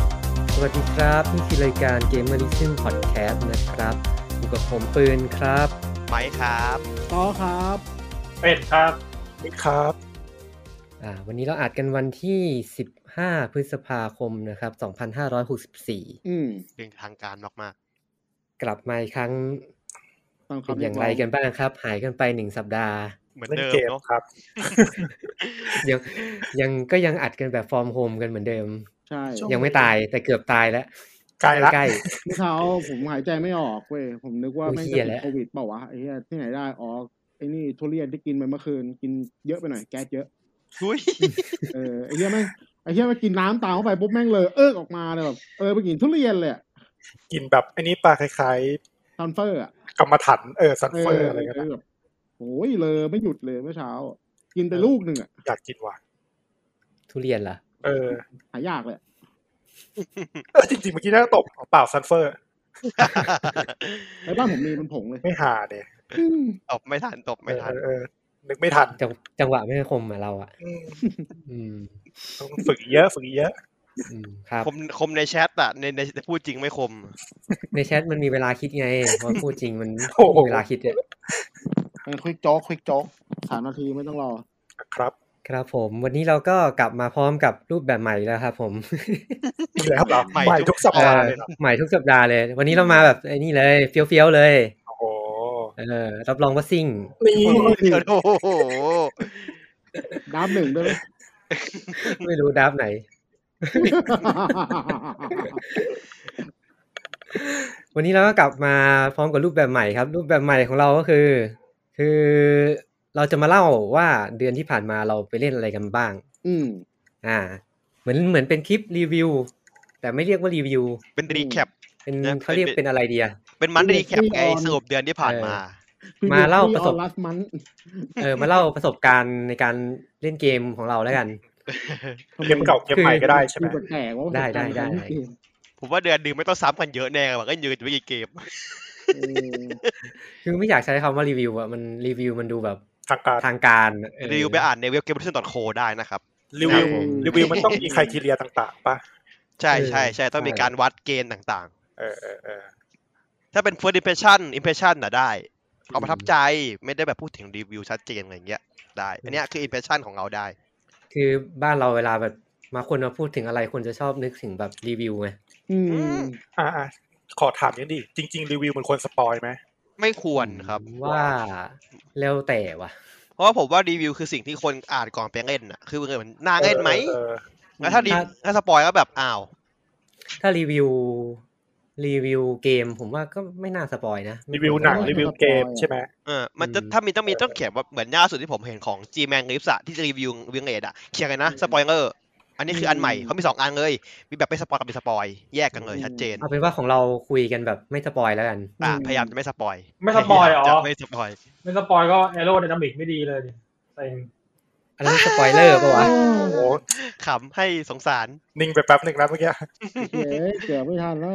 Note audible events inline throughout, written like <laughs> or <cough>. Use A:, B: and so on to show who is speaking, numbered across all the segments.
A: ครับนี่คือรายการ Gamer i s m Podcast นะครับอยู่กับผมปืนครับ
B: ไหมครับ
C: ต่อครับ
D: เป็ดครับ
E: ครับ
A: อ่าวันนี้เราอัดกันวันที่ 15 พฤษภาคมนะครับ 2564
C: อืม
B: เป็นทางการมาก
A: กลับมาอีกครั้ง
C: ตาม
A: เป็น
C: คำ
A: อ
C: เรีย
A: ย่าก งไรกันบ้างครับ หายกันไปหนึ่งสัปดาห์ <laughs>
B: ๆ เหมือน
E: เล่น
B: เดิม
E: เกม
B: เนาะ
E: ครับ
A: ยังยังก็ยังอัดกันแบบฟอร์มโฮมกันเหมือนเดิม
C: ใช่
E: ช่ว
A: ยังไม่ตายแต่เกือบตายแล้ว
E: ใกล้ละ
A: ใกล้
C: เมื่อเช้าผมหายใจไม่ออกเว้ยผมนึกว่า
A: โอ้ย
C: ไม่ง
A: เหี้ย
C: จะ
A: แล้
C: ติด
A: ว
C: โควิดเปล่าวะไอ้เหี้ยที่ไหนได้อ๋อไอ้นี่ทุเรียนที่กินไปเมื่อคืนกินเยอะไปหน่อยแก๊สเยอะ
B: ทุย <laughs>
C: เออไอ้เหี้ยแม่งไอ้เหี้ยแม่งกินน้ำตามเข้าไปปุ๊บแม่งเลยเอิกออกมาเลยแบบเออไปกินทุเรียนเลย
E: กินแบบอันนี้ปลาคล้าย
C: ซันเฟอร์อะ
E: ๆกรรมฐานเออซัน
C: เอ
E: เฟอ
C: อ
E: ร์อะไรกัน
C: เอ
E: นะ
C: อแบบโอ้ยเลยไม่หยุดเลยเมื่อเช้า กินไปลูกหนึ่งอะ
E: อยากกินว่ะ
A: ๆทุเรียนล่ะ
E: เออ
C: หายากเลย
E: เออจริงๆเมื่อกี้น่าจะตกเปล่าซันเฟอร์
C: ไอ้บ้านผมมีเป็นผงเลย
E: ไม่หาเนี่ย
C: อืม
B: ตบไม่ทันตบไม่ทัน
E: เออเออนึกไม่ทัน
A: จังจังหวะไม่คมอะเราอ่ะ
E: อืม
A: อืม
E: ต้องฝึกเยอะฝึกเยอะ
A: อืมครับ
B: คมคมในแชทอะในในในพูดจริงไม่คม
A: ในแชทมันมีเวลาคิดไงเพอพูดจริงมัน
E: โอ้โห
A: มีเวลาคิดเนี่ย
C: เป็นควิกโจ๊กควิกโจ๊กสามนาทีไม่ต้องรอ
E: ครับ
A: ครับผมวันนี้เราก็กลับมาพร้อมกับรูปแบบใหม่แล้วครับผม
E: มีแล้วเหรอ
B: ใหม่
E: ใหม่ทุกสัป
A: เอ่
E: ดาห์
A: อ
E: เลยเหรอ
A: <laughs> ใหม่ทุกสัปดาห์เลย วันนี้เรามาแบบไอ้นี่เลยเฟี้ยวๆเลย
E: โอ้โห
A: เออรับรองว่าซิ่ง <laughs>
E: นี่
B: โอ้โห
C: น้ำหนึ่งด้วยไหม
A: ไม่รู้ดับไหน วันนี้เราก็กลับมาพร้อมกับรูปแบบใหม่ครับ รูปแบบใหม่ของเราก็คือ คือเราจะมาเล่าว่าเดือนที่ผ่านมาเราไปเล่นอะไรกันบ้าง
C: อืม
A: อ่า เหมือนเหมือนเป็นคลิปรีวิว แต่ไม่เรียกว่ารีวิว
B: <laughs> เป็นรีแคป
A: เป็น
B: นะ
A: เขาเรียกเป็นอะไรเดีย
B: เป็นมันรีแคปไง
C: เป็น
B: สรุปเดือนที่ผ่านมา
A: มาเล่าประสบ
C: ลัสมัน
A: เออมาเล่าประสบการณ์ในการเล่นเกมของเราแล้วกัน
E: เกมเก่าเกมใหม่ก็ได้ใช่ไหม
C: แปลกๆว่า
A: ได้ได้ได้
B: ผมว่าเดือนหนึ่งไม่ต้องซ้ำกันเยอะแน่ว่ะก็ยืนไปกี่เกม
A: คือไม่อยากใช้คำว่ารีวิวอะมันรีวิวมันดูแบบ
E: ทางการ
A: ทางการอะเออ
B: รีวิวไปอ่านในเว็บเกมพิเศษดอทโคได้นะครับ
E: รีวิว
A: ผม
E: รีวิวมันต้องมีใครทีเรียต่าง ๆป่ะ
B: ใช่
A: เออ
B: ใช่ใช่ต้องมี
A: ใช่
B: การวัดเกณฑ์ต่าง
E: เออเออเออ
B: ๆ ถ้าเป็น first impression impression น่ะได้เอาประทับใจไม่ได้แบบพูดถึงรีวิวชัดเจนอะไรอย่างเงี้ยได้ อันเนี้ยคือ impression ของเราได้
A: คือบ้านเราเวลาแบบมาคนมาพูดถึงอะไรคนจะชอบนึกถึงแบบรีวิวไง
C: อืม
E: อ่ะอ่ะขอถามนิดดิจริง ๆ รีวิวมันควรสปอยไหม
B: ไม่ควรครับ
A: ว่าแล้วแต่ว่ะ
B: เพราะว่าผมว่ารีวิวคือสิ่งที่คนอ่านก่อนไปเล่นน่ะ คือเหมือนหน้าเล่นไหม
E: ออเออ
B: แล้วถ้ารี
A: ถ้า
B: ถ้าสปอยก็แบบอ้าว
A: ถ้ารีวิวรีวิวเกมผมว่าก็ไม่น่าสปอยนะ
E: รีวิวหนังรีวิวเกมใช่ไหม
B: เออ มันจะ
A: อืม
B: ถ้ามีต้องมีต้องเขียนว่าเหมือนล่าสุดที่ผมเห็นของ G Man ลิฟส์ที่รีวิววิงเอดอะเขียนกันนะสปอยเลอร์อันนี้คืออันใหม่เขามีสองอันเลย มีแบบไม่สปอยกับมีสปอยแยกกันเลยชัดเจน
A: เอาเป็นว่าของเราคุยกันแบบไม่สปอยแล้วกัน
B: อ่ะพยายามจะไม่สปอย
D: ไม่สปอยเหรอ
B: จะไม่สปอย
D: ไม่สปอยก็แอโร d y นามิกไม่ดีเลยดิเซ็ง
A: อันนั้นสปอยเลอร์ปะวะ
E: โอ้โห
B: ขำให้สงสาร
E: นิ่งไปแป๊บหนึ่งนะเมื่อกี้
C: เก๋เกือบไม่ทันแล้ว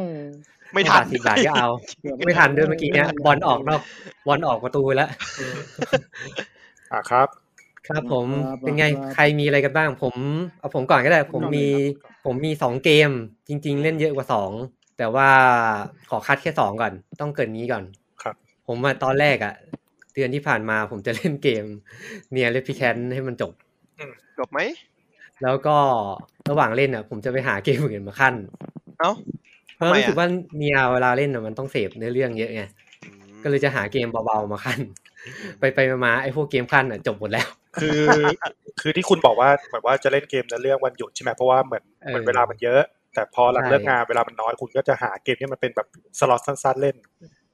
B: ไม่ทัน
A: สิบบาทก็เอา
C: เกือบ
A: ไม่ทันด้วยเมื่อกี้เนี้ยบอลออกนอกบอลออกประตูไปแล้ว
E: อ่ะครับ
A: ครับผมเป็นไงใครมีอะไรกันบ้าง ผมเอาผมก่อนก็ได้ ผมมีผมมีสองเกม จริง ๆ เล่นเยอะกว่าสองแต่ว่าขอคัดแค่สองก่อน ต้องเกินนี้ก่อน
E: ครับ
A: ผมอะตอนแรกอะเดือนที่ผ่านมาผมจะเล่นเกมเนียเลพิแคนให้มันจบ
B: จบไหม
A: แล้วก็ระหว่างเล่นอะผมจะไปหาเกมอื่นมาขั้น
B: เอ้า
A: เพราะ
B: ทำไมอะ
A: รู้สึกว่าเนียเวลาเล่นอะมันต้องเสพเนื้อเรื่องเยอะไงก็เลยจะหาเกมเบาๆมาขั้น ไปไปๆมาๆไอ้พวกเกมขั้นอะจบหมดแล้ว
E: คือ <laughs> คือที่คุณบอกว่าแบบว่าจะเล่นเกมในเรื่องวันหยุดใช่ไหมเพราะว่าเหมือน
A: เออ
E: เหมือนเวลามันเยอะ แต่พอหลัง
A: ใช่
E: เลิกงานเวลามันน้อยคุณก็จะหาเกมที่มันเป็นแบบสล็อตสั้นๆเล่น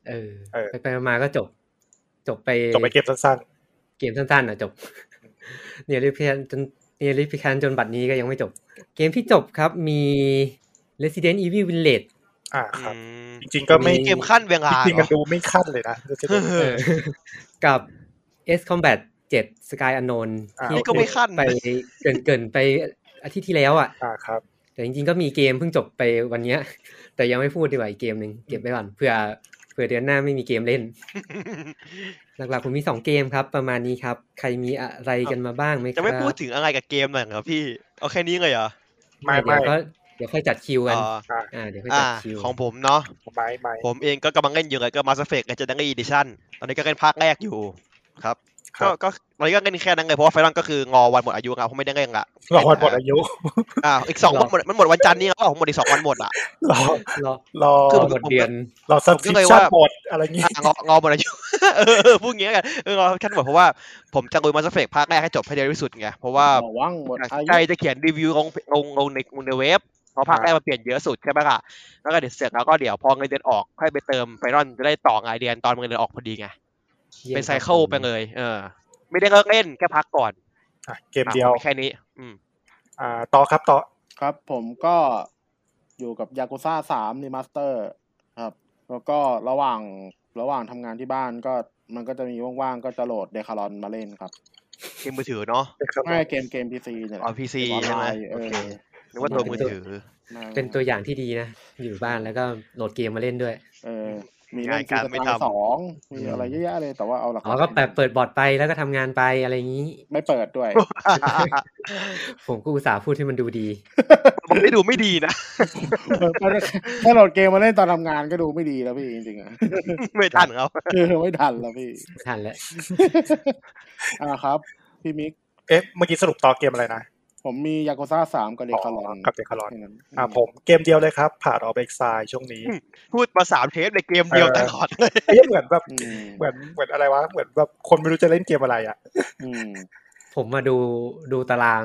A: เออ
E: เออ
A: ไปไปมาๆก็จบ จบไป
E: จบไปเกมสั้น
A: เกมสั้นๆอ่ะจบ <laughs> เนียริพิคันจนเนียริพิคันจนบัดนี้ก็ยังไม่จบ เกมที่จบครับมี Resident Evil Village
E: ๆอ่าครับ
B: อืม
E: จริงๆก็ไม่
A: มี
B: เกมขั้นเวลา
E: จริงๆมัน
B: เหรอ
E: ดูไม่ขั้นเลยนะ
A: เออกับ S Combat 7 Sky Unknown
E: อ่า
A: ที่
B: นี่ก็ไม่ขั้น
A: ไปเกินเกินไปอาทิตย์ที่แล้วอ่ะ
E: อ่าครับ
A: แต่จริงๆก็มีเกมเพิ่งจบไปวันเนี้ย <laughs> แต่ยังไม่พูดดีกว่าอีกเกมหนึ่งเก็บไว้ก่อนเผื่อเผื่อเดือนหน้าไม่มีเกมเล่น หลักๆผมมีสองเกมครับ ประมาณนี้ครับ ใครมี
B: <laughs>
A: อะไรกันมาบ้างไหมครับ
B: จะไม่พูดถึงอะไรกับเกมหน่อยเหรอพี่ เอาแค่นี้เลยเหรอ
E: ไม่
A: เดี๋
E: ไม่
A: ยวก็ ดี๋ยวค่อยจัดคิวกัน
B: เอ่อ
A: อ่าเดี๋ยวค่อย
B: อ่า
A: จัดคิว
B: ของผมเนาะ
E: ไม้ไม้
B: ผมเองก็กำลังเล่นอยู่ไงก็มาสเฟกกับเจนนี่ดิชั่นตอนนี้ก็เล่นภาคแรกอยู่ครับ
E: ค
B: ก็
E: รับ
B: ก็ตอนนี้ก็เล่นแค่นั้นเลยเพราะว่าไฟนอลก็คืองอวันหมดอายุครับเพราะไม่ได้เล่นละ
E: รอวันหมดอายุ <laughs>
B: อ่าอีกสองวันหมดมันหมดวันจันทร์นี้ครับผมหมดอีกสองวันหมดอ่ะ
E: รอ
A: รอ
E: รอ
B: คื
A: รอ
B: ผม
A: หมดเดือน
E: รอซับฟิช
B: ก็เลย
E: ชั่
B: ว่า
E: นหมดอะไรอย่างงี้
B: อ่ะงองอหมดอายุ <laughs> เออเออพูดอย่างเงี้ยกันเอองอขั้นหมดเพราะว่าผมจะลุยมาสเฟกภาคแรกให้จบให้เร็วที่สุดไงเพราะว่า
F: ว่างหมดอายุ
B: ใกล้จะเขียนรีวิวลงลงลงในลงในเว็บเพราะภาคแรกมันเปลี่ยนเยอะสุดใช่ไหมล่ะแล้วก็เดี๋ยวเสร็จแล้วก็เดี๋ยวพอเงินเดือนออกค่อยไปเติมไฟนอลจะได้ต่อไงเดือนตอนเงินเดือนออกพอดีไง เป็นไซเคิลไปเลย เออ ไม่ได้เลิกเล่นแค่พักก่อน
E: อ่ะเกมเดียว
B: อ่ะมีแค่นี้ อืม
E: อ่าต่อครับต่อ
F: ครับผมก็อยู่กับยากุซ่าสามรีมาสเตอร์ครับ แล้วก็ระหว่างระหว่างทำงานที่บ้านก็มันก็จะมีว่างๆ ก็จะโหลดเดคารอนมาเล่นครับ
B: เกมมือถือเนาะ
F: ไม่เกมเกมพีซีเนี่ยแห
B: อ๋อ
F: ละ
B: PC
F: เกออน
B: ใช่ไหม
F: ลน์เอ
B: โอเค
F: อ
B: นึกว่าตัวมือถือ
F: ไม่
A: เป็นตัวอย่างที่ดีนะ อยู่บ้านแล้วก็โหลดเกมมาเล่นด้วย
F: เออมีเล่น
B: งานการไม่
F: ไม่
B: ทำ
F: ทำสองมีอะไรเยอะแยะเลยแต่ว่าเอาหลักๆ
A: อ๋อ ก็แบบเปิดบอร์ดไปแล้วก็ทำงานไปอะไรอย่างนี้
F: ไม่เปิดด้วย
A: ผมก็อุตส่าห์พูดให้มันดูดี
B: <laughs> มันได้ดูไม่ดีนะ
F: ถ้าโหลดเกมมาเล่นตอนทำงานก็ดูไม่ดีแล้วพี่จริงๆอะ
B: ไม่ทันเขา
F: คือไม่ทันแล้วพี่
A: ทันแล้ว
F: อ่าครับ พี่มิก
E: เอ๊ะเมื่อกี้สรุปต่อเกมอะไรนะ
F: ผมมียากุซ่าสามกับเดคารอน
E: กับเดคารอน
F: แค่นั้น
E: อ่าผมเกมเดียวเลยครับผ่านออกเบกซายช่วงนี้
B: พูดมาสามเทปในเกมเดียวตลอดเลย
E: ไอ้เหี้ยเหมือนแบบ
F: อืม
E: เหมือนเหมือนอะไรวะเหมือนแบบคนไม่รู้จะเล่นเกมอะไรอ่ะ
F: อืม
A: ผมมาดูดูตาราง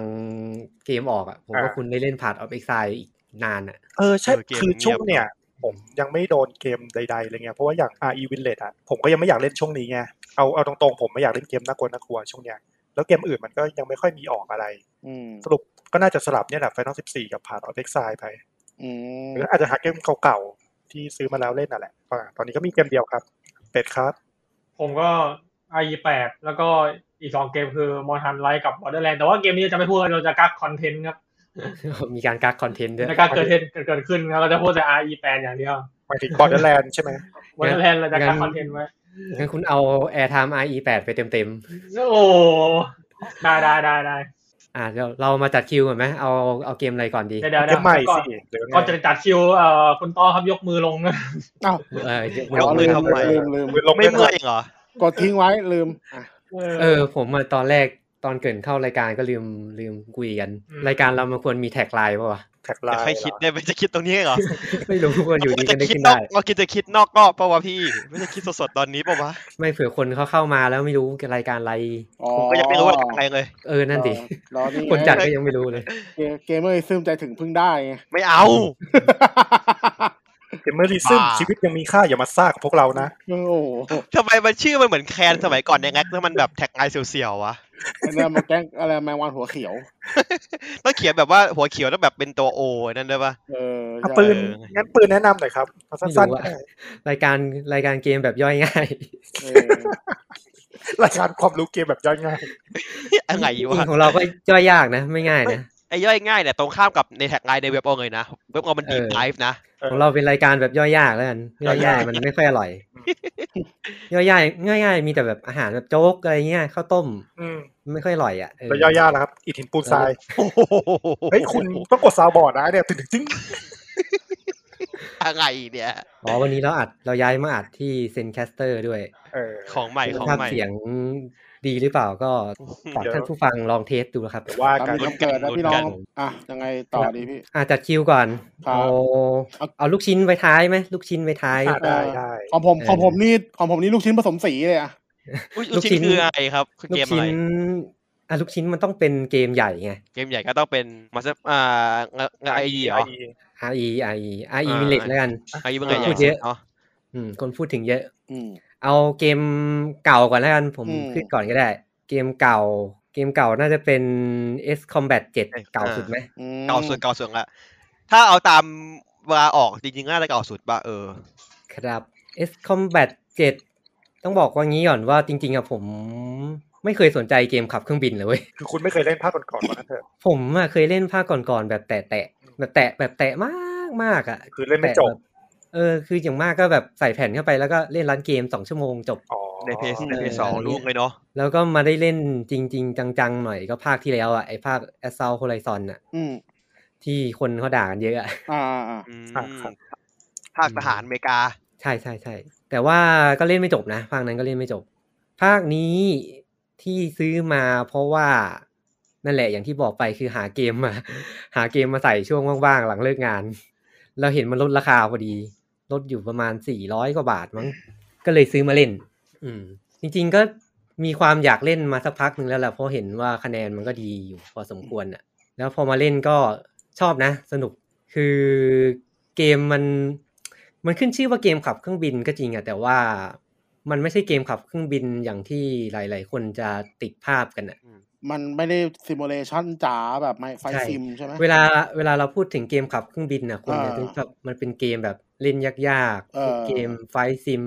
A: เกมออกอะผมว่า
E: อ่า
A: คุณได้เล่น Path of Exile อีกนานอะ <laughs>
E: เออใช่คือช่วงเนี่ย ผมยังไม่โดนเกมใดๆเลยไงเพราะว่าอย่าง RE Village อ่ะผมก็ยังไม่อยากเล่นช่วงนี้ไงเอาเอาตรงๆผมไม่อยากเล่นเกมน่ากลัวน่ากลัวช่วงเนี้ยแล้วเกมอื่นมันก็ยังไม่ค่อยมีออกอะไร
F: อืม
E: สรุปก็น่าจะสลับเนี่ยแหละ Final 14 กับผ่านออเด็กซายไป
F: อืม
E: หรืออาจจะหาเกมเก่าๆที่ซื้อมาแล้วเล่นน่ะแหละอ่าตอนนี้ก็มีเกมเดียวครับเป็ดครับ
D: ผมก็ IE8 แล้วก็อีกสองเกมคือ Mountain Light กับ Borderland แต่ว่าเกมนี้จะไม่พูดเราจะกักคอนเทนต์ครับ
A: มีการกักคอนเทนต์ด้วย
D: ในการเกิดเหตุเกิดขึ้นครับเราจะพูดแต่ IE8 อย่างเดียว
E: หมายถึงบอร์เดอร์แลนด์ใช่ไหม
D: Borderland เราจะกักคอนเทนต์ไว้
A: งั้นคุณเอา Airtime IE 8ไปเต็ม
D: โอ้ได้ได้ได้ได้
A: ๆ อ่าเดี๋ยวเรามาจัดคิวก่อนไหมเอาเอาเกมอะไรก่อนดี
D: เดี๋ยวเดี๋
E: เก
D: ยวเดี๋ย
E: มใหม่
D: วก่อน
E: สิหรือไง
D: ก่อนจะจัดคิวเอ่อคุณต้อครับยกมือลงนะ
A: เออเดี๋ยว
B: เอาเลยทำไม
F: ลืมลืม
E: หรือลง
B: ไม่
E: ไม่
B: เมื่
E: เมื่
B: อ
E: อย ย
B: เหรอก
F: ดทิ้งไว้ลืมอ่ะ
A: เออ ผมมาตอนแรกตอนเกรินเข้ารายการก็ลืมลืมคุยกัน
D: อืม
A: รายการเรามันควรมีแท็กไลน์ป่าวะ <laughs>
E: แท็กไล
B: จะ
E: น์
B: ให้คิดได้ไหมจะคิดตรงนี้เหรอ
A: ไม่รู้ว่าอยู่ดี
B: จะ
A: กันได้
B: คิด
A: ขึ้น
B: นอ
A: ได้
B: กเราคิดจะคิดนอกรอบเปล่าวะพี่ ไม่ได้คิดสดๆตอนนี้เปล่าวะ
A: ไม่เผื่อคนเขาเข้ามาแล้วไม่รู้รายการอะไร
F: อ๋อ
B: ผมก็ยังไม่รู้ว่าใครเลย
A: เออ นั่นดิ
F: รอนี่ไง
A: คนจัดก็ยังไม่รู้เลย
F: เกมเกมเมอร์ซึมใจถึงเพึ่งได้ไง <laughs>
B: ไม่เอา
E: เกมเมอร์ลิซึม
B: บ้า
E: ชีวิตยังมีค่าอย่ามาซ่ากับพวกเรานะ
F: โอ้โห
B: ทำไมมันชื่อมันเหมือนแคนสมัยก่อนในแง็กแล้วมันแบบแท็กไอเสียวๆวะ
F: อันนี้มาแกล้งอะไรแมงวันหัวเขียว
B: ต้องเขียนแบบว่าหัวเขียวแล้วแบบเป็นตัวโอนั่นด้วยปะ
F: เออ
E: เอา
F: ใช่
E: ปืน
B: เออ
E: งั้นปืนแนะนำหน่อยครับเอาสั้น
A: ไม่รู้อะ รายการรายการเกมแบบย่อยง่าย
F: เออ
E: ๆรายการความรู้เกมแบบย่อยง่าย
B: อะไร
A: จริ
B: วะ
A: งของเราก็ย่อยยากนะ ไม่ง่ายนะ
B: ไอ้ย่อยง่ายเนี่ยตรงข้ามกับในแท็กไลน์ในเว็บเอาเลยนะ เว็บเอามัน
A: เอ
B: ดี
A: อ
B: ไลฟ์นะ
A: ของเราเป็นรายการแบบย่อยยากแล้วกันย่อยยากมันไม่ค่อยอร่อย ย่อยยากง่ายง่ายๆมีแต่แบบอาหารแบบโจ๊กอะไรเงี้ยข้าวต้ม
E: อืม
A: ไม่ค่อยอร่อยอ่ะเออ
E: แล้วย่อยๆแล้วครับ อิฐหินปูนทรายเฮ้ยคุณต้องกดซาวบอร์ดนะเนี่ยตึงจึ้ง
B: อะไรเนี่ย
A: อ๋อวันนี้เราอัดเราย้ายมาอัดที่เซนแคสเตอร์ด้วย
E: เออ
B: ของใหม่ของ
A: ภาพ
B: ใหม่
A: เสียงดีหรือเปล่าก็ฝาก
E: เดี๋ยว
A: ท่านผู้ฟังลองเทสดูนะครับ
E: เดี๋ยวว่า
F: ตาม
E: กัน
F: มีคำเกิดนะพี่น้อง
B: ลุ้นกัน
F: อ่ะ ยังไงต่อดีพี่
A: อ่ะจัดคิวก่อน
F: ครับ
A: เอาเอาลูกชิ้นไว้ท้ายไหมลูกชิ้นไว้ท้าย
E: อ่ะได้ได้
F: ของผม
A: เออ
F: ของผมนี่ของผมนี่ลูกชิ้นผสมสีเลยอ่ะ
B: อุ๊ย
A: ลู
B: ลู
A: ก
B: ก
A: ชิ้
B: ชิ้
A: น
B: นคืออะไรครับคือ
A: ลูก
B: เกมอะ
A: ชิ้
B: ไร
A: นอ่ะลูกชิ้นมันต้องเป็นเกมใหญ่ไง
B: เกมใหญ่ก็ต้องเป็นมาสอ่างานไอเดียเหรอ
A: RE RE RE
B: อ่า
A: มิเลตแล้วกัน
B: ไอเดียเป็นไงใหญ่
F: อ่า
A: พูดเยอะ
B: เนาะ
A: อืมคนพูดถึงเยอะ
F: อืม
A: เอาเกมเก่าก่อนแล้วกัน ผม
F: อืม
A: ขึ้นก่อนก็ได้ เกมเก่า เกมเก่าน่าจะเป็น S Combat 7 เก่าสุดไหม
F: อืม
B: เก่าสุดเก่าสุดละถ้าเอาตามเวลาออกจริงๆน่าจะเก่าสุดป่ะเออ
A: ครับ S Combat 7 ต้องบอกว่างี้ก่อนว่าจริง ๆอะผมไม่เคยสนใจเกมขับเครื่องบินเลยเว้ย <laughs>
E: คือคุณไม่เคยเล่นภาคก่อนๆมาเถอะ
A: ผมอะเคยเล่นภาคก่อนๆแบบแตะแตะๆแบบแตะแบบแตะมากมากๆอะ
E: คือเล่นไม่จบ
A: แตะแเออคืออย่างมากก็แบบใส่แผ่นเข้าไปแล้วก็เล่นร้านเกมสองชั่วโมงจบ
E: อ๋อ
B: ในเพย์ในเพย์สอง
A: เออ
B: ลูกเลยเนาะ
A: แล้วก็มาได้เล่นจริง ๆ จังๆหน่อยก็ภาคที่แล้วอ่ะไอภาค Assault Horizon อ่ะ
F: อืม
A: ที่คนเขาด่ากันเยอะอะ
F: อ่าอ่าอ่า
B: อืม
E: อ่ะครับ
B: ภาคทหารอเมริกา
A: ใช่ใช่ใช่แต่ว่าก็เล่นไม่จบนะภาคนั้นก็เล่นไม่จบ ภาคนี้ที่ซื้อมาเพราะว่านั่นแหละอย่างที่บอกไปคือหาเกมมา <laughs> หาเกมมาใส่ช่วงว่างๆหลังเลิกงาน เราเห็นมันลดราคาพอดี ลดอยู่ประมาณสี่ร้อยกว่าบาทมั้งก็เลยซื้อมาเล่น อืม จริง ๆก็มีความอยากเล่นมาสักพักหนึ่งแล้วแหละเพราะเห็นว่าคะแนนมันก็ดีอยู่พอสมควรอ่ะ แล้วพอมาเล่นก็ชอบนะ สนุกคือเกมมัน มันขึ้นชื่อว่าเกมขับเครื่องบินก็จริงอะแต่ว่ามันไม่ใช่เกมขับเครื่องบินอย่างที่หลาย ๆ คนจะติดภาพกันอะ
F: มันไม่ได้ซิมูเลชันจ๋าแบบไม่ไฟซิมใช่ไหม
A: เวลาเวลาเราพูดถึงเกมขับเครื่องบินนะคนจะ
F: อ่า
A: นึกแบบมันเป็นเกมแบบเล่นยาก
F: เออ
A: ๆเกมไฟซิม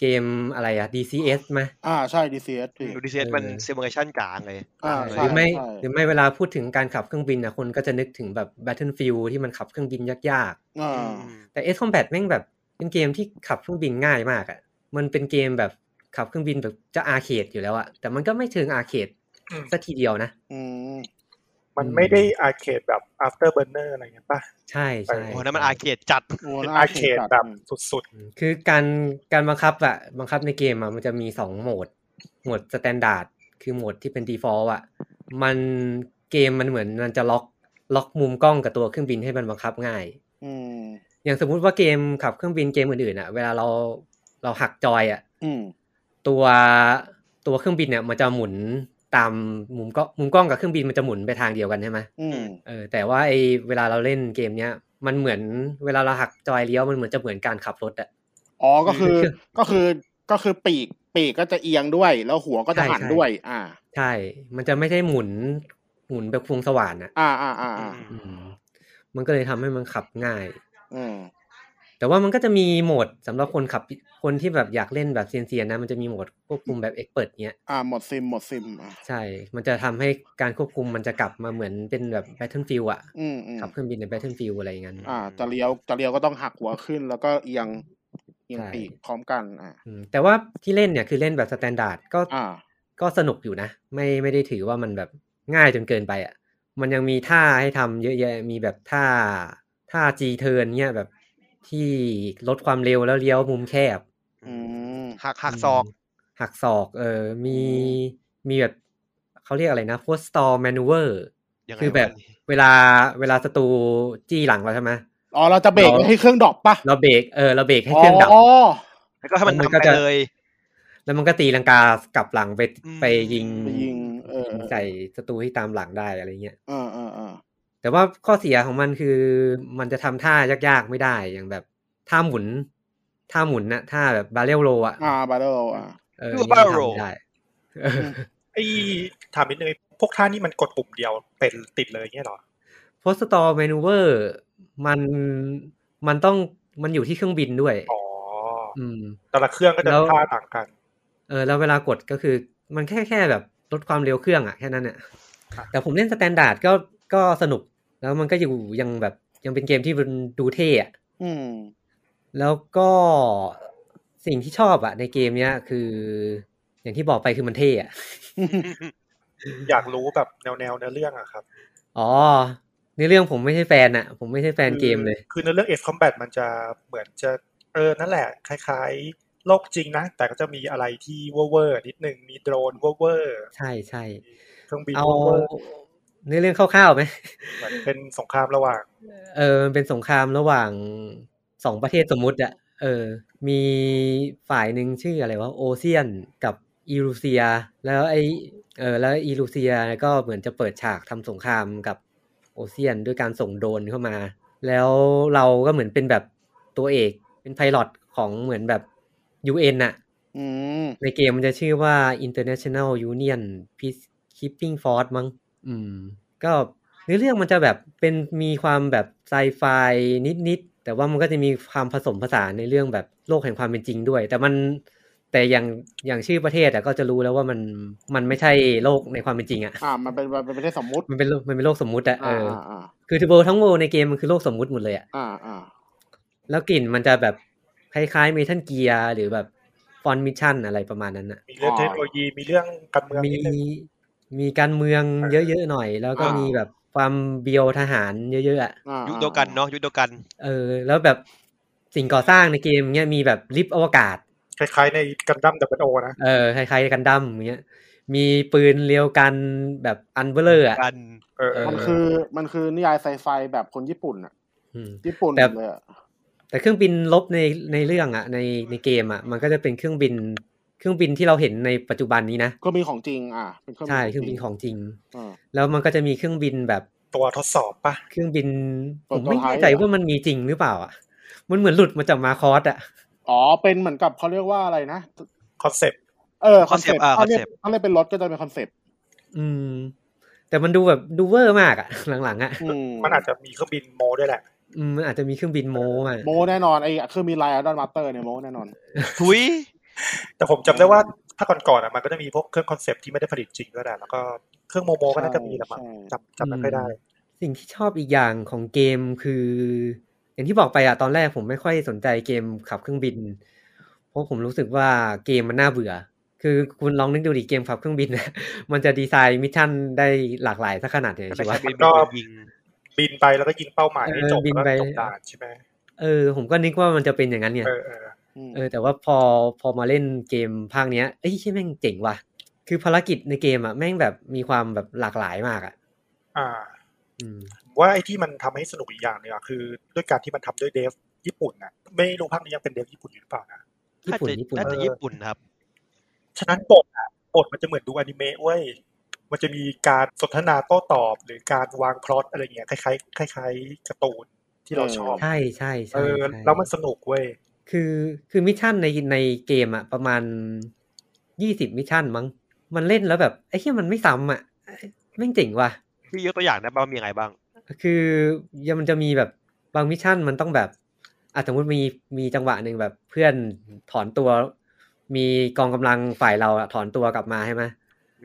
A: เกมอะไรอะ DCS ไหม
F: อ่าใช่ DCS พี่
B: ดูดิเซนมัน
A: เออ
B: ซิมูเลชันกลางเลย
F: อ่า
A: ห
F: ใช่
A: รือไม่
F: ใช่
A: หรือไม่เวลาพูดถึงการขับเครื่องบินนะคนก็จะนึกถึงแบบ Battlefield ที่มันขับเครื่องบินยากๆ
F: อ่า
A: แต่ S Combat แม่งแบบเป็นเกมที่ขับเครื่องบินง่ายมากอะ่ะ มันเป็นเกมแบบขับเครื่องบินแบบจะอาร์เคดอยู่แล้วอะ่ะ แต่มันก็ไม่เชิงอาร์เคด
E: อืม
A: สัทีเดียวนะ
F: อืม
E: มันไม่ได้อาร์เคดแบบ after burner อะไรเงี้ยป่ะ
A: ใช่ใช่
B: โอ้โหนั่นมันอาเกียดจัด
F: โอ้
E: เป็น
F: น่
E: อาร์เคด
F: จั
E: แบบ
F: อืม
E: สุด
A: อืมคือการการบังคับอะบังคับในเกมอะมันจะมีสองโหมด โหมดสแตนดาร์ดคือโหมดที่เป็น default อะมันเกมมันเหมือนมันจะล็อกล็อกมุมกล้องกับตัวเครื่องบินให้มันบังคับง่าย
F: อืม
A: อย่างสมมุติว่าเกมขับเครื่องบินเกมอื่นๆอะเวลาเราเราหักจอยอะ
F: อืม
A: ตัวตัวเครื่องบินเนี่ยมันจะหมุนตามมุมกล้องมุมกล้องกับเครื่องบินมันจะหมุนไปทางเดียวกันใช่ไหม
F: อืม
A: เออแต่ว่าไอเวลาเราเล่นเกมเนี้ยมันเหมือนเวลาเราหักจอยเลี้ยวมันเหมือนจะเหมือนการขับรถอะ
F: อ๋อ ก็คือ
A: คือ
F: ก็คือก็คือปีกปีกก็จะเอียงด้วย แล้วหัวก็จะหันด้วย อ่า
A: ใช่ มันจะไม่ใช่หมุนหมุนแบบพวงสว่านอะ
F: อ่าอ่าอ่าอ่า
A: อืมมันก็เลยทำให้มันขับง่าย
F: อืม
A: แต่ว่ามันก็จะมีโหมดสำหรับคนขับคนที่แบบอยากเล่นแบบเซียนๆนะมันจะมีโหมดควบคุมแบบเอ็กเปิดเนี้ย
F: อ่า หมดซิม หมดซิมอ่ะ
A: ใช่ มันจะทำให้การควบคุมมันจะกลับมาเหมือนเป็นแบบ Battlefield อะ
F: อืมอืม
A: ขับเครื่องบินใน Battlefield อะไรอย่างนั้น
F: อ่า จะเลี้ยวจะเลี้ยวก็ต้องหักหัวขึ้น แล้วก็เอียงเอียง
A: ใช่
F: ปีกพร้อมกัน อ่า
A: อืมแต่ว่าที่เล่นเนี่ยคือเล่นแบบสแตนดาร์ดก็
F: อ่า
A: ก็สนุกอยู่นะ ไม่ไม่ได้ถือว่ามันแบบง่ายจนเกินไปอ่ะมันยังมีท่าให้ทำเยอะแยะมีแบบท่าท่า G turn เนี่ยแบบที่ลดความเร็วแล้วเลี้ยวมุมแคบ
F: อืม
B: หักหักซอก
A: มหักศอกเออมี
F: อื
A: มีแบบเขาเรียกอะไรนะ post store maneuver
B: ยังไง
A: คือแบบ
B: วะนี่
A: เวลาเวลาศัตรูจี้หลังเราใช่ไหม
F: อ๋อ เราจะเบรก
A: เรา
F: ไม่ให้เครื่องดรอปปะ
A: เราเบรกเออเราเบรกให้เครื่องดับ
F: อ๋อ
B: แล้วก็ให้มัน
A: แล้วมัน
B: นำ
A: ก็
B: ไป
A: จะ
B: เลย
A: แล้วมันก็ตีลังกากลับหลังไป
B: อืม
A: ไปยิง
F: ไปยิงเออ
A: ยิงใส่ศัตรูที่ตามหลังได้อะไรเงี้ย
F: อ่าอ่าอ่า
A: แต่ว่าข้อเสียของมันคือมันจะทำท่ายากๆไม่ได้อย่างแบบท่าหมุนท่าหมุนนะท่าแบบบาเรลโรอ่ะ
F: อ่าบาร์เดอร์อ่า
A: เออ
B: เรีย
A: นี่
B: กว่า
A: มันทำ
B: barrel
A: ไม่ได้เออ
E: ๆไอ้ถามนิดนึงไอ้พวกท่านี่มันกดปุ่มเดียวเป็นติดเลยเงี้ยเหรอ
A: post store maneuver มันมันต้องมันอยู่ที่เครื่องบินด้วย
E: อ๋อ
A: อืม
E: แต่ละเครื่องก็จะ
A: แล้ว
E: ท่าต่างกัน
A: เออแล้วเวลากดก็คือมันแค่แค่แบบลดความเร็วเครื่องอะแค่นั้นเนี่ย
E: ครับ
A: แต่ผมเล่นสแตนดาร์ดก็ก็สนุก แล้วมันก็อยู่ยังแบบยังเป็นเกมที่มันดูเท่อะ
F: อืม
A: แล้วก็สิ่งที่ชอบอะในเกมเนี้ยคือ อย่างที่บอกไปคือมันเท่อะ
E: อยากรู้แบบแนวแนวๆเนื้อเรื่องอะครับ
A: อ๋อในเรื่องผมไม่ใช่แฟนอะผมไม่ใช่แฟนเกมเลย
E: คือคือเนื้อเรื่อง Ace Combat มันจะเหมือนจะเออนั่นแหละ คล้ายๆ โลกจริงนะ แต่ก็จะมีอะไรที่เวอร์ๆนิดนึงมีโดรนเวอร์
A: ใช่ใช่
E: ๆเครื่องบิน
A: เอา
E: เวอร์
A: เนื้อเรื่องคร่าวๆไหม
E: ๆเหมือนเป็นสงครามระหว่าง
A: เออมันเป็นสงครามระหว่างสองประเทศสมมุติอะเออ มีฝ่ายหนึ่งชื่ออะไรวะโอเซียนกับอิรูเซีย แล้วไอเออแล้วอิรูเซียก็เหมือนจะเปิดฉากทำสงครามกับโอเซียนด้วยการส่งโดรนเข้ามา แล้วเราก็เหมือนเป็นแบบตัวเอกเป็นไพลอตของเหมือนแบบ UN น่ะ
F: อืม
A: ในเกมมันจะชื่อว่า International Union Peacekeeping Force มั้ง อืม ก็เนื้อเรื่องมันจะแบบเป็นมีความแบบไซไฟนิดๆ แต่ว่ามันก็จะมีความผสมผสานในเรื่องแบบโลกแห่งความเป็นจริงด้วย แต่มันแต่อย่างอย่างชื่อประเทศอะก็จะรู้แล้วว่ามันมันไม่ใช่โลกในความเป็นจริงอะ
F: อ่า มันเป็นมันเป็นประเทศสมมุติ
A: มันเป็นโลกมันเป็นโลกสมมุติอะเอ
F: อ่า
A: อ
F: อ่าอ่า
A: คือทูโบทั้งโวในเกมมันคือโลกสมมุติหมดเลยอะ
F: อ่าอ่า
A: แล้วกลิ่นมันจะแบบคล้ายๆเมทัลเกียร์หรือแบบฟอนมิชชั่นอะไรประมาณนั้นอะ
E: มีเรื่องเทคโนโลยีมีเรื่องการเมือง
A: มี
E: นิดนึง
A: มีการเมือง
E: เออ
A: เยอะๆหน่อย แล้วก็มีแบบ ความเบียวทหารเยอะๆอ่ะ
F: อ่า
B: ยุคเดียวกันเนาะยุคเดียวกัน
A: เออ แล้วแบบสิ่งก่อสร้างในเกมเนี้ยมีแบบลิฟต์อวกาศ
E: คล้ายๆในกันดั้มดับเบิลโอนะ
A: เออคล้ายๆกันดั้มอย่างเงี้ย มีปืนเรียวกันแบบอันเบลเลอร์อ่ะ
B: กัน
E: เออเออ
F: มัน
A: เ
F: คือมันคือนิยายไซไฟแบบคนญี่ปุ่นอ่ะ
A: อืม
F: ญี่ปุ่น
A: แบบ
F: เลยอะ
A: แต่เครื่องบินลบในในเรื่องอ่ะในในเกมอ่ะ มันก็จะเป็นเครื่องบิน เครื่องบินที่เราเห็นในปัจจุบันนี้นะ
F: เครื่องบินของจริง อ่ะ เป็นเครื่องบิน
A: ใช่เครื่องบินของจริง
F: อ่า
A: แล้วมันก็จะมีเครื่องบินแบบ
E: ตัวทดสอบปะ
A: เครื่องบิน
F: ตั
A: ผ
F: ว
A: มไม่แน่ใจ
F: ตัวท้ายอะ
A: ว่ามันมีจริงหรือเปล่าอ่ะ มันเหมือนหลุดมาจากมาคอสอ่ะ
F: อ๋อเป็นเหมือนกับเขาเรียกว่าอะไรนะ
E: คอนเซปต์
F: เออ
B: ค
F: ค
B: อ
F: อน น
B: เซ
F: เซ
B: ป
F: ป
B: ต์
F: ต์
B: อ่าค
F: เขา
B: อน
F: เรียก
B: เซปต์
F: เขาเรียกเป็นรถก็จะเป็นคอนเซปต์
A: อืม แต่มันดูแบบดูเวอร์มากอ่ะ <laughs> หลังๆอ่ะ
F: อืม
E: มันอาจจะมีเครื่องบินโมด้วยแหละ
A: อืมมันอาจจะมีเครื่องบินโมมา
F: โมแน่นอนไอ้เครื่องบินไลออนมาสเตอร์เนี่ยโมแน่นอน
B: ทุย
E: แต่ผมจำได้ว่าถ้าก่อนๆอ่ะมันก็จะมีพวกเครื่องคอนเซปต์ที่ไม่ได้ผลิตจริงด้วยแหละแล้วก็เครื่องโมโมก็น่าจะมีแหละมั้ง
F: ใช่
E: จำจำไม่ค่อยได้
A: สิ่งที่ชอบอีกอย่างของเกมคือ อย่างที่บอกไปอ่ะตอนแรกผมไม่ค่อยสนใจเกมขับเครื่องบิน เพราะผมรู้สึกว่าเกมมันน่าเบื่อ คือคุณลองนึกดูดิเกมขับเครื่องบิน <laughs> นะมันจะดีไซน์มิชชั่นได้หลากหลายสักขนาดไหน
B: แต่
A: ใช่
B: ใช่
A: ปะ
B: บินเป็นคนยิง
E: บินไปแล้วก็ยิงเป้าหมายให้จบ
A: เออบิน
E: แล้ว
A: ไป
E: จบด่านใช่ไหม
A: เออผมก็นึกว่ามันจะเป็นอย่างนั้นเนี่ย
E: เออเออ
F: อืม
A: เออแต่ว่าพอพอมาเล่นเกมภาคเนี้ยเอ้ยใช่ยแม่งเจ๋งว่ะ คือภารกิจในเกมอ่ะแม่งแบบมีความแบบหลากหลายมากอ่ะ
E: อ่า
A: อืม
E: ว่าไอ้ที่มันทำให้สนุกอีกอย่างหนึ่งอะคือ ด้วยการที่มันทำด้วยเดฟญี่ปุ่นน่ะไม่รู้ภาคนี้ยังเป็นเดฟญี่ปุ่นอยู่หรือเปล่านะ
A: ญี่ปุ่นญี่ปุ่น
B: น่าจะญี่ปุ่นครับ
E: ฉะนั้นบทอะบทมันจะเหมือนดูอนิเมะเว้ย มันจะมีการสนทนาโต้ตอบ หรือการวางพล็อตอะไรเงี้ยคล้ายๆคล้ายๆการ์ตูนที่เราชอบ
A: ใช่ใช่
E: เอ
A: ใช่
E: อ
A: ใช่
E: แล้วมันสนุกเว้ย
A: คือคือมิชชั่นในในเกมอ่ะประมาณยี่สิบมิชชั่นมั้ง มันเล่นแล้วแบบไอ้เหี้ยมันไม่ซ้ำอ่ะแม่งเจ๋งว่ะ
B: พี่ยกตัวอย่างนะว่ามีอะไรบ้าง
A: คือยังมันจะมีแบบบางมิชชั่นมันต้องแบบอาสมมติมีมีจังหวะหนึ่งแบบเพื่อนถอนตัว มีกองกำลังฝ่ายเราอะถอนตัวกลับมาใช่ไหม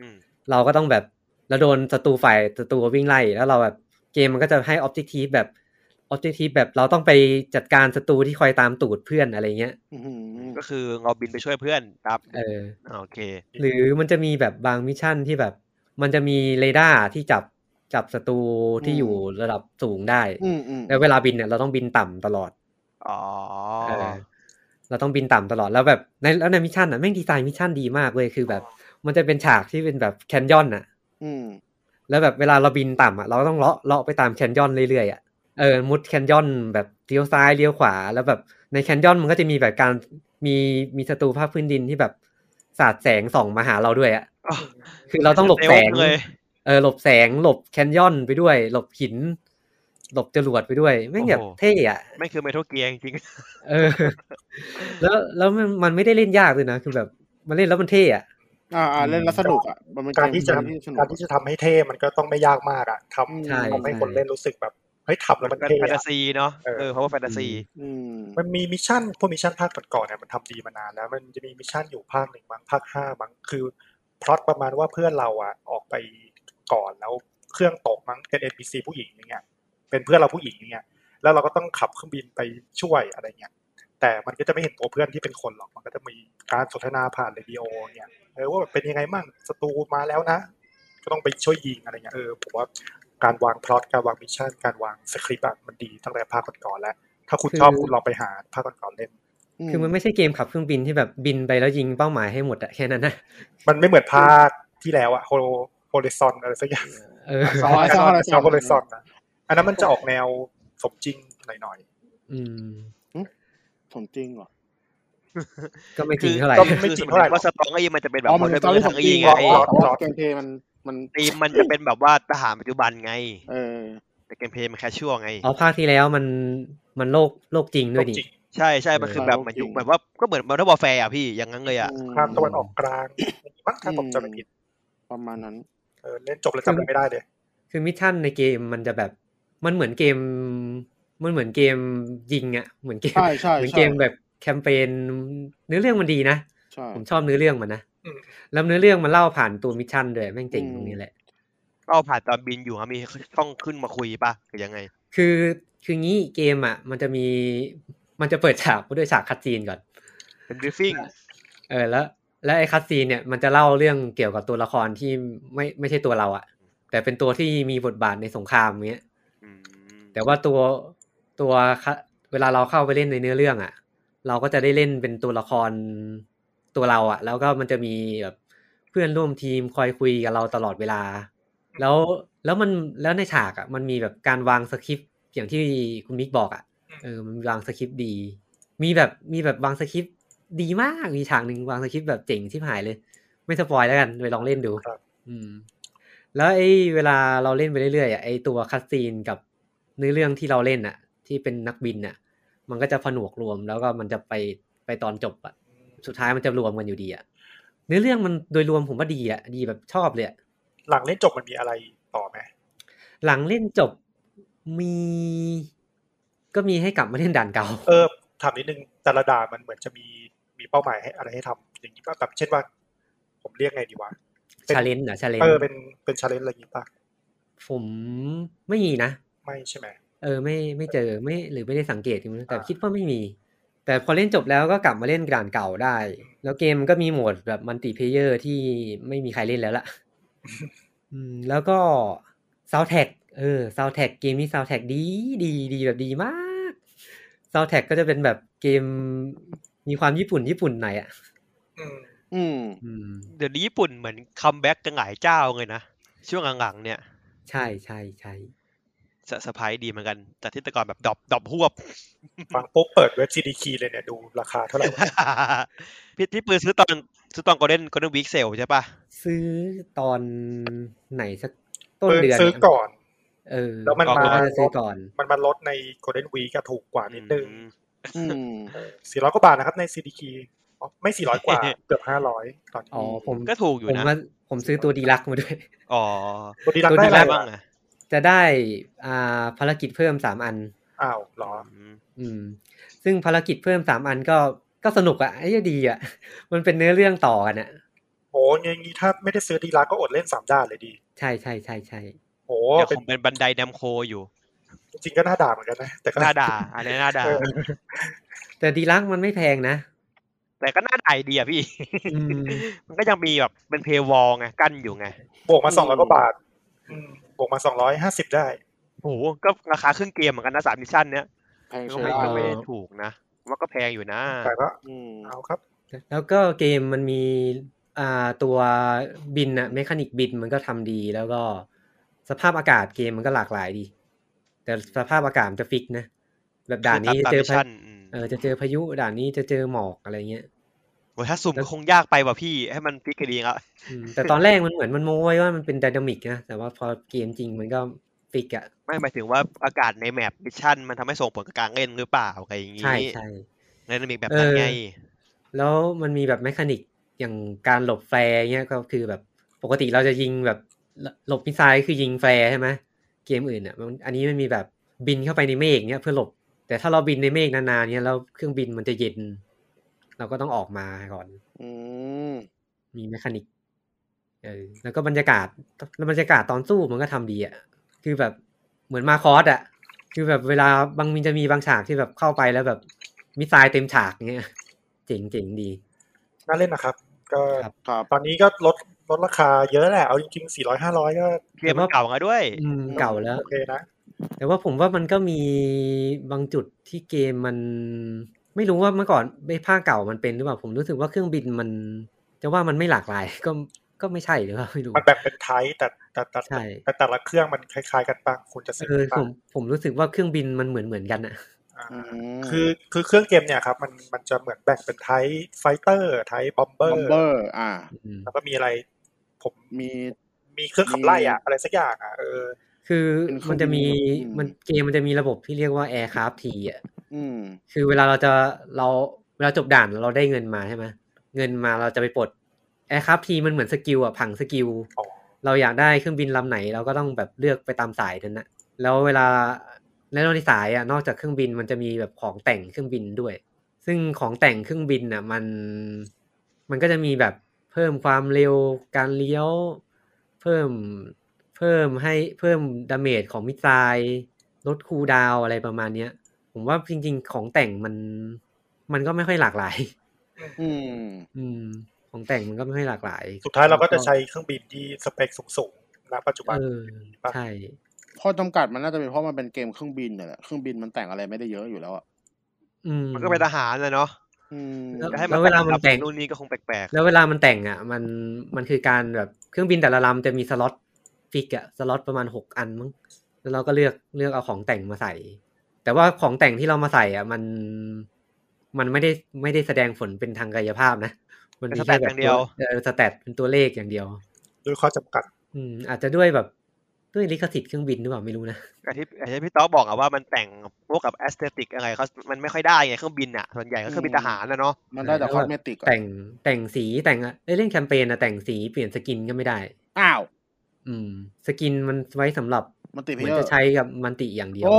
B: อืม
A: เราก็ต้องแบบเราโดนศัตรูฝ่ายศัตรูวิ่งไล่แล้วเราแบบเกมมันก็จะให้ออบเจกตีฟแบบออบเจกตีฟแบบเราต้องไปจัดการศัตรูที่คอยตามตูดเพื่อนอะไรเงี้ย
F: อืม
B: ก็คือเราบินไปช่วยเพื่อนครับ
A: เออ
B: อ่าโอเค
A: หรือมันจะมีแบบบางมิชชั่นที่แบบ มันจะมีเรดาร์ที่จับจับศัตรูที่อยู่ระดับสูงได้
F: อืมอืม
A: แล้วเวลาบินเนี่ยเราต้องบินต่ำตลอด
B: อ๋อ
A: เออเราต้องบินต่ำตลอดแล้วแบบในแล้วในมิชชั่นอ่ะแม่งดีไซน์มิชชั่นดีมากเลยคือแบบ มันจะเป็นฉากที่เป็นแบบแคนยอนอ่ะ
F: อืม
A: แล้วแบบเวลาเราบินต่ำอ่ะเราต้องเลาะเลาะไปตามแคนยอนเรื่อยๆอ่ะเออมุดแคนยอนแบบเลี้ยวซ้ายเลี้ยวขวา แล้วแบบในแคนยอนมันก็จะมีแบบการมีมีศัตรูภาคพื้นดินที่แบบสาดแสงส่องมาหาเราด้วยอ่ะ
B: อ๋อ
A: คือเราต้องหลบแสง
B: เซลล์เลย
A: เออหลบแสงหลบแคนยอนไปด้วย หลบหิน หลบจรวดไปด้วยแม่งแบบเท่อ่ะ
B: ไม่คือเมทัลเกียร์จริง
A: เออ แล้วแล้วมันมันไม่ได้เล่นยากเลยนะ คือแบบมันเล่นแล้วมันเท่อะ
F: อ่าอ่าเล่นแล้วสนุกอ่ะมันเป็นเก
E: การ
F: ม
E: ที่จะ
F: ที่สนุ
E: การ
F: ก
E: ที่จะทำให้เท่มันก็ต้องไม่ยากมากอะทำ
F: อืม
A: ใช่
E: ทำให้
A: ใช่
E: คนเล่นรู้สึกแบบเฮ้ยทำ
B: ๆ
E: แล้วมัน
B: เป็น
E: เท่
B: แฟนตา
E: อะ
B: ซีเนาะ
E: เออ
B: เออเพราะว่าแฟนตาซี
F: อืม
E: มันมีมิชชั่นพวกมิชชั่นภาคก่อนๆเนี่ยมันทำดีมานานแล้ว มันจะมีมิชชั่นอยู่ภาคหนึ่งมั้งภาคห้ามั้งคือพล็อตประมาณว่าเพื่อนเราอะออกไปก่อนแล้วเครื่องตกมั้งเป็น NPC ผู้หญิงอย่างเงี้ยเป็นเพื่อนเราผู้หญิงอย่างเงี้ยแล้วเราก็ต้องขับเครื่องบินไปช่วยอะไรเงี้ยแต่มันก็จะไม่เห็นตัวเพื่อนที่เป็นคนหรอกมันก็จะมีการสนทนาผ่านเรดิโอเงี้ยเออว่าแบบเป็นยังไงมั่งศัตรูมาแล้วนะ ก็ต้องไปช่วยยิงอะไรเงี้ยเออผมว่าการวางพล็อตการวางมิชชั่นการวางสคริปต์อะมันดีตั้งแต่ภาคก่อนๆแล้ว ถ้าคุณชอบคุณลองไปหาภาคก่อนๆเล่น
A: คือมันไม่ใช่เกมขับเครื่องบินที่แบบบินไปแล้วยิงเป้าหมายให้หมดอะแค่นั้นนะ
E: มันไม่เหมือนภาคที่แล้วอะโฮโฮเลซอนอะไรสักอย่าง
A: เออ
F: อ๋อไอ้เจ้าอะไร
E: จำโฮเลซอนนะอันนั้นมันจะออกแนวสมจริงหน่อย
A: อืม
F: สมจริงเหรอ
A: ก็ไม่จริงเท่าไหร่
E: ก็ไม่ไม่จริงเท่าไหร่หร
B: ว่า
E: อก
B: สตรองไอ้มันจะเป็นแบบ
F: อ๋อ
B: ค
F: มัน น
B: เดิ
F: เป็น นตอน
B: มือ
F: ที่
B: ทาง
F: ทำ
B: อี
F: เอง
B: ไง
F: ไง
B: ไอ้
F: แต่ว่าเกมเพลย์มันมัน
B: ทีมมันจะเป็นแบบว่าทหารปัจจุบันไง
F: เออ
B: แต่เกมเพลย์มันแคชชวลไง
A: <laughs> เอาภาคที่แล้วมันมันโลกโลกจริงด้วย
E: สม
A: นี่
E: จริง
B: ใช่ใช่มันคือแบบเหมันยุคแบบว่าก็เหมือนมอเตอร์บอลแฟร์อะพี่อย่างนั้นเลยอะ
F: อืม
E: ภาคตะวันออกกลางมั้งถ้าผมจำไม่ผิด
F: ประมาณนั้น
E: เออเล่นจบแล้วจำอะไรไม่ได้เลย
A: คือมิชชั่นในเกมมันจะแบบมันเหมือนเกม มันเหมือนเกมยิงอะเหมือนเกม
F: ใช่ใช่
A: เหมือน
F: ใช่
A: เกมแบบแคมเปญเนื้อเรื่องมันดีนะ
F: ใช่
A: ผมชอบเนื้อเรื่องมันนะ
E: อืม
A: แล้วเนื้อเรื่องมันเล่าผ่านตัวมิชชั่นด้วยแม่งเจ๋งตรงนี้แหละ
B: ก็ผ่านตอนบินอยู่อะมีช่องขึ้นมาคุยปะหรือยังไง
A: คือคืองี้เกมอ่ะ มันจะมีมันจะเปิดฉาก <laughs> ด้วยฉากคัดซีนก่อน
B: เป็นบริฟฟิ้ง
A: เออแล้ว แล้วไอ้คัดซีนเนี่ยมันจะเล่าเรื่องเกี่ยวกับตัวละครที่ไม่ไม่ใช่ตัวเราอ่ะ แต่เป็นตัวที่มีบทบาทในสงครามเงี้ย
B: อืม
A: แต่ว่าตัวตัวคะเวลาเราเข้าไปเล่นในเนื้อเรื่องอะ่ะ เราก็จะได้เล่นเป็นตัวละครตัวเราอะ่ะ แล้วก็มันจะมีแบบเพื่อนร่วมทีมคอยคุยกับเราตลอดเวลา แล้วแล้วมันแล้วในฉากอะ่ะ มันมีแบบการวางสคริปต์อย่างที่คุณมิกบอกอะ่ะเออมันวางสคริปต์ดี มีแบบมีแบบวางสคริปต์ดีมากมีฉากหนึ่งวางสคริปต์แบบเจ๋งชิบหายเลย ไม่สปอยแล้วกันไปลองเล่นดู
E: ครับ
A: อืม แล้วไอ้เวลาเราเล่นไปเรื่อยๆอ่ะไอ้ตัวคัสซีนกับเนื้อเรื่องที่เราเล่นอ่ะ ที่เป็นนักบินอ่ะ มันก็จะผนวกรวมแล้วก็มันจะไปไปตอนจบอ่ะ สุดท้ายมันจะรวมกันอยู่ดีอ่ะ เนื้อเรื่องมันโดยรวมผมว่าดีอ่ะดีแบบชอบเลยอะ
E: หลังเล่นจบมันมีอะไรต่อไหม
A: หลังเล่นจบมี ก็มีให้กลับมาเล่นด่านเก่า
E: เออถามนิดนึงแต่ละด่านมันเหมือนจะมีมีเป้าหมายให้อะไรให้ทำอย่างนี้ป่ะแบบเช่นว่า ผมเรียกไงดีวะป็น
A: ชาเลนจ์เหรอชาเลน
E: เอ
A: จ์
E: อเป็นเป็นชาเลนจ์อะไรอย่างนี้ป่ะ
A: ผมไม่มีนะ
E: ไม่ใช่ไหม
A: เออไม่ไม่เจอไม่หรือไม่ได้สังเกตไม่รู้แต่
E: อ่า
A: คิดว่าไม่มี แต่พอเล่นจบแล้วก็กลับมาเล่นกด่านเก่าได้ แล้วเกมมันก็มีโหมดแบบมัลติเพเยอร์ที่ไม่มีใครเล่นแล้ว
E: <laughs>
A: ล่ะ อืมแล้วก็ซาวแท็กเออซาวแท็กเกมนี้ซาวแท็กดีดีดีแบบดีมากซาวแท็กก็จะเป็นแบบเกมมีความญี่ปุ่นญี่ปุ่นหน่อยอ่ะ
E: อืม
F: อืม
A: อืม
B: เดี๋ยวนี้ญี่ปุ่นเหมือนคัมแบ็กกันหลายเจ้าเลยนะช่วงหลังๆเนี่ย
A: ใช่ใช่ใช่
B: สะสะพายดีเหมือนกันแต่ที่แต่ก่อนแบบดรอปดรอปหวบ <laughs>
E: ฟังปุ๊บเปิดเว็บซีดีคีเลยเนี่ยดูราคาเท่าไหร่วะ
B: พี่พี่ปืนซื้อตอนซื้อตอน golden golden week sale ใช่ปะ
A: ซื้อตอนไหนสักต้นเดือน
E: ซื้อก่อน
A: เออ
E: แล้วมันมา
A: ก็จะซื้อก่อน
E: มันมาลดใน Golden Week ก็ถูกกว่านิดนึง
B: อืม
F: อืม
E: สี่ร้อยกว่าบาทนะครับใน CDK อ๋อไม่สี่ร้อยกว่า เกือบห้าร้อยตอนนี้
A: อ๋อผม
B: ก็ถูกอยู่
A: ผม
B: นะ
A: ว่าผมซื้อตัวดีลักซ์มาด้วย <laughs>
B: อ๋อ
E: ตัวดีรัก
A: ตัว
E: ได้
A: ดี
E: อะ
A: ลัก
E: ไร
B: บ้า
E: บ้าง ง
B: อะ
A: จะได้อ่าภารกิจเพิ่มสามอัน
E: อ้าวเหรอ
B: ม
A: อืม ซึ่งภารกิจเพิ่มสามอันก็ก็สนุกอะ่ะไอ้เหี้ยดีอะ่ะ <laughs> มันเป็นเนื้อเรื่องต่อกันอะ่ะ
E: โอ้ยอย่างนี้ถ้าไม่ได้ซื้อดีรักก็อดเล่นสามด้านเลยดี
A: ใช่ใช่ใช่ใช่
E: โอ้
B: ยัง
E: เป็น
B: คงเป็นบันไดแดมโคอยู่
E: จริงก็น่าด่าเหมือนกันนะ แต่ก็
B: หน้าด่าอันนี้หน้าด่า
E: เออ
A: แต่ดีลักซ์มันไม่แพงนะ
B: แต่ก็หน้าด่าดีอ่ะพี่
A: อืม
B: มันก็ยังมีแบบเป็นเพวอลไงกั้นอยู่ไง
E: บวกมาสองร้อยกว่าบาทอืมบวกมาสองร้อยห้าสิบได้
B: โอ้โหก็ราคาครึ่งเกมเหมือนกันนะสามมิชชั่นเนี้ย
F: แพง
B: ก็
F: ใช้
B: ไม่
F: ได้
B: ก็ไม่ได้ถูกนะว่าก็แพงอยู่นะ
E: แต่ก็
F: อืม
E: เอาครับ
A: แล้วก็เกมมันมีอ่าตัวบินอะเมคานิกบินมันก็ทำดี แล้วก็สภาพอากาศเกมมันก็หลากหลายดี แต่สภาพอากาศมันจะฟิกนะแบบด่านนี้
B: คือต
A: เจ
B: ม
A: อ
B: ตมมิช
A: พา
B: ชั่น
A: ยุ
B: ม
A: เออจะเจอพายุด่านนี้จะเจอหมอกอะไรเงี้ย
B: โอ้ยถ้าสุ่มก็คงยากไปว่ะพี่ให้มันพลิกคดีแล้ว
A: อืมแต่ตอนแรกมันเหมือนมันโม้ไว้ว่ามันเป็นไดินามิกนะแต่ว่าพอเกมจริงมันก็ฟิกอะ
B: ไม่หมายถึงว่าอากาศในแมปมิชชั่นมันทำให้ส่งผลกับการเล่นหรือเปล่าอะไรอย่างงี้
A: ใช่ใช่
B: ในนามิกแบบนั้น
A: เออ
B: ไง
A: แล้วมันมีแบบแมคานิกอย่างการหลบแฟร์เงี้ยก็คือแบบปกติเราจะยิงแบบหลบมิสไซล์คือยิงแฟร์ใช่ไหมเกมอื่นอ่ะมันอันนี้มันมีแบบบินเข้าไปในเมฆเงี้ยเพื่อหลบ แต่ถ้าเราบินในเมฆนานๆเงี้ยแล้วเครื่องบินมันจะเย็น เราก็ต้องออกมาก่อน
F: อืม
A: มีแมคานิกเออแล้วก็บรรยากาศแล้วบรรยากาศตอนสู้มันก็ทำดีอ่ะ คือแบบเหมือนมาคอสอ่ะ คือแบบเวลาบางมินจะมีบางฉากที่แบบเข้าไปแล้วแบบมิสไซล์เต็มฉากเงี้ย เจ๋งเจ๋งดี
E: น่าเล่นนะครับ ก็
A: ครับ
F: ครับ
E: ตอนนี้ก็ลดลดราคาเยอะแหละเอาจริงๆสี่ร้อยห้าร้อยก็
B: เกมมันเก่ามาด้วย
A: อืมเก่าแล้ว
E: โอเคนะ
A: แต่ว่าผมว่ามันก็มีบางจุดที่เกมมัน ไม่รู้ว่าเมื่อก่อนไอ้ภาคเก่ามันเป็นหรือเปล่า ผมรู้สึกว่าเครื่องบินมัน จะว่ามันไม่หลากหลาย <laughs> ก็ก็ไม่ใช่หรือเปล่าไม่รู้
E: มันแบ่งเป็นไทป์แต่แต่แต่
A: ใช่
E: แต่แต่ละเครื่องมันคล้าย ๆ กันปะคุณจะซื้
A: เออ
E: ปะ
A: ผมผมรู้สึกว่าเครื่องบินมันเหมือนเหมือนกันอ่ะ
E: อ่า
F: อืม
E: คือคือเครื่องเกมเนี่ยครับมันมันจะเหมือนแบ่งเป็นไทป์ไฟเตอร์ไทป์บอมเบอ
F: บัม
E: ร์
F: เบอร์ อ่า
A: อืม
E: แล้วก็มีอะไร ผม
F: มี
E: มีเครื่องขับไล่อะอะไรสักอย่างอะเออ
A: คือ
F: เป็นเครื่
A: มั
F: อน ง
A: จะมี
F: บินแบบอืม
A: มันเกมมันจะมีระบบที่เรียกว่า Aircraft ทีอ่ะ
F: อืม
A: คือเวลาเราจะเราเวลาจบด่านเราได้เงินมาใช่ไหมเงินมาเราจะไปปลด Aircraft ทีมันเหมือนสกิลอ่ะผังสกิลเราอยากได้เครื่องบินลำไหนเราก็ต้องแบบเลือกไปตามสายนั้นนะแล้วเวลาในรอบที่สายอ่ะนอกจากเครื่องบินมันจะมีแบบของแต่งเครื่องบินด้วย ซึ่งของแต่งเครื่องบินน่ะมันมันก็จะมีแบบเพิ่มความเร็วการเลี้ยว เพิ่มเพิ่มให้เพิ่มดาเมจของมิสไซล์ลดคูลดาวน์อะไรประมาณเนี้ย ผมว่าจริงๆของแต่งมัน มันก็ไม่ค่อยหลากหลาย <laughs>
F: อืม
A: อืม ของแต่งมันก็ไม่ค่อยหลากหลาย
E: สุดท้ายเราก็จะใช้เครื่องบินที่สเปคสูงๆ ณปัจจุบัน
A: เออใช่
F: ข้อจำกัดมันน่าจะเป็นเพราะมันเป็นเกมเครื่องบินเนี่ยแหละเครื่องบินมันแต่งอะไรไม่ได้เยอะอยู่แล้วอ่ะ
A: อืม
B: มันก็เป็นทหารนะเนาะ
F: อืม
A: แล้ว
B: จะให้
A: เวลามัน
B: รับ
A: แต่ง
B: นู่นนี่ก็คงแปลก
A: แล้วเวลามันแต่งอ่ะ มันมันคือการแบบเครื่องบินแต่ละลำจะมีสล็อตฟิกอ่ะสล็อตประมาณหกอันมั้งแล้วเราก็เลือกเลือกเอาของแต่งมาใส่ แต่ว่าของแต่งที่เรามาใส่อ่ะ มันมันไม่ได้ไม่ได้แสดงผลเป็นทางกายภาพนะ มันมีแค่แบบตัวเออสแตทเป็นตัวเลขอย่างเดียว
E: ด้วยข้อจำกัด
A: อืม อาจจะด้วยแบบด้วยลิขสิทธิ์เครื่องบินหรือเปล่าไม่รู้นะ
B: ๆแต่ที่แต่ที่พี่ต๊อบบอกอะว่ามันแต่งพวกกับแอสเตติกอะไรเขามันไม่ค่อยได้ไงเครื่องบินอะส่วนใหญ่ก็เครื่องบินทหารนะเนาะ
F: มันได้
A: แล้
F: แต่
A: ว
F: ค
A: ก็
F: อสเมติก
A: แต่งแต่งสีแต่งอะเอ้ยเล่นแคมเปญอะแต่งสีเปลี่ยนสกินก็ไม่ได้
F: อ้าว
A: อืม สกินมันไว้สำหรับ
F: มันติ
A: เห
F: เพ
A: มือน
F: เยอ
A: จะ
F: ร์
A: ใช้กับมันติอย่างเดียว
F: โอ้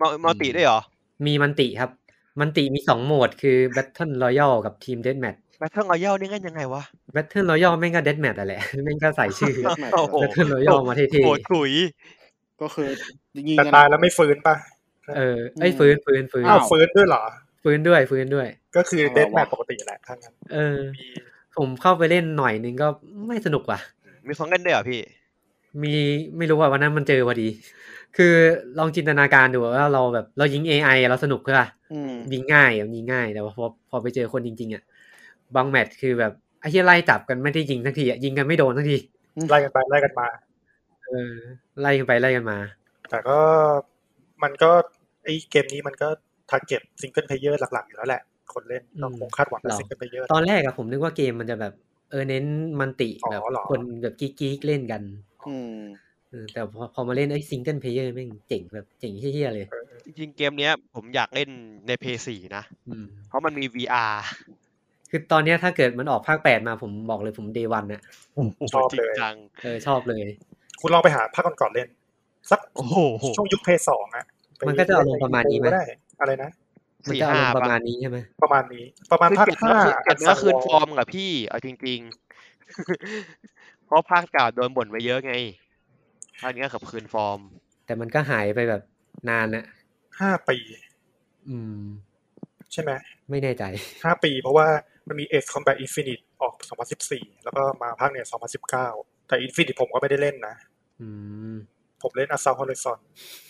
B: มัลมัลติด้วยเหรอ
A: มีมันติครับ มันติมีสองโหมดคือ Battle Royale กับ Team Deathmatch
B: แบทเทิลรอยัลนี่เล่นยังไงวะ
A: Battle Royale แม่งก็ Deathmatch อะแหละ <laughs> แม่งก็ใส่ชื่อ
F: <laughs>
B: โอ้โห
A: Battle Royale มาเท่
B: โหดถุย
F: ก็คือยิง
E: แต่
F: กัน
E: ตายแล้วไม่ฟื้นปะ
A: ๆ เออไอ้ย
F: อืม
A: ฟื้นฟื้นฟื้น
E: อ้าวฟื้นด้วยเหรอ
A: ฟื้นด้วยฟื้นด้วย
E: ก็คือ
F: เอา
E: เด
F: เหรอ
E: ทแมท
F: วะ
E: ปกติแหละทั้างนั้น
A: เออ
E: มี
A: ผมเข้าไปเล่นหน่อยนึงก็ไม่สนุกว่ะ
B: มีฟังกันด้วยเหรอพี่
A: มีไม่รู้ว่าวันนั้นมันเจอพอดี คือลองจินตนาการดูว่าเราแบบเรายิง AI อะเราสนุกใช่ปะ
F: อืม
A: ยิงง่ายอะยิงง่ายแต่ว่าพอพอไปเจอคนจริงๆอ่ะบางแมตช์คือแบบไอ้ที่ไล่จับกันไม่ได้ยิงทั้งทีอ่ะยิงกันไม่โดนทั้งที
E: ไล่กันไปไล่กันมา
A: เออไล่กันไปไล่กันมา
E: แต่ก็มันก็ไอเกมนี้มันก็ทาร์เก็ตซิงเกิลเพลเยอร์หลักๆอยู่แล้วแหละ คนเล่นก็คงคาดหวังกับ
A: หรอ
E: ซิงเกิลเพลเยอร์
A: ตอนแรกอะผมนึกว่าเกมมันจะแบบเออเน้นมันติ
E: อ๋อ
A: แบบ
E: เหรอ
A: คนแบบกิ๊กๆเล่นกัน
F: อืม
A: เออแต่พอพอมาเล่นไอ้ซิงเกิลเพลเยอร์แม่งเจ๋งแบบเจ๋งเฮี้ยๆเลย
B: จริงๆเกมเนี้ยผมอยากเล่นใน PS4 นะ
A: อืม
B: เพราะมันมี VR
A: คือตอนเนี้ยถ้าเกิดมันออกภาคแปดมาผมบอกเลยผมเดวันอะ
E: ชอบ
B: จริ
E: เล
B: ง
E: ย
B: จัง
A: เออชอบเลย
E: คุณลองไปหาภาคก่อนๆเล่น สัก
B: โอ้โห
E: ช่วงยุคเพย์สองอะไป
A: มันก็จะอารมณ์ประมาณนี้ไหม
E: ก็ได้อะไรนะ
A: มัน
B: สี่
A: จะอาร
B: ห้าม
A: ณ์ประ
B: ปะ
A: มาณนี้ใช่ไหม
E: ประมาณนี้ ประมาณ
B: คือ
E: ภาค
B: เก็บ
E: ห้า
B: เก็บเนื้อคืน
E: อั
B: ฟ
E: สั
B: อง
E: ว
B: ร์มกับพี่ เอาจริงๆ <laughs> เพราะภาคเก่าโดนบ่นไว้เยอะไงภาคเนี้ยกับคืนฟอร์ม
A: แต่มันก็หายไปแบบนานอะ
E: ห้าปี
A: อืม
E: ใช่ไหม
A: ไม่แน่ใจ
E: ห้าปีเพราะว่ามันมี X Combat Infinite ออก 2014 แล้วก็มาภาคเนี่ย 2019 แต่ Infinite ผมก็ไม่ได้เล่นนะ
A: อืม
E: ผมเล่น Assault Horizon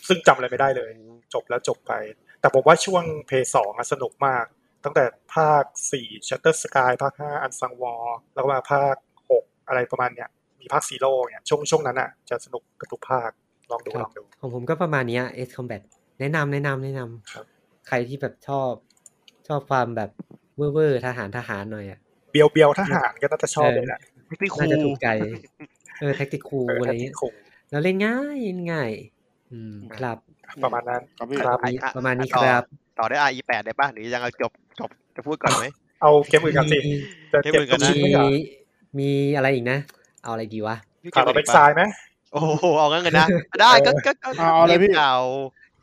E: ซึ่งจำอะไรไม่ได้เลย จบแล้วจบไป แต่ผมว่าช่วง p พ2อะสนุกมาก ตั้งแต่ภาค 4 Shatter Sky ภาค 5 Unsung War แล้วก็มาภาค 6 อะไรประมาณเนี้ย มีภาคซีโร่เนี่ยช่วงช่วงนั้นอ่ะจะสนุกกับทุกภาค ลองดู
A: ค
E: ล
A: รับ
E: องดู
A: ของผมก็ประมาณเนี้ย S Combat แนะนำแนะนำแนะนำ
E: ครับ
A: ใครที่แบบชอบชอบความแบบเว่อร์ๆทหารทหารหน่อยอ่ะ
E: เบียวเบียวๆทหารก็น่าจะชอบเลยแหละ
B: พี่ครู
A: น่าจะถูกใจ เออแท็กติคู
E: เออ
A: อะไร
E: แท็กติ
A: เงี้ย
E: คูล
A: แล้วเล่นง่ายเล่นง่าย อืมครับ
E: ประมาณนั้น
F: ครับพี่
E: ครับ
A: ประมาณนี้
B: อ่ะ
A: ประมาณนี้
B: ต่
A: ค
B: อ
A: รับ
B: ต่อได้ RE8 ได้ป่ะหรือยังเอาจบจบจะพูดก่อนไหม
E: เอาเกมอื่นกันสิ
A: มี
E: จะเก็บทุก
B: ะ
E: ชิ้น
A: มี
E: ไม่เหรอ
A: มีอะไรอีกนะ เอาอะไรดีวะ
B: พี่
E: ถาม
B: ม
E: เรา
B: อื่
E: เป็น น
B: อีก
E: ท
B: ปะ
E: รายไหม
B: โอ้โหเอางั้นกันนะ ได้ก็ก็ก็
F: เอาเอาเลยพี่
B: เก่า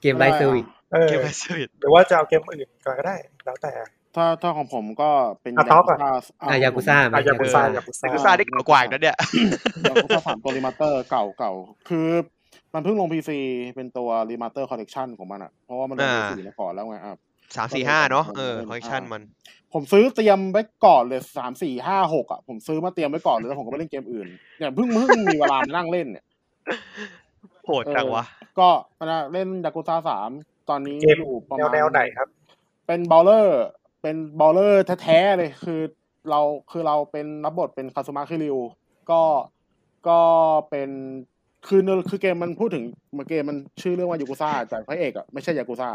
A: เกมไลฟ์เซอร์วิส
E: เออ
B: เกมแคสซิวิต
E: หรือว่าจะเอาเกมอื่นก่อนก็ได้ แล้วแต่
F: ถ้าถ้าของผมก็เป็น
E: อ่ะ
F: ยา
E: ต๊อก
F: กุ
E: อ่ะ
F: ซ่า
A: อ่ะยา
F: <coughs>
A: กุซ่าไหม
E: อายากุซ่ายากุ
B: แต่
E: ซ่า
B: กูซ่าได้เก่ากว่าอีกนะเนี่ย
F: ยากุซ่าสามตัวรีมาสเตอร์เก่าเก่าคือมันเพิ่งลงพีซีเป็นตัวรีมาสเตอร์คอลเลกชันของมันอ่ะเพราะว่ามันลง
B: อ่า
F: พีซีมาก่อนแล้วไงอ่ะ
B: สามสี่ห้าเนาะ
F: ผม
B: เออ
F: เล่น
B: คอลเลคชัน
F: อ่ามั
B: มัน
F: ผมซื้อเตรียมไว้ก่อนเลยสามสี่ห้าหกอ่ะผมซื้อมาเตรียมไว้ก่อนเลยแล้วผมก็ไปเล่นเกมอื่นเนี่ยเพิ่งเพิ่งมีเวลามานั่งเล่นเนี่ย
B: โหดจังวะ
F: ก็มาเล่นยากุซ่าสามตอนนี้
E: เกม
F: อยู่ประ
E: แน
F: มาว ณ
E: แนวไหนครับ
F: เป็นบอลเลอร์ เป็นบอลเลอร์แท้ๆเลยคือเราคือเราเป็นรับบทเป็นคาซุมะคิริว ก็ก็เป็นคือเนื้อคือเกมมันพูดถึงมันเกมมันชื่อเรื่องว่ายากุซ่าแต่พระเอกอ่ะไม่ใช่ยากุซ่า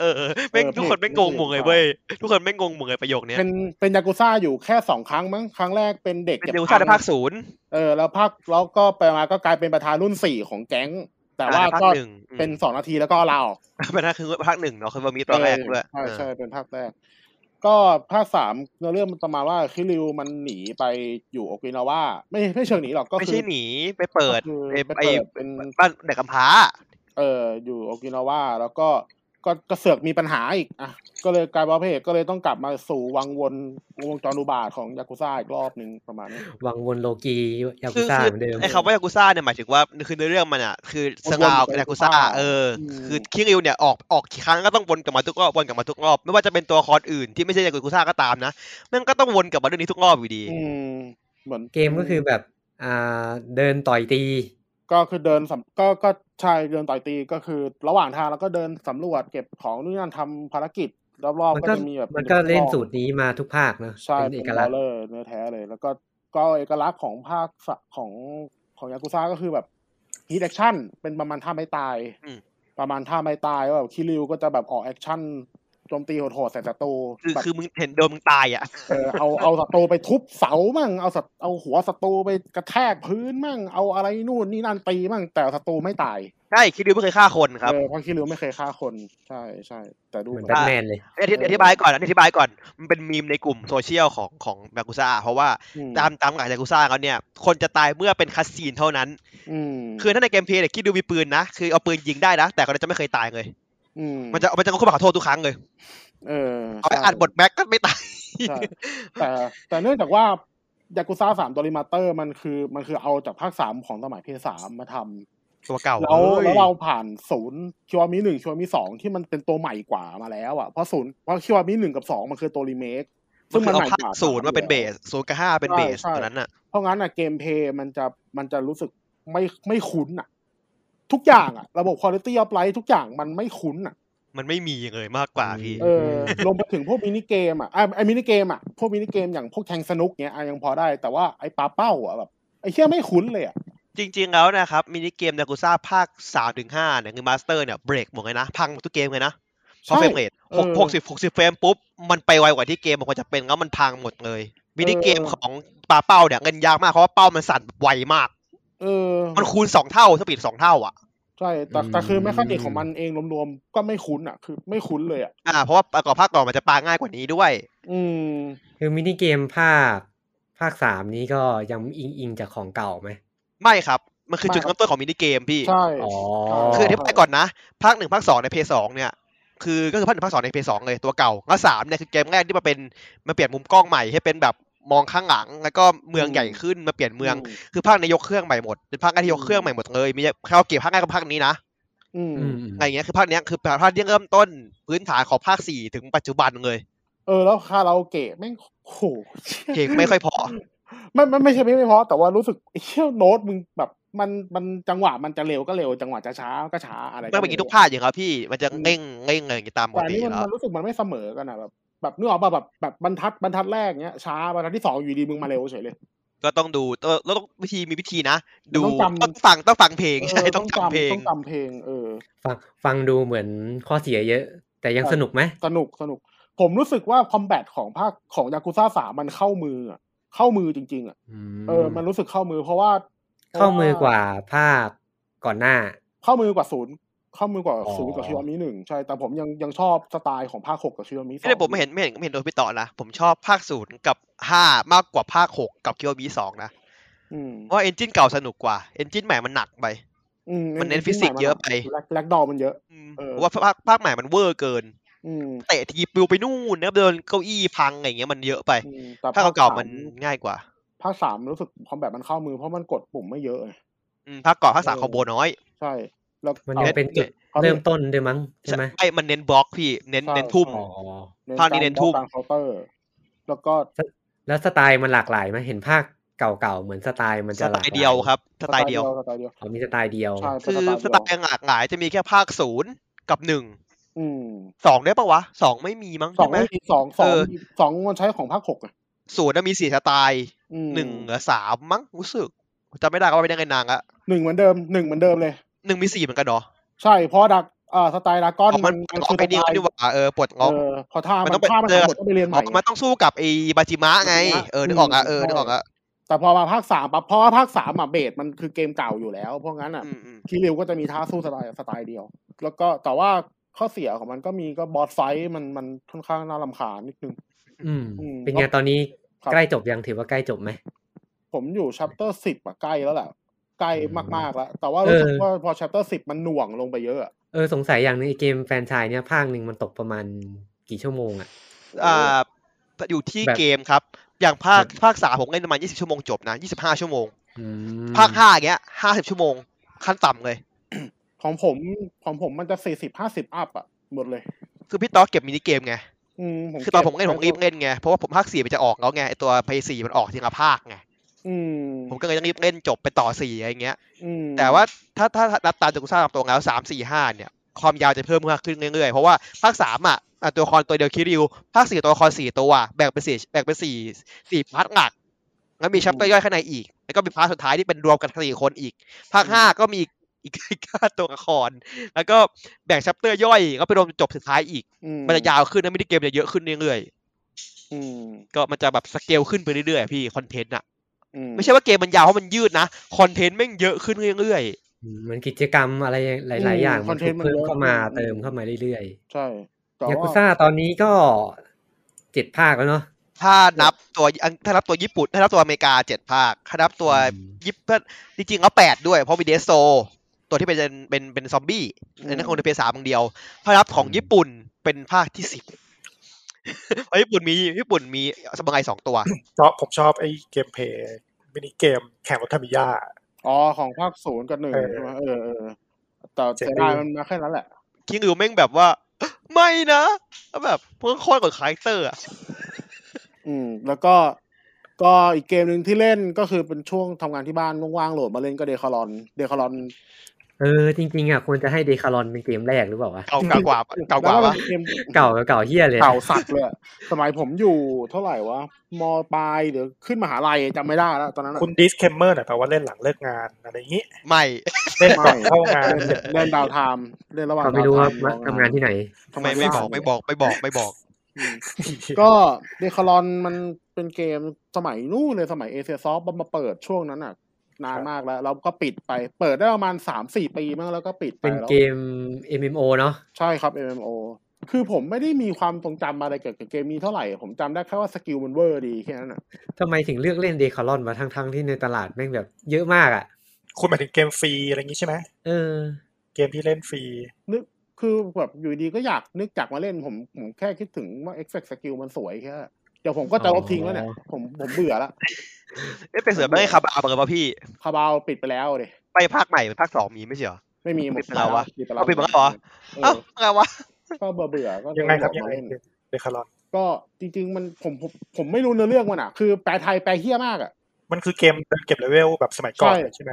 B: เออแม่ง
F: เออ
B: ทุกคน
F: เพจ
B: แม่งงง
F: เพจ
B: หมึงเลยเว้ยทุกคนแม่งงงหมึงเลยประโยคเนี้ย
F: เป็นเป็นยากุซ่าอยู่แค่สองครั้งมั้งครั้งแรกเป็นเด็ก
B: เป็น
F: เก็บ
B: เดลซ่าใน
F: ตัง
B: ภาค
F: ค์
B: ศูนย์
F: เออแล้วภาคแล้วก็ไปมาก็กลายเป็นประธานรุ่นสี่ของแก๊ง แต่ว่า
B: อ่ในภาค
F: ก็
B: หนึ่งอืม
F: เป็นสองนาทีแล้วก็ลาออก
B: เป็นภาคคือภาคหนึ่งเนาะคือว่ามีตอนแรกด้วย
F: เออ
B: เอ
F: ใช่
B: อ
F: ใช่เป็นภาคแรก ก็ภาคสามเนื้อเรื่องมันประมาณว่าคิริวมันหนีไปอยู่โอกินาวาไม่ไม่เชิงหนีหรอกก็
B: ไม่
F: คื
B: ใช่
F: อ
B: หนีไปเปิด
F: ก็คือ
B: ไอ้
F: ไป
B: ไอ้
F: เปิดเป็น
B: บ้านเด็กกำพร้า
F: เอออยู่โอกินาวาแล้วก็ก็ก็เสือกมีปัญหาอีกอ่ะก็เลยกลายเป็นว่าพระเอกก็เลยต้องกลับมาสู่วังวนวงจรอุบาทของยากุซ่าอีกรอบหนึ่งประมาณนี้
A: วังวนโลกียา
B: คื
A: กุ
B: อ
A: ซ่า
B: คือ
A: เหมือนเดิม
B: ไอ้คำว่ายากุซ่าเนี่ยหมายถึงว่าคือเนื้อเรื่องมันอ่ะคือ
F: ว
B: ส
F: นๆ
B: กาว
F: ไป
B: กับยากุซ่า เอออ
F: ม
B: คือคิริวเนี่ยออกออกกี่ครั้งก็ต้องวนกลับมาทุกรอบวนกลับมาทุกรอบ ไม่ว่าจะเป็นตัวละครอื่นที่ไม่ใช่ยากุซ่าก็ตามนะแม่งก็ต้องวนกลับมาเรื่องนี้ทุกรอบอยู่ดี
F: อืมเหมือน
A: เกมก็คือแบบ อ่าเดินต่อยตี
F: ก็คือเดินสำก็ก็ใช่เดินต่อยตีก็คือระหว่างทางแล้วก็เดินสำรวจเก็บของนู่นนนั่นทำภารกิจรอบ
A: มั
F: ๆ
A: ก็
F: ก็จะมีแบบ
A: มันก็เล่น
F: ป็
A: สูตรนี้มาทุกภาคเนอะ
F: ใช่
A: เป็น
F: เป็
A: เอน ก
F: บ
A: ลั
F: อ
A: ษ
F: ก ล
A: ณ์
F: เลอร์เนื้อแท้เลย แล้วก็ก็เอกลักษณ์ของภาคสะของของยากุซ่าก็คือแบบฮีทแอคชั่นเป็นประมาณท่าไม่ตาย
B: อืม
F: ประมาณท่าไม่ตายว่าแบบคิริวก็จะแบบออกแอคชั่นโจมตีโหดๆใส่ศัตรู
B: คือ
F: แบบ
B: คือมึงเห็นโดนมึงตายอ่ะ
F: เออเอาเอาศัตรูไปทุบเสามั่งเอาสัตเอาหัวศัตรูไปกระแทกพื้นมั่งเอาอะไรนู่นนี่นั่นตีมั่งแต่ศัตรูไม่ตาย
B: ใช่คิดดูไม่เคยฆ่าคนครับ
F: เออเพราะคิริวไม่เคยฆ่าคนใช่ใช่แต่ดู
A: เหมือน
F: แบ
A: แบท
F: บ
A: แมนเลย
B: อธิ
F: เออ
B: อ
F: อ
B: ธิบายก่อนอันนี้อธิบายก่อน มันเป็นมีมในกลุ่มโซเชียลของของยากุซ่าเพราะว่า
F: อืม
B: ตามตามหลักยากุซ่าเขาเนี่ย คนจะตายเมื่อเป็นคัสซีนเท่านั้น
F: อืม
B: คือถ้าในเกมเพลย์เนี่ยคิดดูมีปืนนะ คือเอาปืนยิงได้นะ แต่ก็จะไม่เคยตายเลย
F: อืม
B: มันจะมันจะเอาเข้ามาขอโทษทุกครั้งเลย
F: เออ
B: เอาไป
F: ใช่
B: อัดบทแบ็กก็ไม่ตาย
F: ใช่ แต่แต่เนื่องจากว่ายากุซ่าสามดริมาเตอร์มันคือมันคือเอาจากภาคสามของสมัยเพสามมาทำ
B: ตัวเก่า
F: แล้ว
B: อ้ย
F: แล้วเราผ่านศูนย์คิวามิหนึ่งคิวามิสองที่มันเป็นตัวใหม่กว่ามาแล้วอ่ะเพราะศูนย์เพราะคิวามิหนึ่งกับสองมันคือตัวรีเมค
B: มันคือเอา
F: ให
B: ภาค
F: ว่
B: ศูนย์มาเป็น
F: อ
B: เบ
F: แล้ว
B: สศูนย์กับห้าเป็น
F: ใช่
B: เบส
F: ใช่
B: ตอนนั้นน่ะ
F: เพราะงั้นอ่ะเกมเพย์มันจะมันจะรู้สึกไม่ไม่คุ้นอ่ะ ทุกอย่างอ่ะ ระบบคุณภาพออฟไลท์ทุกอย่างมันไม่คุ้นอ่ะ
B: มันไม่มีเลยมากกว่าพี่
F: เออลงไปถึงพวกมินิเกมอ่ะอ่ะไอมินิเกมอ่ะพวกมินิเกมอย่างพวกแทงสนุกเนี้ยอ่ะยังพอได้แต่ว่าไอปลาเป้าอ่ะแบบไอเชี่ยไม่คุ้นเลยอ่ะ
B: จริงๆแล้วนะครับมินิเกมยากุซ่าภาคสามถึงห้าเนี่ยคือมาสเตอร์เนี่ยเบรกหมดเลยนะ พังหมดทุกเกมเลยนะเพราะเฟรมเรทหก
F: เออ
B: หกสิบหกสิบเฟรมปุ๊บ มันไปไวกว่าที่เกมมันควรจะเป็นแล้วมันพังหมดเลยมินิเกม
F: เออ
B: ของปลาเป้าเนี่ยเงินยากมากเพราะว่าเป้ามันสั่นไวมาก
F: เออ
B: มันคูณสองเท่าสปีดสองเท่าอ่ะ
F: ใช่แต่แต่คือแมคานิก
A: อืม
F: ของมันเองรวมๆก็ไม่คุ้นอ่ะ คือไม่คุ้นเลยอ่ะ
B: อ่าเพราะว่าประกอบภาคก่อนมันจะปาง่ายกว่านี้ด้วย
F: อืม
A: คือมินิเกมภาคภาคสามนี้ก็ยังอิงอิงจากของเก่าไหม
B: ไม่ครับ มันคือ
F: ไม่
B: จุด
F: ครับ
B: เริ่มต้นของมินิเกมพี่
F: ใช่
A: อ๋อ
F: ใช่
B: คืออธิบายก่อนนะ ภาคหนึ่งภาคสองในเพย์สองเนี่ย คือก็คือภาคหนึ่งภาคสองในเพย์สองเลยตัวเก่าแล้วสามเนี่ยคือเกมแรกที่มาเป็นมาเปลี่ยนมุมกล้องใหม่ให้เป็นแบบมองข้างหลัง แล้วก็เมืองใหญ่ขึ้นมาเปลี่ยนเมือง คือภาคในยกเครื่องใหม่หมดเป็นภาคแรกที่ยกเครื่องใหม่หมดเลยมีแค่เอาเก็บภาคแรกกับภาคนี้นะ
F: อืม
A: อืม
B: อะไรเงี้ยคือภาคเนี้ยคือภาคที่เริ่มต้นพื้นฐานของภาคสี่ถึงปัจจุบันเลย
F: เออแล้วคาราโอเกะแม่งโอ้โห
B: เก่งไม่ค่อยพอ
F: <laughs> ไม่ไม่ไม่ใช่ไม่ไม่เพราะแต่ว่ารู้สึกไอ้เชี่ยโน้ตมึงแบบ มันมันจังหวะมันจะเร็วก็เร็วจังหวะจะช้าก็ช้าอะไร
B: ไม่เป็นอย่าง
F: ไม่
B: นี้
F: รู้
B: ทุกภาคอย่างครับพี่ มันจะเร่งเร่งอะไรอย่างงี้ตามป
F: แต่
B: ก
F: อัน
B: ติ
F: นี้มัน
B: แล้ว
F: มันรู้สึกมันไม่เสมอกันอะแบบแบบนึกออกป่ะแบบแบบบรรทัดบรรทัดแรกเนี้ยช้าบรรทัดที่สองอยู่ดีมึงมาเร็วเฉยเลย
B: ก็ต้องดูแล้วต้องวิธีมีวิธีนะ ดู
F: มัน
B: ต้อ
F: ต้องจำ
B: งฟังต้องฟังเพลงใช่
F: เ
B: ต้องจำเพลง
F: ต้องจำเพลงเออ
A: ฟังฟังดูเหมือนข้อเสียเยอะ แต่ยัง
F: ใช่
A: สนุกไหม
F: สนุกสนุก ผมรู้สึกว่าคอมแบทของภาคของยากุซ่าสามมันเข้ามืออะเข้ามือจริง ๆอะเออ มันรู้สึกเข้ามือเพราะว่าพระ
A: เข้ามือกว่าภาคก่อนหน้า
F: เข้ามือกว่าศูนย์เข้ามือกว่า
A: อ๋อ
F: ศูนย์กับคิวามิหนึ่งใช่แต่ผมยังยังชอบสไตล์ของภาคหกกับคิวามิสอง
B: ไม่ได้ผมไม่เห็นไม่เห็นไม่เห็นโดนพี่ต่อนะ ผมชอบภาคศูนย์กับห้ามากกว่าภาคหกกับคิวบีสองนะ
F: อืม
B: เพราะเอนจินเก่าสนุกกว่าเอนจินใหม่มันหนักไป
F: อื
B: มันเน้นฟิสิกส์เยอะไป
F: แลกแลกดอมันเยอะ
B: อืม
F: เออ
B: เพราะว่าภาคภาคใหม่มันเวอร์เกิน
F: อืม
B: เตะทีปลิวไปนู่นนะเดินเก้าอี้พังอะไรอย่างเงี้ยมันเยอะไป
F: อืมแต่
B: ภาคเก่าๆมัน
F: ส
B: ง่ายกว่า
F: ภาคสามรู้สึกคอมแบทมันเข้ามือเพราะมันกดปุ่มไม่เยอะไง
B: อืมภาคก่อนภาคสามคอมโบน้อย
F: ใช่ แล้ว
A: มัน
F: อา
A: ยังเป็นจุด
F: อา
A: เริ่มต้นด้วยมั้งใช่ไหม
B: ไม่มันเน้นบล็อกพี่เน้นเน้นทุ่ม
A: อ๋อ
B: ภาคนี้เน้นทุ่ม
F: กรบล็อกกลางเคาน์เตอร์ แล้วก็
A: แล้วสไตล์มันหลากหลายไหมเห็นภาคเก่าๆเหมือนสไตล์มัน
B: ส
A: จะห
B: ไต
A: ลากหลา
B: ล์เดียวครับสไตล์เดียว
F: สไตล์เดียว
A: อ๋อมีสไตล์เดียว
F: ใช่เป็
B: คื
F: น
B: อส
F: ส
B: ไต
F: ไตล์เดียว
B: ล์หลากหลายจะมีแค่ภาคศูนย์กับหนึ่ง
F: อืม
B: สองได้ปะวะสองไม่มีมั้ง
F: สอ
B: ใช่
F: ง
B: ไหม
F: ไม่มีสองสอ
B: เอง อ
F: มีสองมันใช้ของภาคหกอ่ะ
B: ศูนย์น่ะมีสี่สไตล์
F: อืม
B: หนึ่งเหลือสามมั้งรู้สึกจำไม่ได้ก็ว่าไม่ได้ไงนางอะ
F: หนึ่งเหมือนเดิมหนึ่งเหมือนเดิมเลย
B: หนึ่งมีสี่เหมือนกันเหรอ
F: ใช่เพราะดักเอ่อสไตล์ดากอน
B: อ๋อมันปลดล็อกไอ้นี่
F: ส
B: มัน
F: ต
B: นี่หว่าเออปลดล็อก
F: เออพอท่ามัน
B: ต้องไป
F: ท่ามัน
B: เจอ
F: หมดก็ไปเรียนให
B: อ๋
F: ม่
B: อมันต้องสู้กับไอ้บาจิมะไง
F: บาจิมะ
B: เออนึกออกอะเออ
F: อืม
B: นึกออกอะ
F: แต่พอมาภาคสามปั๊บเพราะว่าภาคสามอ่ะเบสมันคือเกมเก่าอยู่แล้วเพราะงั้นอ่ะ
B: อืมอืม
F: คีริวก็จะมีท่าสู้สไตล์สไตล์เดียว แล้วก็แต่ว่าข้อเสียของมันก็มีก็บอสไฟท์มันมันค่อนข้างน่ารำคาญนิดนึง
A: อืม
F: อืม
A: เป็นไง
F: ครับ
A: ตอนนี้
F: ครับ
A: ใกล้จบยังถือว่าใกล้จบไหม
F: ผมอยู่ชัปเตอร์สิบอะใกล้แล้วแหละใกล้
A: อืม
F: มากๆแล้ว แต่ว่ารู้สึก
A: เออ
F: ว่าพอชัปเตอร์สิบมันหน่วงลงไปเยอะอะ
A: เออสงสัยอย่างหนึงไอเกมแฟรนไชายเนี่ยภาคหนึ่งมันตกประมาณกี่ชั่วโมงอะ
B: อ่าอยู่ที่
A: แบบ
B: เกมครับ อย่างภาค
A: แบบ
B: ภาคสามผมเล่นประมาณยี่สิบชั่วโมงจบนะยี่สิบห้าชั่วโมง
A: อืม
B: ภาคห้าอย่างเงี้ยห้าสิบชั่วโมง ขั้นต่ำเลย
F: ของผมของผมมันจะสี่สิบห้าสิบอัพอะหมดเลย
B: คือพี่ต๊อกเก็บมินิเกมไง
F: อืมผม
B: คือตอน
F: ก็บ
B: ผมเล่นผมรีบเล่นไง เพราะว่าผมภาคสี่มันจะออกแล้วไงไอตัวเพย์สี่มันออกทีละภาคไง
F: อืม
B: ผมก็เลยต้องรีบเล่นจบไปต่อสี่อะไรเงี้ย
F: อืม
B: แต่ว่าถ้าถ้าถ้ารับตามตัวกุซ่าตามตรงแล้วสามสี่ห้าเนี่ย ความยาวจะเพิ่มมากขึ้นเรื่อยๆ เพราะว่าภาคสามอ่ะอ่ะตัวละครตัวเดียวคิริว ภาคสี่ตัวละครสี่ตัวแบ่งเป็นสี่แบ่งเป็นสี่สี่พาร์ทหลัก แล้วมีชัปเตอร์ย่อยข้างในอีก แล้วก็มีพาร์ทสุดท้ายที่เป็นรวมกันสี่คนอีก ภาคห้าก็มี <laughs> อีกอีกอีกห้าตัวละคร แล้วก็แบ่งชัปเตอร์ย่อยแล้วไปรวมจนจบสุดท้ายอีก
F: อื
B: มันจะยาวขึ้นนะมินิเกมจะเยอะขึ้นเรื่อย
F: อืม
B: ๆ ก็มันจะแบบสเกลขึ้นไปเรื่อยๆอะพี่คอนเทนต์อ่ะ
F: อื
B: ไม่ใช่ว่าเกมมันยาวเพราะมันยืดนะ คอนเทนต์แม่งเยอะขึ้นเรื่อยๆ
A: อืมเหมันกิจกรรมอะไรหลาย ๆ อย่าง
F: คอนเทนต์มัน
A: เพิ่ม
F: ยอะ
A: เข้ามา
F: อื
A: เติมเข้ามาเรื่อย
F: ใช่แต่
A: ๆยา
F: ว่
A: กุซ่าตอนนี้ก็เจ็ดภาคแล้วเนาะ
B: ถ้านับตัวอังถ้านับตัวญี่ปุ่นถ้านับตัวอเมริกาเจ็ดภาคถ้านับตัว
A: อืม
B: ญี่ปุ่นจริงๆแล้วแปดด้วยเพราะมีเดโซ ตัวที่เป็นเป็นเป็นซอมบี้อันนั้นคงจะเป็นสามอย่างเดียว ถ้านับของญี่ปุ่นเป็นภาคที่สิบเพราะญี่ปุ่นมีญี่ปุ่นมีสมัยสองตัว
E: เพราะผมชอบไอ้เกมเพลย์มินิเกมแข่งรถทามิยา
F: อ๋อของภาคศูนย์กับหนึ่ง
E: เออ
F: ใช่ไหมเออเออแต่
E: เจ๋ง
F: เสีย
E: ดี
F: ดายมันมาแค่นั้นแหละ
B: คิงอือแม่งแบบว่า ไม่นะแล้วแบบเพิ่งโคตรกับคาแรคเตอร์อะ
F: อืม แล้วก็ก็อีกเกมหนึ่งที่เล่นก็คือเป็นช่วงทำงานที่บ้านว่างๆโหลดมาเล่นก็เดคาลอนเดคาลอน
A: เออ จริง ๆ อ่ะ ควรจะให้เดคารอนเป็นเกมแรกหรือเปล่าวะ
B: เก่าเก่ากว่าเก่าก
F: แล้ว
B: ว่าะ
F: เป็นเกม
A: เก่ากับเก่าเฮียเลยอะ
F: เก่าสัตว์เลยอะสมัยผมอยู่เท่าไหร่วะมปลายหรือขึ้นมหาลัยจำไม่ได้แล้วตอนนั้นอะ
E: คุณดิสเคมเมอร์หน่อยแปลว่าเล่นหลังเลิกงานอะไรอย่างนี้
B: ไม่
E: เล่นก่อนเข้างาน
F: เล่น
E: เสร็จ
F: เล่นดาวไทม์เล่นระหว่าง
A: ก็ไม่รู้ว่า
F: ดวไท
A: ทำงานที่ไหน
F: ทำงา
B: ไม่
F: น
B: ไม่
F: ที่
B: บอก
F: บ้าน
B: ไม่บอกไม่บอกไม่บอก
F: อืมก็เดคาลอนมันเป็นเกมสมัยนู้นเลยสมัยเอเซียซอฟมาเปิดช่วงนั้นอ่ะ นานมากแล้วแล้วก็ปิดไป เปิดได้ประมาณสามสี่ปีมั้งแล้วก็ปิดไป
A: เป็น
F: แล้ว
A: เกม MMO เนาะ
F: ใช่ครับ MMO คือผมไม่ได้มีความทรงจำอะไรเกี่ยวกับเกมนี้เท่าไหร่ ผมจำได้แค่ว่าสกิลมันเวอร์ดีแค่นั้นอ่ะ
A: ทำไมถึงเลือกเล่นเดคารอนวะทั้งๆที่ในตลาดแม่งแบบเยอะมากอ่ะ
E: คุณหมายถึงเกมฟรีอะไรอย่างนี้ใช่ไหม
A: เออ
E: เกมที่เล่นฟรี
F: นึกคือแบบอยู่ดีก็อยากนึกจากมาเล่นผมผมแค่คิดถึงว่า Expect Skill มันสวยแค่นั้นเดี๋ยวผมก็จะลบทิ้งแล้วเนี่ย ผมผมเบื่อละ
B: เอ๊ะเป็นเสือไม่ให้คาบาเปิดป่ะพี่
F: คาบาวปิดไปแล้วเลย
B: ไปภาคใหม่เป็นภาคสองมีไม่ใช่เหรอ
F: ไม่มีหม
B: ปิดไปแล้ววะ
F: ปิดไปแล้ว
B: เอาปิดไปแล้วเหรอ
F: เอ
B: เอ้า
F: อ
B: อะไรวะ
F: ก็เบื่อเบื่อๆก็เล
E: ยังไงครับ
F: อ
E: ยั
F: อก
E: ง
F: มา
E: ไง
F: เล่น
E: เดคารอน
F: ก็จริง ๆ มันผมผมผมไม่รู้เนื้อเรื่องมันอ่ะ คือแปลไทยแปลเฮี้ยมากอ่ะ
E: มันคือเกมเดินเก็บเลเวลแบบสมัยก่อน
F: ใช่
E: เลยใช่ไหม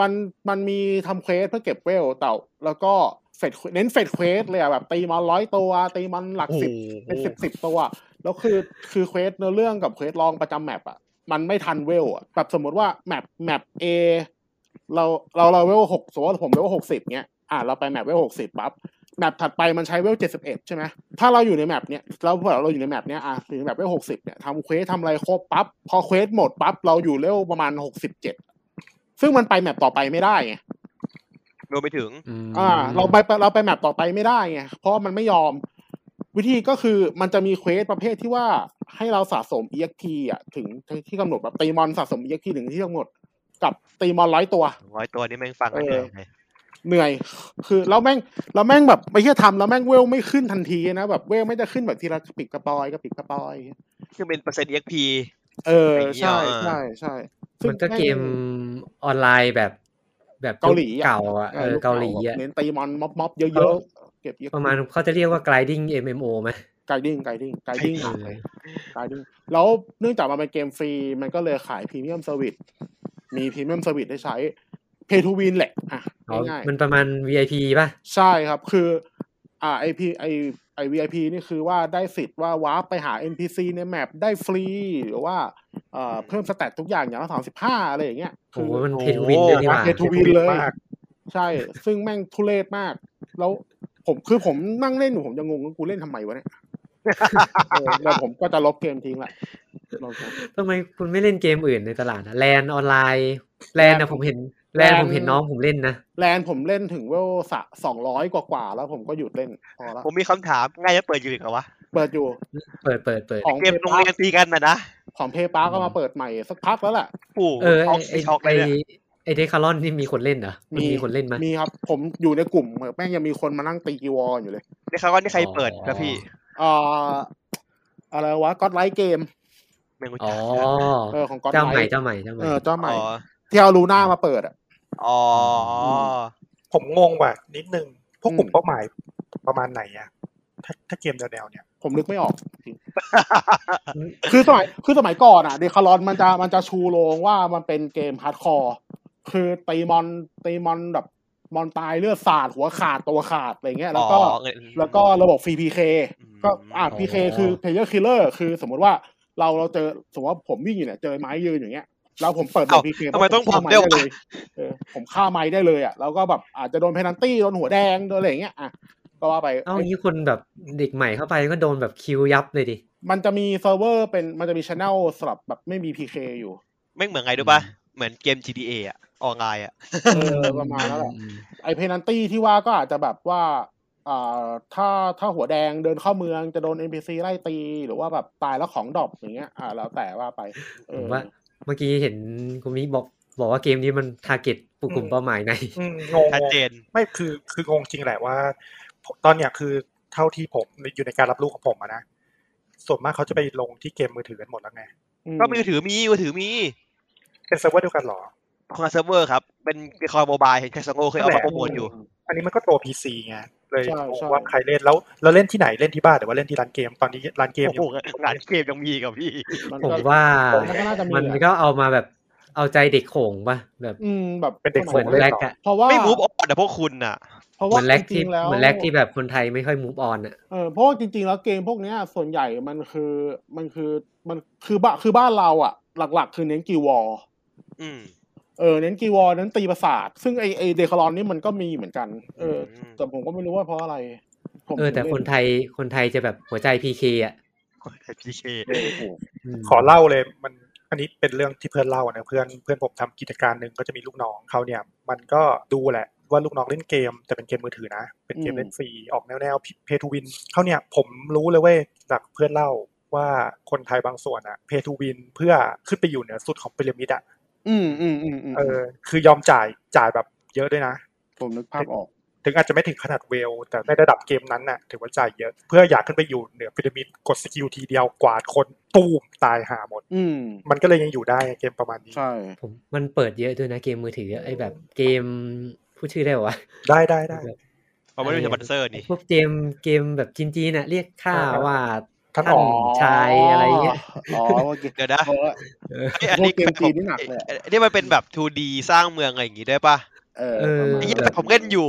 F: มันมันมีทำเควสเพื่อเก็บเวลเต่าแล้วก็เฟดเน้นเฟดเควสเลยอ่ะแบบตีมอนร้อยตัว ตีมอนหลักสิบ เป็นสิบสิบตัว แล้วคือคือเควสเนื้อเรื่องกับเควสรองประจำแมปอ่ะ มันไม่ทันเวลอะแบบสมมติว่าแมปแมปเอเราเราเราเวลหกสมมติว่าผมเวลหกสิบเนี้ยอ่ะเราไปแมปเวลหกสิบปั๊บแมปถัดไปมันใช้เวลเจ็ดสิบเอ็ดใช่ไหมถ้าเราอยู่ในแมปเนี้ยแล้วพอเราอยู่ในแมปเนี้ยอ่ะอยู่ในแมปเวลหกสิบเนี้ยทำเควสทำอะไรครบปั๊บพอเควสหมดปั๊บเราอยู่เลเวลประมาณหกสิบเจ็ดซึ่งมันไปแมปต่อไปไม่ได้ไง
B: รวมไปถึง
A: ม
F: อ่าเราไปเราไปแมปต่อไปไม่ได้ไงเพราะมันไม่ยอม วิธีก็คือมันจะมีเควสประเภทที่ว่าให้เราสะสม EXP อ่ะถึงที่กำหนดแบบตีมอนสะสม EXP ถึงที่กำหนดกับตีมอนร้อยตัว
B: ร้อยตัวนี้แม่งฟังแล้ว
F: เออ
B: เหนื่อยเลย
F: เหนื่อย คือเราแม่งเราแม่งแบบไปเที่ยทำเราแม่งเวลไม่ขึ้นทันทีนะแบบเวลไม่จะขึ้นแบบทีละกระปิดกระปอยกระปิดกระปอย
B: คือเป็นเปอร์เซ็นต์ EXP
F: เออ
B: อย่างเงี้ย
F: ใช่
B: อ่า
F: ใช่ใช่ซึ่ง
A: มันก็เกม
F: แง
A: ออนไลน์แบบ แบบ
F: เกาหลีอะ
A: เก่าอ่ะเออเกาหลีอ่ะ
F: เน้นตีมอนม็อบม็อบเย
A: เอ
F: อะ
A: อ
F: ๆเก็บ EXP
A: ประมาณเขาจะเรียกว่า gliding MMO ไหม
F: ไกดิ้งไกดิ้งไกดิ้งหนักเลย
A: เออ
F: ไกดิ้งแล้วเนื่องจากมันเป็นเกมฟรี มันก็เลยขายพรีเมียมเซอร์วิสมีพรีเมียมเซอร์วิสให้ใช้ เพย์ทูวินแหละอ่ะ
A: อ๋อ
F: ง่าย
A: มันประมาณ VIP ป่ะ
F: ๆใช่ครับคืออ่าไอพีไอไอวีไอพีนี่คือว่าได้สิทธิ์ว่าวาร์ปไปหา NPC ในแมปได้ฟรี หรือว่าเอ่อเพิ่มสแตททุกอย่างอย่างละสามสิบห้าอะไรอย่างเงี้ย
A: โอ้
F: คื
A: โหมัน
B: โอ้
A: เพ
B: โห
A: ทวินด้วยนี่หว่า
F: เททูวินเลย
E: มาก
F: ใช่ ซึ่งแม่งทุเรศมาก แล้วผมคือผมนั่งเล่นอยู่ผมจะงงว่ากูเล่นทำไมวะเนี่ยเออแล้วผมก็จะลบเกมทิ้งละลบครับ
A: ทำไมคุณไม่เล่นเกมอื่นในตลาดนะแลนออนไลน์แลนนะ
F: LAN
A: ผมเห็นแล
F: LAN
A: นผมเห็นน้องผมเล่นนะ
F: แลนผมเล่นถึงเวลสะสองร้อยกว่าๆแล้วผมก็หยุดเล่นพอละ
B: ผมมีคำถามง่ายจะเปิดอยู่อีกเหรอวะ
F: เปิดอยู่
A: เปิดเปิดเปิด
F: ของ
B: เก
F: เพ
B: ม
F: ย์
B: โรง
F: ปา
B: เรียนตีกันนะนะ
F: ของเพย์ปาก็มาเปิดใหม่สักพักแล้วแหละ
B: ปู่
A: เออ
B: ช็อก
A: ไอ
B: ช็อก
A: ไอ
B: เลยเนี่ย
A: ไอเดคารอนนี่มีคนเล่นเหรอมันมีคนเล่นไหม
F: มีครับ ผมอยู่ในกลุ่มแม่งยังมีคนมานั่งตีกีวออยู่เลย
B: ได้ข่าวว่านี่ใครเปิดนะพี่
F: เอ่ออะไรวะก็ไลท์เกม
B: แม่งรู้
A: อ๋
B: จั
A: อก
F: เออของก็
A: เจ้าให
F: ไล
A: ม่
F: ท์
A: เจ้าใหม่เจ้าใหม่
F: เออเจ้าให
B: อ๋
F: ม่
B: อ
F: ที่เอาลูน่ามาเปิดอ่ะ
B: อ๋อ
F: ม
E: ผมงงว่ะนิดนึง พวกกลุ่มเป้าหมายประมาณไหนอะ ถ้าถ้าเกมแนวๆเนี่ย
F: ผมนึกไม่ออกจริง คือสมัยคือสมัยก่อนอ่ะเดคารอนมันจะมันจะชูโรงว่ามันเป็นเกมฮาร์ดคอร์คือตีมอนตีมอนแบบมอนตายเลือดสาดหัวขาดตัวขาดอะไรเงี้ยแล้วก็
B: อ๋อเออ
F: แล้วก็ระบบฟรีพีเค
B: อืม
F: ก็อ่าพีเค
A: อ๋อ
F: คือเพลเยอร์คิลเลอร์คือสมมติว่าเราเราเจอสมมติว่าผมวิ่งอยู่เนี่ยเจอไม้ยืนอย่างเงี้ยแล้วผมเปิดโหม
B: เอ้า
F: ดพีเค
B: ทำไมต้องผม
F: ไม้
B: ด้วย
F: ได้
B: วะ
F: เลยเออผมฆ่าไม้ได้เลยอ่ะแล้วก็แบบอาจจะโดนเพนันตี้โดนหัวแดงโดนอะไรอย่างเงี้ยอ่ะก็ว่าไป
A: เอางี้คนแบบเด็กใหม่เข้าไปก็โดนแบบคิวยับเลยดิ
F: มันจะมีเซิร์ฟเวอร์เป็นมันจะมีช anel สำหรับแบบไม่มี PK อยู่
B: ไม่งเหมือนไงดูปะเหมือนเกม GTA อ่ะออนไลน์อ่ะ
F: เออประมาณนั้นแหละไอเพนันตี้ที่ว่าก็อาจจะแบบว่าอ่าถ้าถ้าหัวแดงเดินเข้าเมืองจะโดน NPC ไล่ตี หรือว่าแบบตายแล้วของดรอปอย่างเงี้ยอ่าแล้วแต่ว่าไปเอ
A: ผ
F: อ
A: มว่าเมื่อกี้เห็นคุณมิบอกบอกว่าเกมนี้มันทาร์เก็ตกลุ่มเป้าหมายใน
D: อืมงง
B: ชัดเจน
E: ไม่คือคืองงจริงแหละว่าผมตอนเนี้ยคือเท่าที่ผมอยู่ในการรับรู้ของผมอะนะส่วนมากเขาจะไปลงที่เกมมือถือกันหมดแล้วไง
F: อื
B: ก็มือถือมีมือถือมี
E: เป็นเซิร์ฟเวอร์เดียวกันเหรอ
B: ของเซิร์ฟเวอร์ครับ เป็นเป็นคอยโมบายเห็นแคสโง่เคยเอามาโปรโมทอยู่
E: อันนี้มันก็ตัว PC ไงเลย
F: ใช่
E: งง
F: ใช่
E: ว่าใครเล่นแล้วแล้วเล่นที่ไหนเล่นที่บ้านหรือว่าเล่นที่ร้านเกมตอนนี้ร้านเกม
B: โอ้โหงานเกมยังมีอีกับพี่
F: มัน
A: ผม
F: ก็
A: ว่า
F: มันก็น่าจะมี
A: มัน
F: แหละ
A: ก็เอามาแบบเอาใจเด็กโขงป่ะแบบ
F: อืมแบบ
E: เป็นเด็ก
F: ส
E: โข
F: มัย
E: ง
A: เหมือน
E: เล่น
A: แรก
E: ต่อ
A: อะ
F: เพราะว่า
B: ไม่มูฟออนแต่พวกคุณน่ะ
F: เพราะ
A: เห
F: ว่า
A: มือนแรก
F: จ
A: ที่
F: ริงๆแล้ว
A: เหมือนแรกที่แบบคนไทยไม่ค่อยมูฟออนอะ
F: เออเพราะว่าจริงๆ แล้วเกมพวกเนี้ยส่วนใหญ่มันคือมันคือมันคือบ้าคือบ้านเราอ่ะ หลักๆ คือเน้นกีวอล
B: อืม <laughs>
F: เออเน้นกีวอลเน้นตีประสาท ซึ่งไอไอเดคารอนนี่มันก็มีเหมือนกัน เอออ
B: ม
F: แต่ผมก็ไม่รู้ว่าเพราะอะไรผม
A: เออ แต่
F: ถึง
A: คนไทยคนไทยจะแบบหัวใจพีเคอะ
B: พีเค
F: เล่นเกมโอ้โห
A: ม
E: ขอเล่าเลยมันอันนี้เป็นเรื่องที่เพื่อนเล่านะเพื่อนเพื่อนผมทำกิจการหนึ่งก็จะมีลูกน้องเขาเนี่ย มันก็ดูแหละว่าลูกน้องเล่นเกมแต่เป็นเกมมือถือนะ เป็นเกมเล่นฟรีออกแนวแนวเพทูวินเขาเนี่ยผมรู้เลยเว้ยจากเพื่อนเล่าว่าคนไทยบางส่วนอะเพทูวินเพื่อขึ้นไปอยู่เหนือสุดของพีระมิดอะ
F: อืมอืมอืมอืม
E: เออคือยอมจ่ายจ่ายแบบเยอะด้วยนะ
F: ผมนึกภาพออก
E: ถึงอาจจะไม่ถึงขนาดเวล แต่ในระดับเกมนั้นน่ะถือว่าจ่ายเยอะ เพื่ออยากขึ้นไปอยู่เหนือพีระมิดกดสกิลทีเดียวกวาดคนตูมตายหาหมด
F: อืม
E: มันก็เลยยังอยู่ได้เกมประมาณนี้
F: ใช่
A: ผมมันเปิดเยอะด้วยนะเกมมือถืออะไอแบบเกมพูดชื่อได้ปะวะ
E: ได้ได้ได้
A: แบบ
B: เพราะไม่ได้มีสปอนเซอร์นี่
A: พวกเกมเกมแบบจีนๆน่ะเรียกค่า
E: อ่า
A: ว่า
E: ท่าน
A: ท่าน
E: อ๋อ
A: ชายอะไรเงี้ย
F: อ๋อโอเค
B: เดี๋ยวนะ
F: เพราะว่า
A: เออ
B: ไอ้ยอันนี้
F: พวกเกมจีนนี่หนักเลยอะ
B: ไอ้ไอ้นี่มันเป็นแบบ 2D สร้างเมืองอะไรอย่างงี้ได้วยปะ
F: เออ
A: เออ
F: ประมาณ
B: ไอ้
F: นั้น
B: เหี้ย
F: แห
B: แต่
F: ละ
B: ผมเล่นอยู่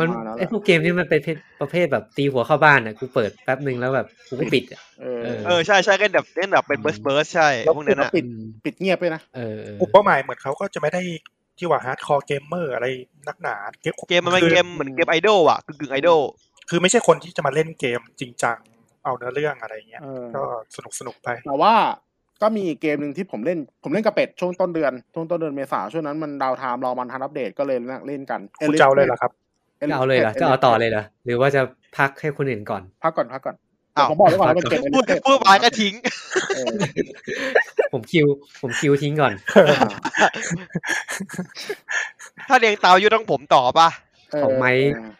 A: มัน
F: มาแล้วแหละ
A: ไอพวกเกมนี่มันเป็นประเภทแบบตีหัวเข้าบ้านอ่ะกูเปิดแป๊บหนึ่งแล้วแบบกูก็ปิดอะ
F: เออ
A: เออ
B: เออใช่ใช่เล่นแบบเล่นแบบเป็น
A: อืม
B: เบิร์สเบิร์สใช่
F: แล้ว
B: พวก
F: ปิ
B: นั้
F: ด
B: น
F: แล้ว
B: อ่ะ
F: ปิดปิดเงียบไปนะ
A: เออเออ
E: กลุ่มเป้าหมายเหมือนเขาก็จะไม่ได้ที่ว่าฮาร์ดคอร์เกมเมอร์อะไรนักหนา
B: เกมมันเป็น
E: คือ
B: เกมเหมือนเกมไอดอลอ่ะกึ่งกึ่งไอดอล
E: คือไม่ใช่คนที่จะมาเล่นเกมจริงจังเอาเนื้อเรื่องอะไรเงี้ย
F: เออ
E: ก็สนุกสนุกไป
F: แต่ว่าก็มีอีกเกมหนึ่งที่ผมเล่น ผมเล่นกระเป็ดช่วงต้นเดือน ช่วงต้นเดือนเมษาช่วงนั้นมันดาวน์ไทม์รอมันทันอัปเดตก็เลยนั่งเล่นกัน
E: คุณเจ้าเลยเหรอครับ
A: จะเอาเลยเหรอ จะเอาต่อเลยเหรอ หรือว่าจะพักให้คนอื่นก่อน
F: พักก่อนพักก่อนเดี๋ยวผมบอกไว้ก่อนว่าเป็นเกม
B: พูด
F: Elite
B: พูดไปก็ทิ้ง
F: เออ
A: ผมคิว ผมคิวทิ้งก่อน
B: ถ้าเรียงเตาอยู่ต้องผมต่อปะ
A: ของไม้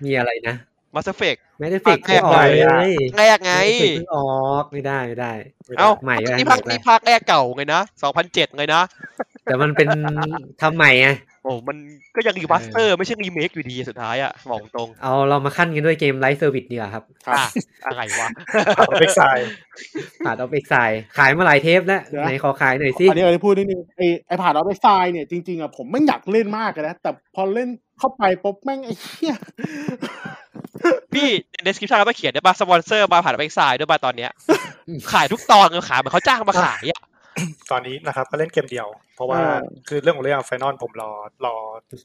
A: มีอะไรนะ
B: มาสเฟก
A: ไม่ได้เฟก
B: ภาคแร
A: ไม่
B: ก
A: ออกเล
E: ไปอะ
A: ย
B: แรกไง
A: เพิ่งออกไม่ได้ไม่ได้
B: เอ้า
A: ใหม่ด้วย
B: นี่พัก
A: ใหม่ด้วย
B: นี่พักแรกเก่าไงนะสองพันเจ็ดไงนะ
A: แต่มันเป็น ทำใหม่ไง
B: โอ้มันก็ยังรีมาสเตอร์ ไม่ใช่รีเมคอยู่ดีสุดท้ายอะบอกตรง
A: เอาเรามาขั้นกันด้วยเกมไลฟ์เซอร์วิสดีกว่าครับ
F: ครับ
B: อ่ะอะไรวะ
E: เบ็กไซ
A: ผ่านออฟเอ็กไซขายมาหลายเทปแล้ว
F: เดี๋ยวนะ
A: ไหนขอขายหน่อยสิ
F: อันนี้อันนี้พูดนิดนึงไอไอผ่านเอาไปทรายเนี่ยจริงๆอะผมไม่อยากเล่นมากเลยนะแต่พอเล่นเข้าไปปุ๊บแม่งไอ้เหี้ย
B: พี่ใน description เราต้องเขียนได้ป่ะสปอนเซอร์มาผ่านเว็บไซต์ด้วยป่ะตอนเนี้ย <laughs> ขายทุกตอนเลยขายเหมือนเขาจ้างมาขายอ่ะ
E: ตอนนี้นะครับก็เล่นเกมเดียว เพราะว่าคือเรื่องของเรื่องไฟนอลผมรอรอ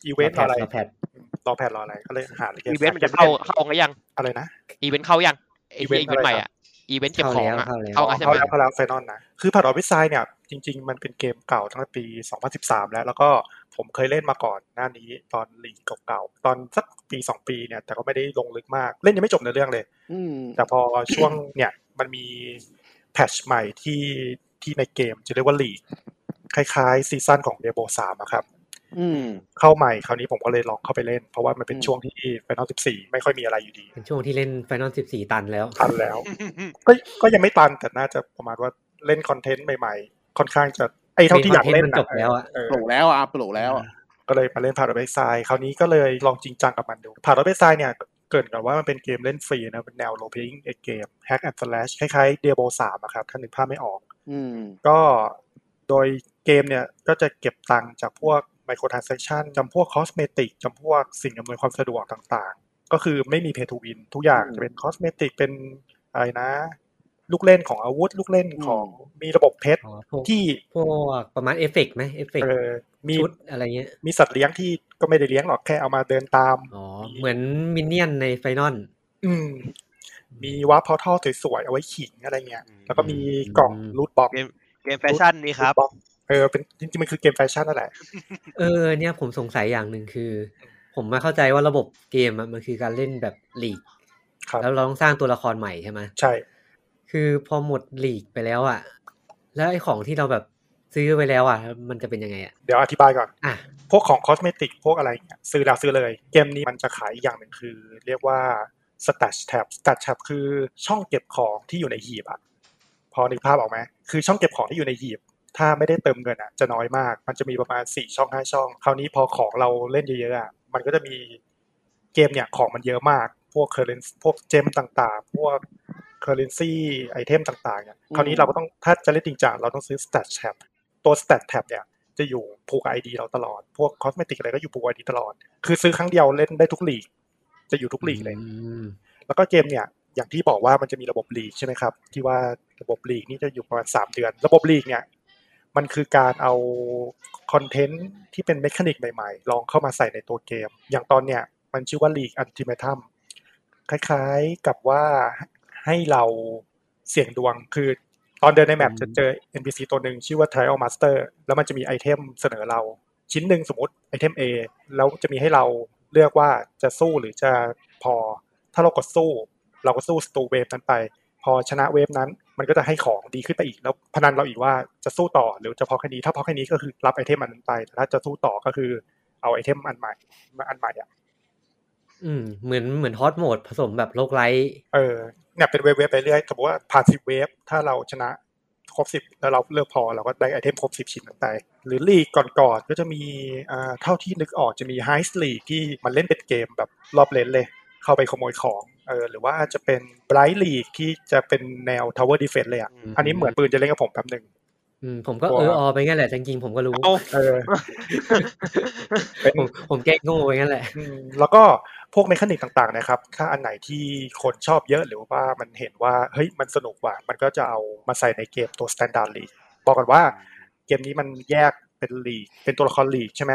E: อีเวนต์รออะไร
A: แพท
E: รอแพทรออะไรก็เลยหาเกม
B: อีเวนต์มันจะเข้าเข้ากันยัง
E: อะไรนะ
B: อีเวนต์เข้ายังไอ
E: อี
B: อี
E: เว
B: เวน น
E: ต์
B: ต์ใหม่
E: อะไรครับ
B: อ่ะอีเวนต์เก็บ
A: เข้า
B: ของ
A: แล้ว
B: อ่ะ
A: เข้าแล้ว
B: เข้ากันใช่ไห
E: เขา
B: ม
E: แล้วเขาแล้วไฟนอลนะ คือผ่านออฟฟิศไซน์เนี่ย จริง ๆ มันเป็นเกมเก่าตั้งแต่ปี 2013 แล้ว แล้วก็ผมเคยเล่นมาก่อนหน้านี้ตอนลีกเก่าๆ ตอนสักปี 2 ปีเนี่ย แต่ก็ไม่ได้ลงลึกมาก เล่นยังไม่จบในเรื่องเลย
F: อืม
E: แต่พอช่วงเนี่ย มันมีแพทชใหม่ที่ที่ในเกมจะเรียกว่าลีกคล้ายๆซีซั่นของเดโบ3อะครับ
F: อืม
E: เข้าใหม่คราวนี้ผมก็เลยลองเข้าไปเล่น เพราะว่ามันเป็น
F: อืม
E: ช่วงที่ไฟนอล14 ไม่ค่อยมีอะไรอยู่ดี
A: เป็นช่วงที่เล่น Final 14 ตันแล้ว
E: ทันแล้ว ก็ก็ยังไม่ตันแต่น่าจะประมาณว่าเล่นคอนเทนต์ใหม่ๆ ค่อนข้างจะไอ้เท่าที่อยากเล่นะ
A: เล่นคอนเทนต์มันจบแล้วอะ
E: เออ
F: ปลูกแล้วอ่ะปลูกแล้วอะ
E: ก็เลยมาเล่นพาราไบซายคราวนี้ก็เลยลองจริงจังกับมันดูพาราไบซายเนี่ย เกริดก่อนว่ามันเป็นเกมเล่นฟรีนะเป็นแนวโรลเพลย์เกมแฮกแอนด์สแลชคล้ายๆเดียโบสามครับถ้านึกภาพไม่ออก
F: อืม
E: ก็โดยเกมเนี่ยก็จะเก็บตังค์จากพวกไมโครทรานเซ t ชันจำพวกคอสเมติกจำพวกสิ่งอำนวยความสะดวกต่างๆ ก็คือไม่มีเพ y t ทูวินทุกอย่าง
F: อืม
E: จะเป็นคอสเมติกเป็นอะไรนะ ลูกเล่นของอาวุธ ลูกเล่นของมีระบบเพชร
A: อ๋อพวก
E: ที่
A: พวกประมาณเอฟเฟกต์ไหมเอฟเฟก
E: เอ
A: ต์
E: อมี
A: ชุดอะไรเงี้ย
E: มีสัตว์เลี้ยงที่ก็ไม่ได้เลี้ยงหรอกแค่เอามาเดินตาม
A: อ๋อเหมือนมินเนี่ยนในไฟนอล
E: อืม มีวาร์ปพอร์ทัลสวยๆ เอาไว้ขิงอะไรเงี้ย แล้วก็มีกล่อง
A: อืม
E: รูทบ็อก
B: เกมแฟชั่นนี่ครับ
E: loot box เออเป็นจริงๆมันคือเกมแฟชั่นนั่นแหละ
A: เออเนี่ยผมสงสัยอย่างหนึ่งคือ ผมมาเข้าใจว่าระบบเกมอะมันคือการเล่นแบบลีก
E: ครับ
A: แล้วเราต้องสร้างตัวละครใหม่ใช่ไหม
E: ใช่
A: คือพอหมดลีกไปแล้วอ่ะ แล้วไอ้ของที่เราแบบซื้อไปแล้วอ่ะ มันจะเป็นยังไงอ่ะ
E: เดี๋ยวอธิบายก่อน
A: อ่ะ
E: พวกของคอสเมติกพวกอะไรเงี้ยซื้อแล้วซื้อเลย เกมนี้มันจะขายอีกอย่างหนึ่งคือ เรียกว่า stash tab stash tab คือช่องเก็บของที่อยู่ในหีบอะพอนึกภาพออกไหมคือช่องเก็บของที่อยู่ในหีบ ถ้าไม่ได้เติมเงินอะจะน้อยมาก มันจะมีประมาณสี่ช่องห้าช่อง คราวนี้พอของเราเล่นเยอะๆอะมันก็จะมีเกมเนี่ยของมันเยอะมาก พวกเคอร์เรนพวกเจมต่างๆ พวกเคอร์เรนซีไอเทมต่างๆเนี่ย
F: อืม
E: คราวนี้เราก็ต้องถ้าจะเล่นจริงจังเราต้องซื้อ stash tab ตัว stat tab เนี่ยจะอยู่ผูกไอดีเราตลอด พวกคอสเมติกอะไรก็อยู่ผูกไอดีตลอด คือซื้อครั้งเดียวเล่นได้ทุกลีก จะอยู่ทุกลีกเลย
A: อืม
E: แล้วก็เกมเนี่ยอย่างที่บอกว่ามันจะมีระบบลีกใช่ไหมครับ ที่ว่าระบบลีกนี่จะอยู่ประมาณสามเดือน ระบบลีกเนี่ยมันคือการเอาคอนเทนต์ที่เป็นเมคานิกใหม่ๆ ลองเข้ามาใส่ในตัวเกม อย่างตอนเนี่ยมันชื่อว่าลีกอันติเมทัมคล้ายๆกับว่าให้เราเสี่ยงดวงคือตอนเดินในแมปจะเจอ NPC ตัวหนึ่งชื่อว่า Trial Master แล้วมันจะมีไอเทมเสนอเรา ชิ้นหนึ่งสมมติไอเทม A แล้วจะมีให้เราเลือกว่าจะสู้หรือจะพอ ถ้าเรากดสู้ เราก็สู้สตูเวฟนั้นไป พอชนะเวฟนั้น มันก็จะให้ของดีขึ้นไปอีกแล้วพนันเราอีกว่าจะสู้ต่อหรือจะพอแค่นี้ถ้าพอแค่นี้ก็คือรับไอเทมอันนั้นไปแต่ถ้าจะสู้ต่อก็คือเอาไอเทมอันใหม่อันใหม่อ่ะ
A: อืมเหมือนเหมือนฮอตโหมดผสมแบบโลกไลท์
E: เออเนี่ยเป็นเวฟเวฟไปเรื่อยสมมติว่าผ่านสิบเวฟถ้าเราชนะครบสิบแล้วเราเลือกพอเราก็ได้ไอเทมครบสิบชิ้นนั้นไปหรือลีกก่อนๆก็จะมีอ่าเท่าที่นึกออกจะมีไฮส์ลีกที่มันเล่นเป็นเกมแบบรอบเลนเลย เข้าไปขโมยของ เออ หรือว่าจะเป็น Bright League ที่จะเป็นแนว Tower Defense เลยอ่ะ
B: อืม
E: อันนี้เหมือนปืนจะเล่นกับผมแป๊บหนึ่ง
A: อืมผมก็
E: กลัว
A: เออออไปงั้นแหละจริงๆผมก็รู้
B: เอา
E: เออ เป็น
A: ผมผมแกล้งโง่ไปงั้นแหละ
E: อืมแล้วก็พวกเมคานิกต่างๆนะครับ ถ้าอันไหนที่คนชอบเยอะหรือว่ามันเห็นว่า เฮ้ย มันสนุกว่ะ มันก็จะเอามาใส่ในเกมตัว Standard League บอกกันว่าเกมนี้มันแยกเป็นลีก เป็นตัวละครลีกใช่ไหม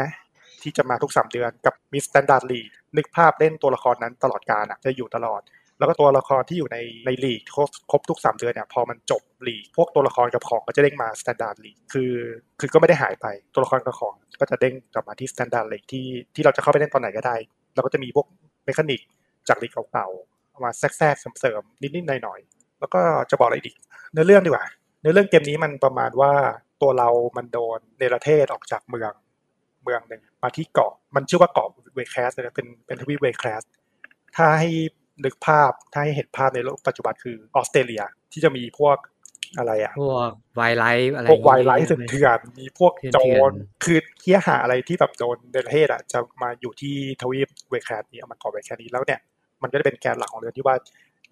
E: ที่จะมาทุก 3 เดือนกับมี Standard League นึกภาพเล่นตัวละครนั้นตลอดการอ่ะ จะอยู่ตลอด แล้วก็ตัวละครที่อยู่ในในลีกครบครบทุก 3 เดือนเนี่ยพอมันจบลีก พวกตัวละครกับของก็จะเด้งมา Standard League คือ คือก็ไม่ได้หายไปตัวละครกับของก็จะเด้งกลับมาที่ Standard League ที่ที่เราจะเข้าไปเล่นตอนไหนก็ได้ เราก็จะมีพวกเมคานิกจากลีกเก่าๆเอามาแทรกๆเสริมๆนิดๆหน่อยๆแล้วก็จะบอกอะไรอีกเนื้อเรื่องดีกว่า เนื้อเรื่องเกมนี้มันประมาณว่าตัวเรามันโดนเนรเทศออกจากเมือง เมืองหนึ่งมาที่เกาะมันชื่อว่าเกาะเวแคสเลยนะเป็นเป็นทวีปเวแคสถ้าให้นึกภาพถ้าให้เห็นภาพในโลกปัจจุบันคือออสเตรเลียที่จะมีพวกอะไรอะ
A: พวกไวไลท์อะไร
E: พวกวายไลท์
A: งี้
E: เถื่อนๆมีพวกโจ
A: เถื่
E: ร
A: อน
E: คือเที่ยหาอะไรที่แบบโดนเดนเทศอ่ะจะมาอยู่ที่ทวีปเวแคสนี้เอามาก่อเวแคสนี้แล้วเนี่ย มันก็จะเป็นแกนหลักของเรื่องที่ว่า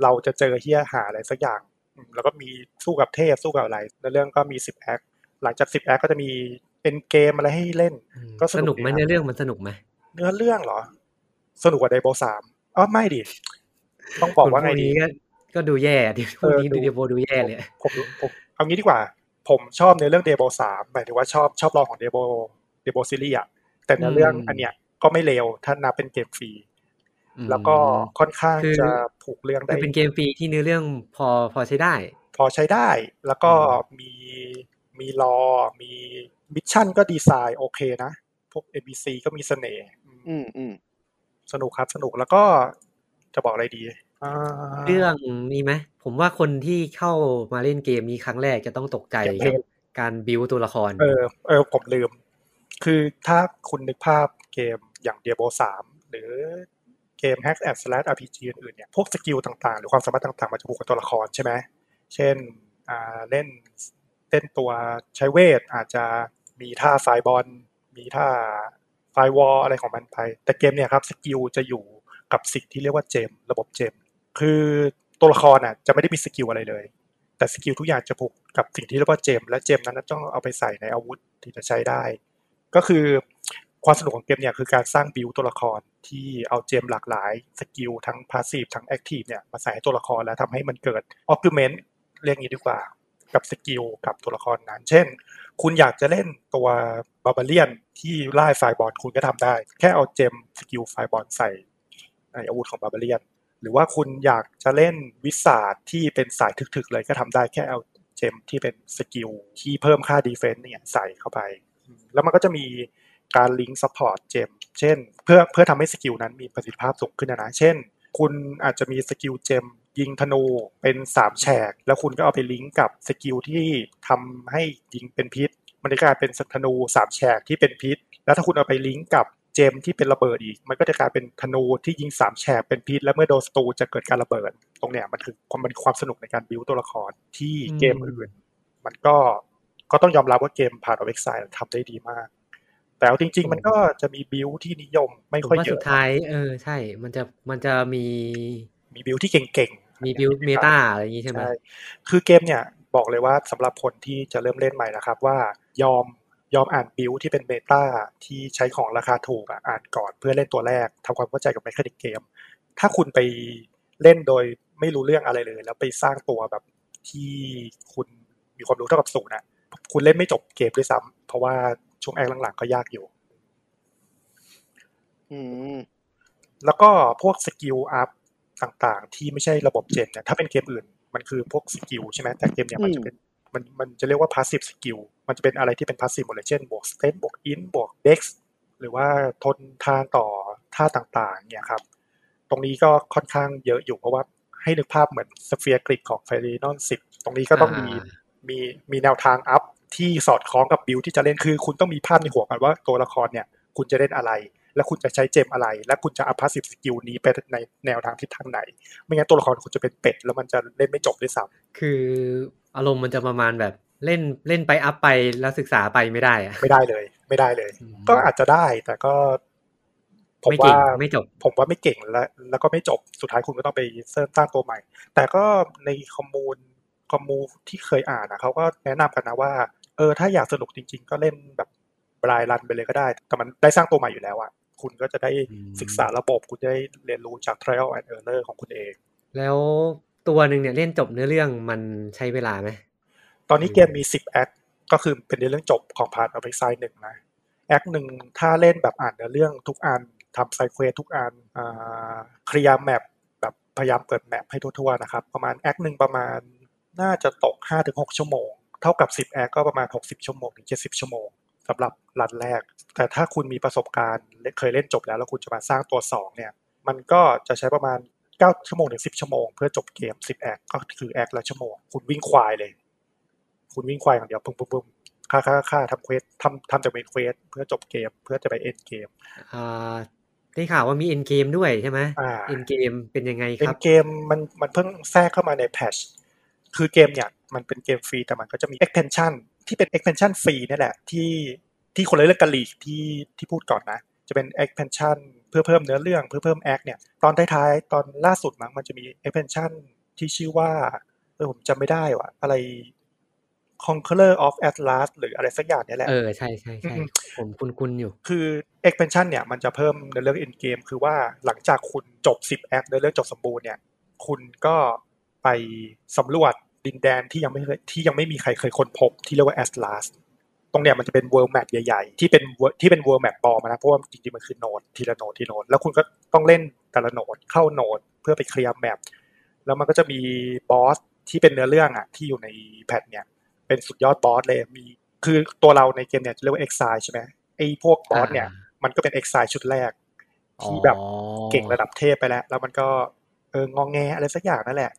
E: เราจะเจอเที่ยหาอะไรสักอย่างอืมแล้วก็มีสู้กับเทพสู้กับอะไรในเรื่องก็มี 10 แอคหลังจาก 10 แอคก็จะมีเป็นเกมอะไรให้เล่น
A: อืม
E: ก็ส
A: ส
E: นุ
A: นุ
E: ก
A: ก
E: ดี
A: ไหม
E: นะ
A: เนื้อเรื่องมันสนุกไหม
E: เนื้อเรื่องเหรอ สนุกกว่าไดโบสามอ๋อไม่ดิ ต้องบอกว่าไง
A: คนพก
E: ดี
A: นี้ก็ก็ดูแย่ดิพ
E: เอ
A: วก
E: อ
A: นี้
E: ดู
A: ดูเดโบดูแย่เลย
E: ผมผมผมเอางี้ดีกว่า ผมชอบในเรื่องเดโบสามหมายถึงว่าชอบชอบรองของเดโบเดโบซีรีส์อะแต่ในเรื่อง
A: อืม
E: อันเนี้ยก็ไม่เลวถ้านับเป็นเกมฟรี
A: อืม
E: แล้วก็ค่อนข้าง
A: คือ
E: จะผูกเรื่องได้
A: คือเป็นเกมฟรีที่เนื้อเรื่องพอพอใช้ได้
E: พอใช้ได้แล้วก็
A: อืม
E: มีมีรอมีมิชชั่นก็ดีไซน์โอเคนะ พวก NPC ก็มีเสน่ห์อืม
F: อืมอืม
E: สนุกครับสนุกแล้วก็จะบอกอะไรดีอ่า
A: เรื่องมีไหมผมว่าคนที่เข้ามาเล่นเกมนี้ครั้งแรกจะต้องตกใจ
E: เกมเพล
A: กับ
E: ย์
A: การบิวตัวละคร
E: เออเออผมลืม คือถ้าคุณนึกภาพเกมอย่าง Diablo 3 หรือเกม Hack and Slash RPG อื่นๆเนี่ยพวกสกิลต่างๆ หรือความสามารถต่างๆ มันจะผูกกับตัวละครใช่ไหมเช่นอ่าเล่นเล่นตัวใช้เวท อาจจะมีท่าสายบอลมีท่าไฟวอลอะไรของมันไป แต่เกมเนี่ยครับสกิลจะอยู่ กับสิ่งที่เรียกว่าเจม ระบบเจม คือตัวละครน่ะจะไม่ได้มีสกิลอะไรเลย แต่สกิลทุกอย่างจะผูกกับสิ่งที่เรียกว่าเจม และเจมนั้นต้องเอาไปใส่ในอาวุธที่จะใช้ได้ ก็คือความสนุกของเกมเนี่ยคือการสร้างบิวตัวละครที่เอาเจมหลากหลายสกิลทั้งพาสซีฟทั้งแอคทีฟเนี่ยมาใส่ให้ตัวละครแล้วทำให้มันเกิดออค u ูเมนต์เรียกงี้ดีกว่า กับสกิลกับตัวละครนั้น เช่น คุณอยากจะเล่นตัวบาบาเลียนที่ไล่ไฟบอลคุณก็ทำได้ แค่เอาเจมสกิลไฟบอลใส่ในอาวุธของบาบาเลียน หรือว่าคุณอยากจะเล่นวิสาดที่เป็นสายถึกๆเลยก็ทำได้แค่เอาเจมที่เป็นสกิลที่เพิ่มค่าดีเฟนต์เนี่ยใส่เข้าไปอืมแล้วมันก็จะมีการลิงก์ซัพพอร์ตเจมเช่น เพื่อเพื่อทำให้สกิลนั้นมีประสิทธิภาพสูงขึ้นนะนะเช่น คุณอาจจะมีสกิลเจมยิงธนูเป็นสามแฉก แล้วคุณก็เอาไปลิงก์กับสกิลที่ทำให้ยิงเป็นพิษ มันจะกลายเป็นธนูสามแฉกที่เป็นพิษ แล้วถ้าคุณเอาไปลิงก์กับเจมที่เป็นระเบิดอีก มันก็จะกลายเป็นธนูที่ยิงสามแฉกเป็นพิษ และเมื่อโดนศัตรูจะเกิดการระเบิด ตรงเนี้ยมันคือความมันความสนุกในการบิวตัวละครที่เกมอื่น มันก็ก็ต้องยอมรับว่าเกมผ่านอเว็กไซด์ทำได้ดีมาก แต่เอาจริง ๆ มันก็จะมีบิวที่นิยมไม่
A: ผม
E: ค่อย
A: ว่า
E: เย
A: สุ
E: อะ
A: ดท้ายเออใช่ มันจะมันจะมี
E: มีบิวที่เก่งๆ
A: มีบิวเมตาอะไรอย่างนี้ใช่ไหม
E: ใช่ คือเกมเนี่ยบอกเลยว่าสำหรับคนที่จะเริ่มเล่นใหม่นะครับว่ายอมยอมอ่านบิลที่เป็นเบต้าที่ใช้ของราคาถูกอะอ่านก่อนเพื่อเล่นตัวแรกทำความเข้าใจกับไมคานิกเกม ถ้าคุณไปเล่นโดยไม่รู้เรื่องอะไรเลย แล้วไปสร้างตัวแบบที่คุณมีความรู้เท่ากับศูนย์อะคุณเล่นไม่จบเกมด้วยซ้ำเพราะว่าช่วงแรกหลังๆก็ยากอยู่
F: อืม
E: แล้วก็พวกสกิลอัพต่างๆ ที่ไม่ใช่ระบบเจนเนี่ยถ้าเป็นเกมอื่น มันคือพวกสกิลใช่ไหมแต่เกมเนี่ยมัน
F: อืม
E: จะเป็นมันมันจะเรียกว่าพาสซีฟสกิลมันจะเป็นอะไรที่เป็นพาสซีฟหมดเลยเช่นบวกสเตนบวกอินบวกเด็กหรือว่าทนทานต่อท่าต่างๆเนี่ยครับ ตรงนี้ก็ค่อนข้างเยอะอยู่เพราะว่าให้นึกภาพเหมือนสเฟียร์กริดของไฟรีนอนสิบตรงนี้ก็ต้องมี
A: อ่า
E: มีมีแนวทางอัพที่สอดคล้องกับบิลที่จะเล่นคือ คุณต้องมีภาพในหัวก่อนว่าตัวละครเนี่ย คุณจะเล่นอะไร และคุณจะใช้เจมอะไร และคุณจะอัพพาสซีฟสกิลนี้ไปในแนวทางทิศทางไหน ไม่งั้นตัวละครคุณจะเป็นเป็ด แล้วมันจะเล่นไม่จบด้วยซ้
A: คืออารมณ์มันจะประมาณแบบเล่นเล่นไปอัพไปแล้วศึกษาไปไม่ได้อะ
E: ำไม่ได้เลย ไม่ได้เลย
A: อืม
E: ก็อาจจะได้แต่ก็ ผม
A: ไม่
E: ว่า
A: เก่งไม่จบ
E: ผมว่าไม่เก่งแล้วแล้วก็ไม่จบสุดท้ายคุณก็ต้องไปเสริมสร้างตัวใหม่ แต่ก็ในคอมมูนคอมมูที่เคยอ่านนะเขาก็แนะนำกันนะว่า เออถ้าอยากสนุกจริง ๆ ก็เล่นแบบบรายรันไปเลยก็ได้ แต่มันได้สร้างตัวใหม่อยู่แล้วอะคุณก็จะได้
A: อืม
E: ศึกษาระบบคุณจะได้เรียนรู้จาก trial and error ของคุณเอง
A: แล้วตัวหนึ่งเนี่ยเล่นจบเนื้อเรื่องมันใช้เวลาไหม
E: ตอนนี้
A: อืม
E: เกมมี 10 แอค ก็คือเป็นเรื่องจบของพาร์ทออฟไซด์หนึ่งนะ แอคหนึ่งถ้าเล่นแบบอ่านเนื้อเรื่องทุกอันทำไซเควสทุกอันอ่าเคลียร์แมปแบบพยายามเปิดแมปให้ทั่วๆนะครับ ประมาณแอคหนึ่งประมาณน่าจะตก 5-6 ชั่วโมง เท่ากับ 10 แอคก็ประมาณ 60 ชั่วโมงถึง 70 ชั่วโมงสำหรับรันแรก แต่ถ้าคุณมีประสบการณ์และเคยเล่นจบแล้วแล้วคุณจะมาสร้างตัวสองเนี่ย มันก็จะใช้ประมาณ 9 ชั่วโมงถึง 10 ชั่วโมงเพื่อจบเกม 10 แอคก็คือแอคละชั่วโมง คุณวิ่งควายเลย คุณวิ่งควายอย่างเดียวปุ๊บปุ๊บปุ๊บค่าค่าค่าทำเควสทำทำจากเมนเควสเพื่อจบเกมเพื่อจะไปเอ็นเกม
A: อ่าได้ข่าวว่ามีเอ็นเกมด้วยใช่ไหม
E: อ่า
A: เอ็นเกมเป็นยังไง
E: เอ็
A: คน รับ
E: เกมมันมันเพิ่งแทรกเข้ามาในแพทชคือเกมเนี่ยมันเป็นเกมฟรีแต่มันก็จะมี extension ที่เป็น extension ฟรีเนี่ยแหละที่ที่คนละเรื่องกันลีกที่ที่พูดก่อนนะ จะเป็น extension เพื่อเพิ่มเนื้อเรื่องเพื่อเพิ่ม act เนี่ยตอนท้ายๆตอนล่าสุดมั้งมันจะมี extension ที่ชื่อว่าเออผมจำไม่ได้ว่ะอะไร Conqueror of Atlas หรืออะไรสักอย่างเนี่ยแหละ
A: เออใช่ใช่ใช่
E: อืม
A: ผมคุ้นๆอยู่
E: คือ expansion เนี่ยมันจะเพิ่มในเรื่อง end game คือว่าหลังจากคุณจบ 10 แอคในเรื่องจบสมบูรณ์เนี่ย คุณก็ไปสำรวจดินแดนที่ยังไม่เคยที่ยังไม่มีใครเคยค้นพบที่เรียกว่า Atlas ตรงเนี้ยมันจะเป็น world map ใหญ่ๆ ที่เป็น world- ที่เป็น world map ปลอมอะนะเพราะว่าจริงๆ มันคือโนดทีละโนดทีละโนดแล้วคุณก็ต้องเล่นแต่ละโนดเข้าโนดเพื่อไปเคลียร์แมปแล้วมันก็จะมีบอสที่เป็นเนื้อเรื่องอะที่อยู่ในแพทเนี่ย เป็นสุดยอดบอสเลยมีคือตัวเราในเกมเนี่ยจะเรียกว่าเอ็กซใช่ไหมไอ้พวกบอสเนี่ย
A: อ่า
E: มันก็เป็นเอ็กซชุดแรก ที่แบบ
A: อ๋อ
E: เก่งระดับเทพไปแล้ว แล้วมันก็เอององแงอะไรสักอย่างนั่นแหละ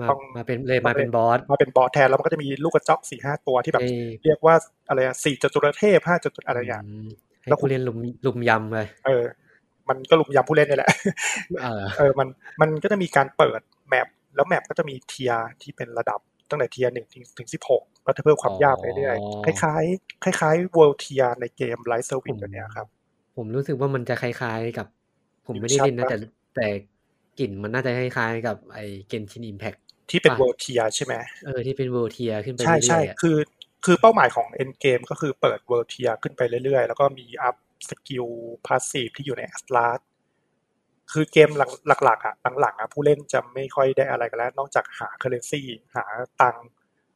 A: มา
E: ต้อง
A: มาเป็นเลยมาเป็นบอส
E: มาเป็นบอสแทนแล้วมันก็จะมีลูกกระจอกสี่ห้าตัวที่แบบ
A: ให้
E: เรียกว่าอะไรอะสี่จตุรเทพห้าจตุรอะไรอย่าง
A: อืมให้
E: แล้วคุณ
A: ผู้เล่นลุมลุมยำเลย
E: เออ มันก็ลุมยำผู้เล่นเนี่ยแหละ <laughs>
A: เออ
E: เออ มัน มันก็จะมีการเปิดแมป แล้วแมปก็จะมีเทียร์ที่เป็นระดับ ตั้งแต่เทียร์หนึ่งถึงถึงสิบหกก็จะเพิ่มความยากไปเรื่อย
A: อ๋
E: ๆค
A: อ
E: ล้ายๆคล้ายๆ World Tier ในเกม Live
A: ผ
E: Service
A: ม
E: ตัวเนี้ยครับ
A: ผมรู้สึกว่ามันจะคล้ายๆกับ ผม
E: ดิวิ
A: ไม่ได้
E: ชั่น
A: เล่นนะ
E: ปะ
A: แต่ แต่กลิ่นมันน่าจะคล้ายๆกับไอเกนชินอิมแพค
E: ที่เป็น
A: ป่ะ
E: โวเทียใช่ไหม
A: เออที่เป็นเวอร์เทียขึ้นไป
E: ใช่
A: เรื่
E: ใช่
A: อยๆอะ
E: คือ คือเป้าหมายของ End Game ก็คือเปิดเวอร์เทียขึ้นไปเรื่อยๆ แล้วก็มีอัพสกิลพาสซีฟที่อยู่ในแอสลาสคือเกมหลักๆอ่ะหลังๆอ่ะผู้เล่นจะไม่ค่อยได้อะไรกันแล้ว นอกจากหาเคอร์เรนซีหาตังค์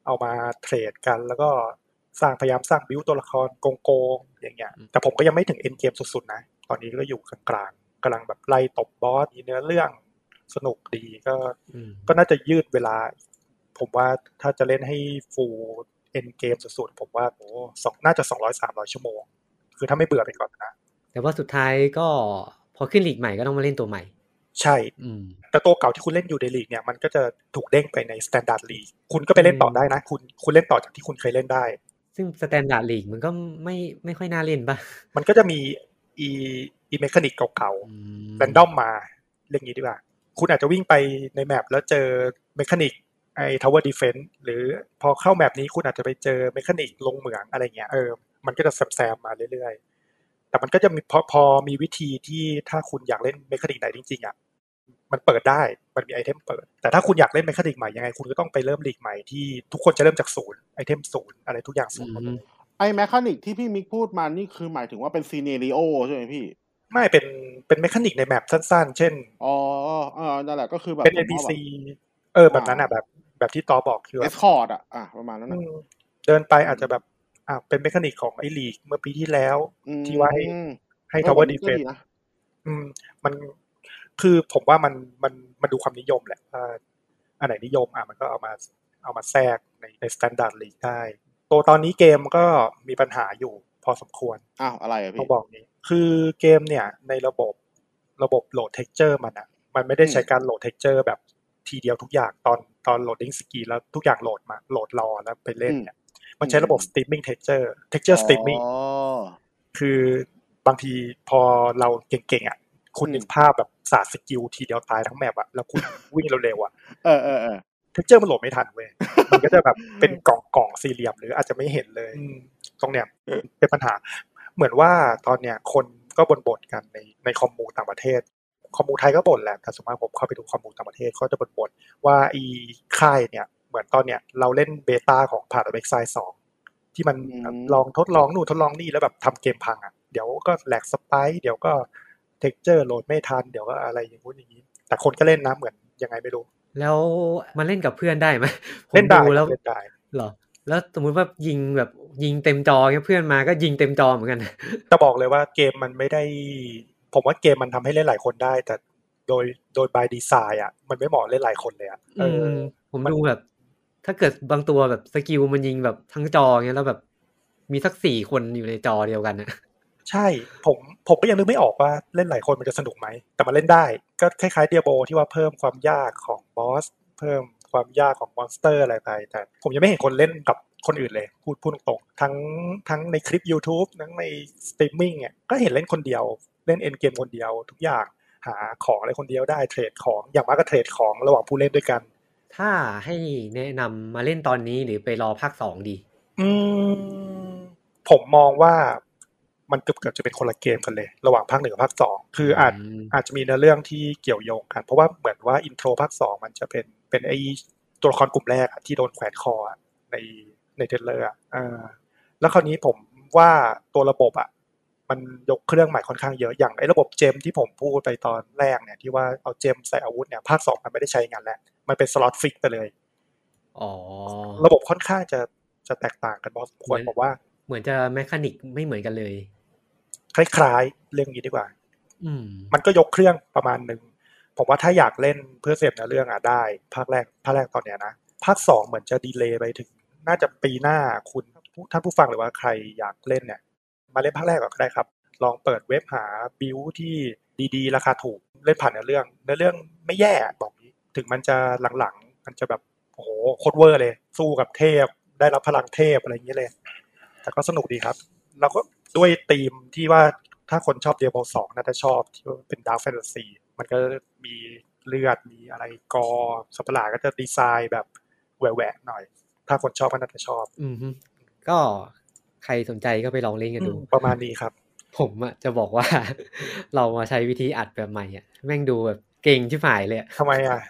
E: เอามาเทรดกัน แล้วก็สร้างพยายามสร้างบิวตัวละครโกงๆอย่างเงี้ย แต่ผมก็ยังไม่ถึง End Game สุดๆนะ ตอนนี้ก็อยู่กลางๆกำลังแบบไล่ตบบอสมีเนื้อเรื่องสนุกดีก็
A: อืม
E: ก็น่าจะยืดเวลา ผมว่าถ้าจะเล่นให้ฟูลเอ็นเกมสุดๆ ผมว่าโอ้สองน่าจะสองร้อยสามร้อยชั่วโมง คือถ้าไม่เบื่อไปก่อนนะ
A: แต่ว่าสุดท้ายก็พอขึ้นลีกใหม่ก็ต้องมาเล่นตัวใหม่
E: ใช่
A: อืม
E: แต่ตัวเก่าที่คุณเล่นอยู่ในลีกเนี่ยมันก็จะถูกเด้งไปในสแตนดาร์ดลีกคุณก็ไปเล่นต่อได้นะ คุณคุณเล่นต่อจากที่คุณเคยเล่นได้
A: ซึ่งสแตนดาร์ดลีกมันก็ไม่ไม่ค่อยน่าเล่นปะ
E: มันก็จะมีอีอีเมคานิกเก่า
A: อื
E: ๆแรนดอมมาเรียกงี้ดีกว่า คุณอาจจะวิ่งไปในแมปแล้วเจอเมคานิกไอ้ทาวเวอร์ดีเฟนต์หรือพอเข้าแมปนี้คุณอาจจะไปเจอเมคานิกลงเหมืองอะไรเงี้ยเออมันก็จะแซมๆมาเรื่อยๆ แต่มันก็จะมีพอพอมีวิธีที่ถ้าคุณอยากเล่นเมคานิกไหนจริงๆอ่ะมันเปิดได้มันมีไอเทมเปิด แต่ถ้าคุณอยากเล่นเมคานิกใหม่ยังไงคุณก็ต้องไปเริ่มลีกใหม่ที่ทุกคนจะเริ่มจากศูนย์ไอเทมศูนย์อะไรทุกอย่างศูนย์หมดเลย
F: ไอแมคานิกที่พี่มิกพูดมานี่คือหมายถึงว่าเป็นซีเนริโอใช่ไหมพี่
E: ไม่เป็นเป็นเมคานิกในแมปสั้นๆ เช่น
F: อ๋อเออนั่นแหละก็คือแบบ
E: เป็น NPC เออแบบนั้นอ่ะแบบแบบที่ตอบอกคือ
F: เอ
E: แบ
F: ส
E: บ
F: คอร์ดอะอ่ะประมาณนั้น
E: อื
F: อะ
E: มเดินไปอาจจะแบบอ่าเป็นเมคานิกของไอ้ลีกเมื่อปีที่แล้ว
F: อืม
E: ที่ว่าให้ ให้
F: เออ
E: cover
F: แบบนี้ก็
E: defense
F: นะ
E: อืมมันคือผมว่ามันมันมันดูความนิยมแหละว่าอันไหนนิยมอ่ะมันก็เอามาเอามาแทรกในในสแตนดาร์ดลีกได้ตัวตอนนี้เกมก็มีปัญหาอยู่พอสมควร
F: อ้าวอะไรอะ
E: ต้อ
F: พี่
E: งบอกนี้คือเกมเนี่ยในระบบระบบโหลดเท็กเจอร์มันอะมันไม่ได้ใช้
F: อืม
E: การโหลดเท็กเจอร์แบบทีเดียวทุกอย่างตอนตอนโหลดดิ้งสกีแล้วทุกอย่างโหลดมาโหลดรอแล้วไปเล่นเนี่ยมันใช้ระบบสตรีมมิ่งเท็กเจอร์เท็กเจอร์สตรีมมิ่ง
F: อ๋อ
E: คือบางทีพอเราเก่งๆอะคุณ
F: อืม
E: นึกภาพแบบสาดสกิลทีเดียวตายทั้งแมปอะแล้วคุณ วิ่งเร็วๆอะ
F: เออเออเออ
E: เท็กเจอร์มันโหลดไม่ทันเว้ย <laughs> มันก็จะแบบเป็นกล่องกล่องๆสี่เหลี่ยมหรืออาจจะไม่เห็นเลยอืมตรงเนี้ย เป็นปัญหาเหมือนว่าตอนเนี้ยคนก็บ่นบ่นๆกันในในคอมมูต่างประเทศ คอมมูไทยก็บ่นแหละแต่สมมติผมเข้าไปดูคอมมูต่างประเทศเขาจะบ่นบ่นๆว่าอีค่ายเนี่ยเหมือนตอนเนี้ยเราเล่นเบต้าของผ่านเว็บไซต์สองที่มัน
F: อืม
E: ลองทดลองนู่นทดลองนี่แล้วแบบทำเกมพังอ่ะเดี๋ยวก็แหลกสไปค์เดี๋ยวก็เท็กเจอร์โหลดไม่ทันเดี๋ยวก็อะไรอย่างงู้นอย่างนี้ แต่คนก็เล่นนะเหมือนยังไงไม่รู้
A: แล้วมันเล่นกับเพื่อนได้ไหม <laughs> ผม
E: เล่นได้
A: ดูแล้ว
E: เล่นได้
A: เหรอ แล้วสมมุติว่ายิงแบบยิงเต็มจอเงี้ยเพื่อนมาก็ยิงเต็มจอเหมือนกัน
E: จะบอกเลยว่าเกมมันไม่ได้ ผมว่าเกมมันทำให้เล่นหลายคนได้ แต่โดยโดย by design อ่ะ มันไม่เหมาะเล่นหลายคนเลยอ่ะเอ
A: อื
E: อ
A: ม
E: อ
A: ผม
E: มัน
A: ดูแบบ ถ้าเกิดบางตัวแบบสกิลมันยิงแบบทั้งจอเงี้ยแล้วแบบมีสักสี่คนอยู่ในจอเดียวกันอะ
E: ใช่ ผมผมก็ยังนึกไม่ออกว่าเล่นหลายคนมันจะสนุกไหม แต่มันเล่นได้ ก็คล้ายๆเดียโบที่ว่าเพิ่มความยากของบอส เพิ่มความยากของมอนสเตอร์อะไรไป แต่ผมยังไม่เห็นคนเล่นกับคนอื่นเลย พูดพูดตรงๆทั้งทั้งในคลิป YouTube ทั้งในสตรีมมิ่งเนี่ยก็เห็นเล่นคนเดียว เล่นเอ็นเกมคนเดียว ทุกอย่างหาของอะไรคนเดียวได้เทรดของ อย่างมากก็เทรดของระหว่างผู้เล่นด้วยกัน
A: ถ้าให้แนะนำมาเล่นตอนนี้หรือไปรอภาคสองดี
E: อืมผมมองว่ามันเกือบเกือบจะเป็นคนละเกมกันเลย ระหว่างภาคหนึ่งกับภาคสองคืออาจ
A: ม
E: อาจจะมีเนื้อเรื่องที่เกี่ยวโยงกัน เพราะว่าเหมือนว่าอินโทรภาคสองมันจะเป็นเป็นไอตัวละครกลุ่มแรกอะที่โดนแขวนคออะในในเทรลเลอร์อะเออแล้วคราวนี้ผมว่าตัวระบบอะมันยกเครื่องใหม่ค่อนข้างเยอะอย่างไอ้ระบบเจมที่ผมพูดไปตอนแรกเนี่ยที่ว่าเอาเจมใส่อาวุธเนี่ยภาคสองมันไม่ได้ใช้งานแล้วมันเป็นสล็อตฟิกไปเลย
A: อ๋อ
E: ระบบค่อนข้างจะจะแตกต่างกันพอสมควร
A: เหมือน
E: ผมว่า
A: เหมือนจะแมคานิกไม่เหมือนกันเลย
E: คล้ายๆ เรื่องนี้ดีกว่า
A: อืม
E: มันก็ยกเครื่องประมาณหนึ่ง ผมว่าถ้าอยากเล่นเพื่อเสพเนื้อเรื่องอ่ะได้ ภาคแรก ภาคแรกตอนเนี้ยนะ ภาคสองเหมือนจะดีเลย์ไปถึง น่าจะปีหน้าคุณผู้ท่านผู้ฟังหรือว่าใครอยากเล่นเนี่ย มาเล่นภาคแรกก่อนก็ได้ครับ ลองเปิดเว็บหาบิวที่ดีๆ ราคาถูกเล่นผ่านเนื้อเรื่อง เนื้อเรื่องไม่แย่บอกนี้ ถึงมันจะหลังๆ มันจะแบบโอ้โหโคตรเวอร์เลย สู้กับเทพ ได้รับพลังเทพอะไรอย่างเงี้ยเลย แต่ก็สนุกดีครับ แล้วก็ด้วยธีมที่ว่าถ้าคนชอบเดียบสองน่าจะชอบที่ว่าเป็นดาวแฟนตาซีมันก็มีเลือดมีอะไรกอสัตว์ประหลาดก็จะดีไซน์แบบแหวกๆหน่อย ถ้าคนชอบก็น่าจะชอบ
A: อืมฮึก็ใครสนใจก็ไปลองเล่นกันดู
E: อืมประมาณนี้ครับ
A: <laughs> ผมอะจะบอกว่า เรามาใช้วิธีอัดแบบใหม่อะแม่งดูแบบ เก่งชิบหายเลยอะ
E: ทำไมอ่ะ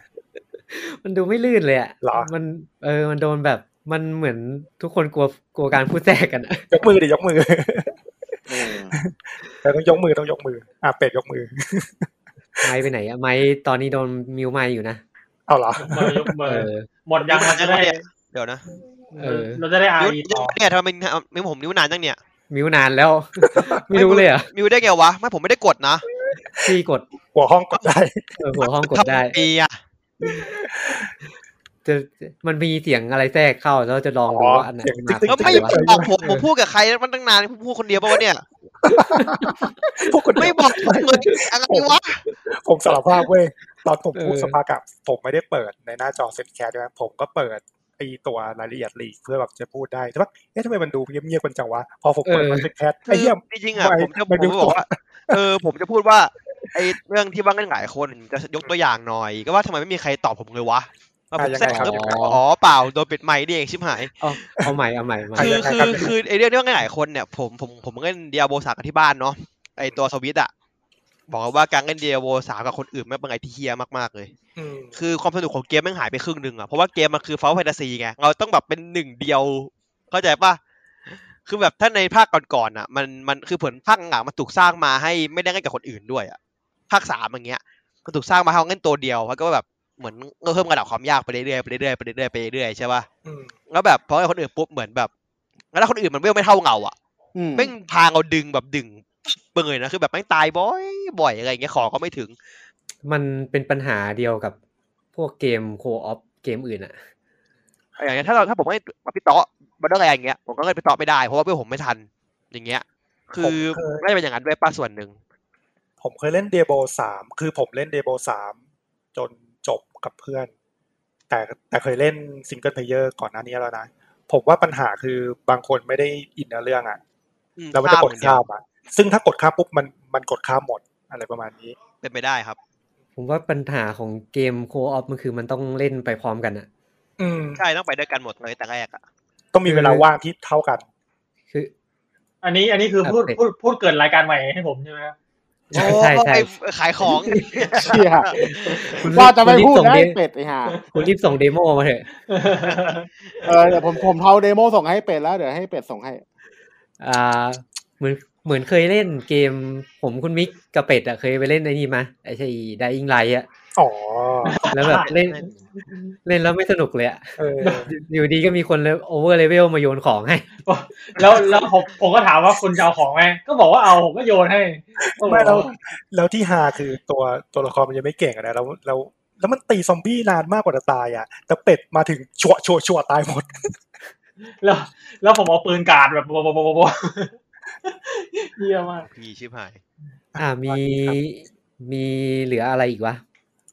A: มันดูไม่ลื่นเลยอะ
E: เหรอ
A: มันเออ มันโดนแบบมันเหมือนทุกคนกลัวกลัวการพูดแทรกกันอะ
E: ยกมือดิยกมือ
F: เออ
E: แต่ต้องยกมือต้องยกมือ อ่ะเป็ดยกมือ
A: ไม้ไปไหนอะไม้ตอนนี้โดนมิวไม้อยู่นะ
E: เอาเหรอ
D: เบอร์ยกเบอ
A: เอ
D: ร์
A: อ
D: หมดยังเราจะได้
B: เดี๋ยวนะ
A: เออ
D: เราจะได้อา
B: นิ้ว
D: รี
B: นิ้
D: ต่
B: ว
D: อ
B: เนี่ยทำไมมันไม่ผมนิ้วนานจังเนี่ย
A: มิวนานแล้ว <laughs> ไม่รู้เลยเหรอะ
B: นิ้วได้ไงวะไม่ผมไม่ได้กดนะ
A: พี่กด
E: หัวห้องก็ได้ <laughs>
A: เออหัวห้องกดได้
B: ทำปีอะ
A: จะมันมีเสียงอะไรแทรกเข้าแล้วจะลองดู
E: อ๋อ
A: ว่าอันไหน
E: เสียง
A: มา
E: ติ๊กๆ
B: แล้วไม่
A: วะ
B: บอกผมผมพูดกับใครมันตั้งนานผมพูดคนเดียวปะวะเนี่ย
E: พวกคน
B: ไม่บอกผมเลยอะไรวะ
E: ผมสารภาพเว้ยตอนผมพูดสภากับ ผมไม่ได้เปิดในหน้าจอเซ็ตแคสด้วยนะผมก็เปิดไอตัวรายละเอียดลีกเพื่อแบบจะพูดได้แต่ว่าเอ๊ะทำไมมันดูเงียบๆกันจังวะพอผมเปิดเซ็ตแคสไอ้เหี้ย
B: คือจริงๆอะ
E: ไม่
B: ผมจะผ
E: ไม่
B: ม
E: ได้
B: จะบอกว่าเออผมจะพูดว่าไอเรื่องที่ว่ากันหลายคนจะยกตัวอย่างหน่อย ก็ว่าทำไมไม่มีใครตอบผมเลยวะว่าผม
E: อ่ะยัง
B: แทร
E: ไง
B: ก
E: ครับ
B: ก็ผมอ๋อเปล่าโดนปิดไมค์นี่เองชิบหาย
A: เอาเอาใหม่เอาใหม่เอาใหม่
E: ใร
B: คือ
E: จะใค
B: คื
E: รครั
B: อบ คือไอเรื่องเรื่องหลายๆคนเนี่ยผมผมผมเล่นเดียโบสามกันที่บ้านเนาะไอตัวสวิตช์อะบอกเลยว่าการเล่นเดียโบสามกับคนอื่นไม่เป็นไงที่เฮียมากๆเลย
E: อืม
B: คือความสนุกของเกมแมันหายไปครึ่งหนึ่งอะเพราะว่าเกมมันคือฟาวแฟนตาซีไงเราต้องแบบเป็นหนึ่งเดียว เข้าใจปะคือแบบถ้าในภาคก่อนๆอะมันมันคือผลภาคหลังๆมันถูกสร้างมาให้ไม่ได้เล่นกับคนอื่นด้วยอะภาคสามอย่างเงี้ยมันถูกสร้างมาให้เราเล่นตัวเดียวแล้วก็แบบเหมือนเพิ่มระดับความยากไปเรื่อยๆไปเรื่อยๆไปเรื่อยๆไปเรื่อยๆใช่ปะ
E: อืม
B: แล้วแบบพอไอ้คนอื่นปุ๊บเหมือนแบบแล้วคนอื่นมันเวลไม่เท่าเงาอ่ะ
F: อืม
B: แม่งพาเราดึงแบบดึงเปื่อยนะคือแบบแม่งตายบ่อยบ่อยอะไรอย่างเงี้ยขอก็ไม่ถึง
A: มันเป็นปัญหาเดียวกับพวกเกมโคออฟเกมอื่นอะ
B: อย่างเงี้ยถ้าเราถ้าผมไม่มาพี่เตาะมาด้วยอะไรอย่างเงี้ยผมก็เลยไปเตาะไม่ได้เพราะว่าเพื่อนผมไม่ทัน อย่างเงี้ย คือไม่ได้เป็นอย่างนั้นด้วยป้าส่วนหนึ่ง
E: ผมเคยเล่นเดโบสามคือผมเล่นเดโบสามจนจบกับเพื่อน แต่แต่เคยเล่นซิงเกิลเพลเยอร์ก่อนหน้านี้แล้วนะ ผมว่าปัญหาคือบางคนไม่ได้อินเนื้อเรื่องอ่ะ
B: อื
E: แล้วมันจะกด
B: ภพอย่งเย
E: ข้ามอ่ะ ซึ่งถ้ากดข้ามปุ๊บมันมันกดข้ามหมดอะไรประมาณนี้
B: เป็นไปได้ครับ
A: ผมว่าปัญหาของเกมโคออฟมันคือมันต้องเล่นไปพร้อมกันอะ
E: อืม
B: ใช่ต้องไปด้วยกันหมดเลยแต่แรกอ่ะ
E: ต้องมีเวลา
A: คือ
E: ว่างที่เท่ากัน
A: คือ
D: อันนี้อันนี้คือพูด
A: อ่ะเป็ด
D: พูดพูดเกิดรายการใหม่ให้ผมใช่ไหมครับ
A: ใช่ใช่ใช่
B: โอ้ยขายของ
F: เชี่ย
A: คุณ
F: ว่าจะไม่พูด
A: คุณรีบส่ง
F: นะ
A: ดิ
F: ไอ้เป็ดไอ้ห่า
A: <laughs> คุณรีบส่งเดโมมาเถอะ
F: เออเดี๋ยวผมผมเทาเดโมส่งให้เป็ดแล้วเดี๋ยวให้เป็ดส่งให้
A: อ่าเหมือนเหมือนเคยเล่นเกม ผมคุณมิกกับเป็ดอะเคยไปเล่นไอ้นี่มาไอ้ใช่ไดอิงไลอะ
E: อ๋อ
A: แล้วแบบเล่นเล่นแล้วไม่สนุกเลยอะ
E: เออ
A: อยู่อยู่ดีก็มีคนโอเวอร์เลเวลมาโยนของให้
D: <laughs> แล้วแล้วผมผมก็ถามว่าคุณจะเอาของไหมก็บอกว่าเอาผมก็โยนให้
E: ไม่แล้วแล้วที่ฮาคือตัวตัวละครมันยังไม่เก่งอะนะแล้วแล้วแล้วมันตีซอมบี้นานมากกว่าจะตายอ่ะ แต่เป็ดมาถึงชัวชัวชัวตายหมด
D: แล้ว แล้วผมเอาปืนกราดแบบโบะโบะโบะโบะโบ <laughs> ะเยี่ยมมาก
B: พี่ชิบหาย
A: อ่ามี
E: ครับ
A: มีเหลืออะไรอีกวะ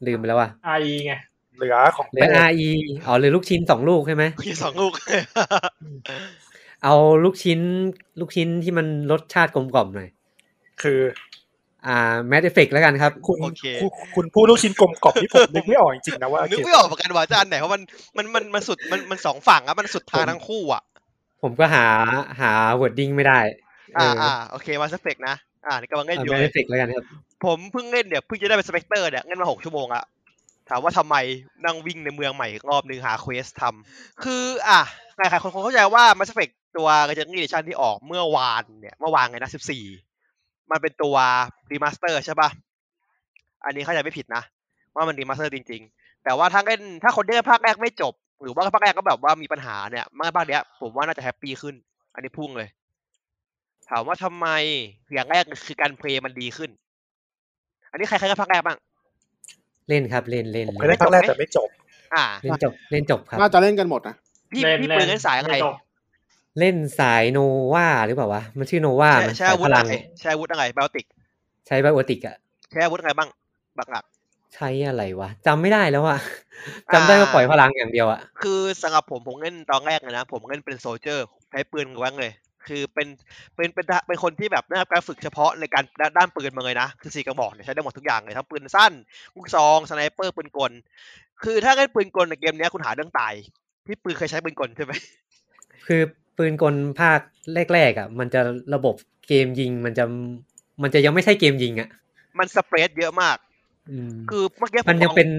A: ลืมไปแล้วว่ะ
D: ไอไง
E: เหลือของ
A: เหลือ
E: เป็ด
A: RE อ๋อเหลือลูกชิ้นสองลูกใช่ไหม
B: มีสองลูก
A: เอาลูกชิ้นลูกชิ้นที่มันรสชาติกลมกล่อมหน่อย
E: คือ
A: อ่าแมทเอฟเฟกแล้วกันครับ
E: คุณ
B: โอเค
E: คุณคุณพูดลูกชิ้นกลมกล่อมที่ผมนึกไม่ออกจริงๆนะว่า
B: นึก
E: เกม
B: ไม่ออกเหมือนกันว่าจะอันไหนเพราะมันมันมันมันสุดมันมันสองฝั่งอะมันสุดทางทั้งคู่อะ
A: ผมก็หาหาวอร์ดดิ้งไม่ได้เอ
B: อ่า
A: อ
B: อ่าโอเคมาสเปกนะ อ่านี่กำลังเล่นอยู่
A: แมท
B: เล
A: เอย ฟเฟกแล้วกันครับ
B: ผมเพิ่งเล่นเนี่ยเพิ่งจะได้เป็นสเปกเตอร์เนี่ยเล่นมาหกชั่วโมงละถามว่าทำไมนั่งวิ่งในเมืองใหม่อีกรอบหนึ่งหาเควสทำคืออ่ะหลายๆคนคงเข้าใจว่ามาสเปกตัวกระจังนี่เดชันที่ออกเมื่อวานเนี่ยเมื่อวานไงนะสิบสี่มันเป็นตัวรีมาสเตอร์ใช่ป่ะ อันนี้เข้าใจไม่ผิดนะ ว่ามันรีมาสเตอร์จริง ๆ แต่ว่าถ้าเล่นถ้าคนเล่นภาคแรกไม่จบ หรือว่าภาคแรกก็แบบว่ามีปัญหาเนี่ยมาภาคเนี้ยผมว่าน่าจะแฮปปี้ขึ้น อันนี้พุ่งเลย ถามว่าทำไมอย่างแรกคือการเพลย์มันดีขึ้น อันนี้ใครใครก็ภาคแรกบ้าง
A: เล่นครับเล่นเล่น
E: เค
A: เล่น
E: ยได้ครั้งแรกแต่ไม่จบ
B: อ่า
A: เล่นจบเล่นจบครับ
F: น่าจะเล่นกันหมดนะ
B: พี่
D: เล่น
B: พี่
D: เล่
B: เปิด
D: น
B: เล่นสายอะไร
D: ม่จบ
A: เล่นสายโนวาหรือเปล่าวะ มันชื่อโนวา
B: ใช่
A: ไหม
B: ใช้
A: สาย
B: อาวุ
A: พ
B: ธ
A: ลั
B: อะ
A: ง
B: ไรใช้อาวุธอะไรบลติก
A: ใช้ไบโอติกอะ
B: ใช้อาวุธอะไรบ้างบักหลัก
A: ใช้อะไรวะจำไม่ได้แล้วอะ
B: อ่า
A: จำได้ว่าปล่อยพลังอย่างเดียวอะ
B: คือสำหรับผมผมเล่นตอนแรกเลยนะ ผมเล่นเป็นโซลเจอร์ใช้ปืนกว้างเลย คือเป็นเป็นเป็นเป็นคนที่แบบได้รับการฝึกเฉพาะในการด้านด้านปืนมาเลยนะ คือสี่กระบอกเนี่ยใช้ได้หมดทุกอย่างเลยทั้งปืนสั้นลูกซองสไนเปอร์ปืนกล คือถ้าเล่นปืนกลในเกมเนี้ยคุณหาเรื่องตายพี่ปืนเคยใช้ปืนกลใช่ไหม
A: คือปืนกลภาคแรกๆอะมันจะระบบเกมยิงมันจะมันจะยังไม่ใช่เกมยิงอะ
B: มันสเปรดเยอะมาก
A: อืม
B: คือเมื่อกี้
A: มันยัง
B: ลอ
A: เป็น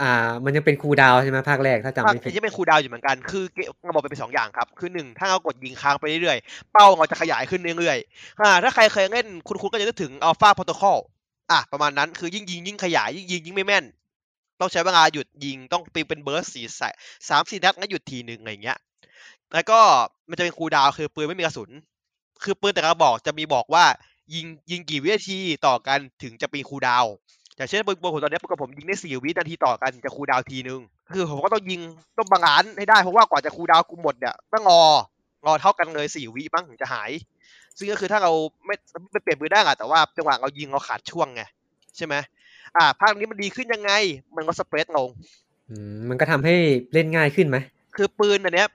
A: อ่า มันยังเป็นครูลดาวน์ใช่ไหมภาคแรกถ้าจำ
B: ภาค
A: ไม่ผิด
B: ที่เป็นคูลดาวน์อยู่เหมือนกัน คือเกมเราบอกเป็นสองอย่างครับ คือหนึ่งถ้าเรากดยิงค้างไปเรื่อยๆ เป้าเราจะขยายขึ้นเรื่อยๆอ่าถ้าใครเคยเล่นคุณคุณก็จะนึกถึงอัลฟาโปรโตคอลอ่ะประมาณนั้นคือยิ่งยิงยิ่งขยาย ยิ่งยิงยิ่งไม่แม่น ต้องใช้เวลาหยุดยิงต้องปีนเป็นเบิร์สสี่ใส่สามสี่นัดแล้วหยุดทีหนึ่งอะไรอย่างเงี้ย แล้วก็มันจะเป็นคูลดาวน์คือปืนไม่มีกระสุน คือปืนแต่กระบอกจะมีบอกว่ายิงยิงกี่วินาทีต่อกันถึงจะเป็นคูลดาวน์ อย่างเช่นปืนผมตอนเนี้ยปรากฏผมยิงได้สี่วินาทีต่อกันจะคูลดาวน์ทีนึง คือผมก็ต้องยิงต้องบางานให้ได้เพราะว่ากว่าจะคูลดาวน์กูหมดเนี่ยต้องรอรอเท่ากันเลยสี่วิบ้างถึงจะหาย ซึ่งก็คือถ้าเราไม่ไม่เปลี่ยนปืนได้อะแต่ว่าจังหวะเรายิงเราขาดช่วงไงใช่ไหมอ่าภาคนี้มันดีขึ้นยังไง มันก็สเปรดลง
A: อืมมันก็ทำให้เล่นง่ายขึ้นไหม
B: คือปืนอันเนี้ย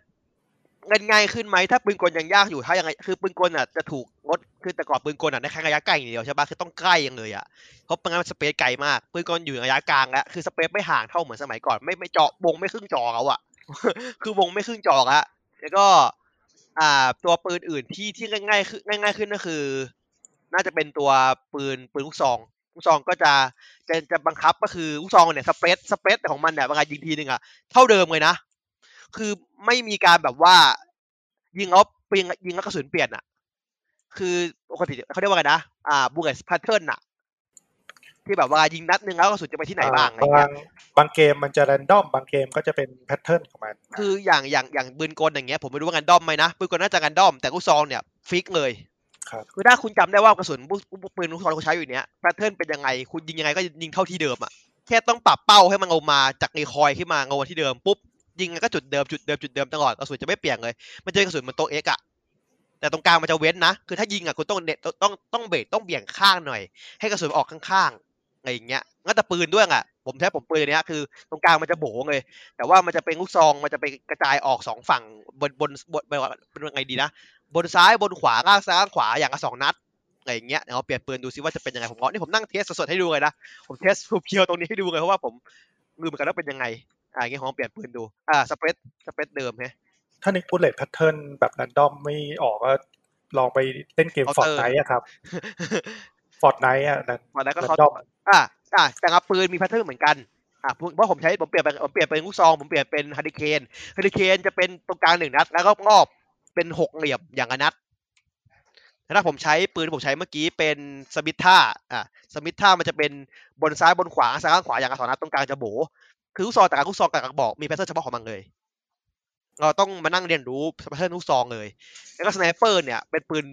B: เงินง่ายขึ้นไหมถ้าปืนกลยังยากอยู่ถ้ายังไงคือปืนกลอ่ะจะถูกงดคือแต่ก่อนปืนกลอ่ะได้แค่ระยะไกลอย่างเดียวใช่ปะคือต้องใกล้อย่างเลยอ่ะเพราะงั้นมันสเปซไกลมากปืนกลอยู่ระยะกลางแล้วคือสเปซไม่ห่างเท่าเหมือนสมัยก่อนไม่ไม่เจาะวงไม่ครึ่งจอแล้วอ่ะ <laughs> คือวงไม่ครึ่งจอละแล้วก็อ่าตัวปืนอื่นที่ที่ง่ายๆขึ้นง่าย ๆขึ้นก็คือ น่าจะเป็นตัวปืนปืนลูกซองลูกซองก็จะจะจะบังคับก็คือลูกซองเนี่ยสเปซสเปซของมันเนี่ยเวลายิงทีนึงอ่ะ เท่าเดิมเลยนะ คือไม่มีการแบบว่า ยิงเอาปืนยิงแล้วกระสุนเปลี่ยนอ่ะ คือปกติเขาเรียกว่าไงนะ อ่าบูเกสพาเทิร์นอ่ะ ที่แบบว่ายิงนัดหนึ่งแล้วกระสุนจะไปที่ไหนบ้างอะไรเงี้
E: บาย งบางเกมมันจะแรนดอมบางเกมก็จะเป็นแพทเทิร์นของมัน
B: คืออย่างอย่างอย่างปืนกลอย่างเงี้ยผมไม่รู้ว่ากันด้อมไหมนะปืนกลน่าจะกันด้อมแต่ลูกซองเนี่ยฟิกเลย
E: ครับ
B: คือถ้าคุณจำได้ว่ากระสุนปืนปืนลูกซองที่คุณใช้อยู่เนี้ยแพทเทิร์นเป็นยังไง คุณยิงยังไงก็ยิงเท่าที่เดิมอ่ะแค่ต้องปรับเป้าให้มันเอามาจากในคอยขึ้นมาเอามาที่เดิมปุ๊บยิงก็จุดเดิมจุดเดิมจุดเดิมตลอดกระสุนจะไม่เปลี่ยนเลยมันจะเป็นกระสุนเหมือนโต๊ะเอ็กอะแต่ตรงกลางมันจะเว้นนะคือถ้ายิงอะคุณต้องเน็ตต้องต้องต้องเบรกต้องเบี่ยงข้างหน่อย ให้กระสุนออกข้างๆอะไรอย่างเงี้ยงั้นแต่ปืนด้วยอะผมใช้ผมปืนอันเนี้ยคือตรงกลางมันจะโบ๋เลย แต่ว่ามันจะเป็นลูกซองมันจะไปกระจายออกสองฝั่งบนบนบนบนเป็นยังไงดีนะ บนซ้ายบนขวาล่างซ้ายล่างขวาอย่างละสองนัดอะไรอย่างเงี้ยเดี๋ยวเราเปลี่ยนปืนดูซิว่าจะเป็นยังไงผมก็นี่ผมนั่งเทสสดๆให้ดูเลยนะผมเทสเพียวๆตรงนี้ให้ดูเลยเพราะว่าผมลืมเหมือนกันว่าเป็นยังไงอ่าอย่างเงี้ยผมเปลี่ยนปืนดูอ่าสเปรดสเปรดเดิมแฮะ <laughs>
E: ถ้านึกบูเลตแพทเทิร์นแบบแรนดอมไม่ออกก็ลองไปเล่นเกมฟอร์
B: Counter
E: ดไนท์ครับฟอร์ดไนท์อะแรน
B: ตอนนั้นก็เขา
E: Random
B: อ่าอ่าแต่ละปืนมีแพทเทิร์นเหมือนกันอ่าเพราะผมใช้ผมเปลี่ยนเป็นผมเปลี่ยนเป็นลูกซองผมเปลี่ยนเป็นฮาริเคนฮาริเคนจะเป็นตรงกลางหนึ่งนัด แล้วก็งอบเป็นหกเหลี่ยมอย่างละนัดแล้วถ้าผมใช้ปืนที่ผมใช้เมื่อกี้เป็นสมิธท่าอ่าสมิธท่ามันจะเป็นบนซ้ายบนขวาซ้ายข้างขวาอย่างละสองนัดตรงกลางจะโบคือลูกซองแต่ละลูกซองแต่ละกระบอกมีแพทเทิร์นเฉพาะของมันเลย เราต้องมานั่งเรียนรู้แพทเทิร์นลูกซองเลย แล้วก็สไนเปอร์เนี่ยเป็นปืน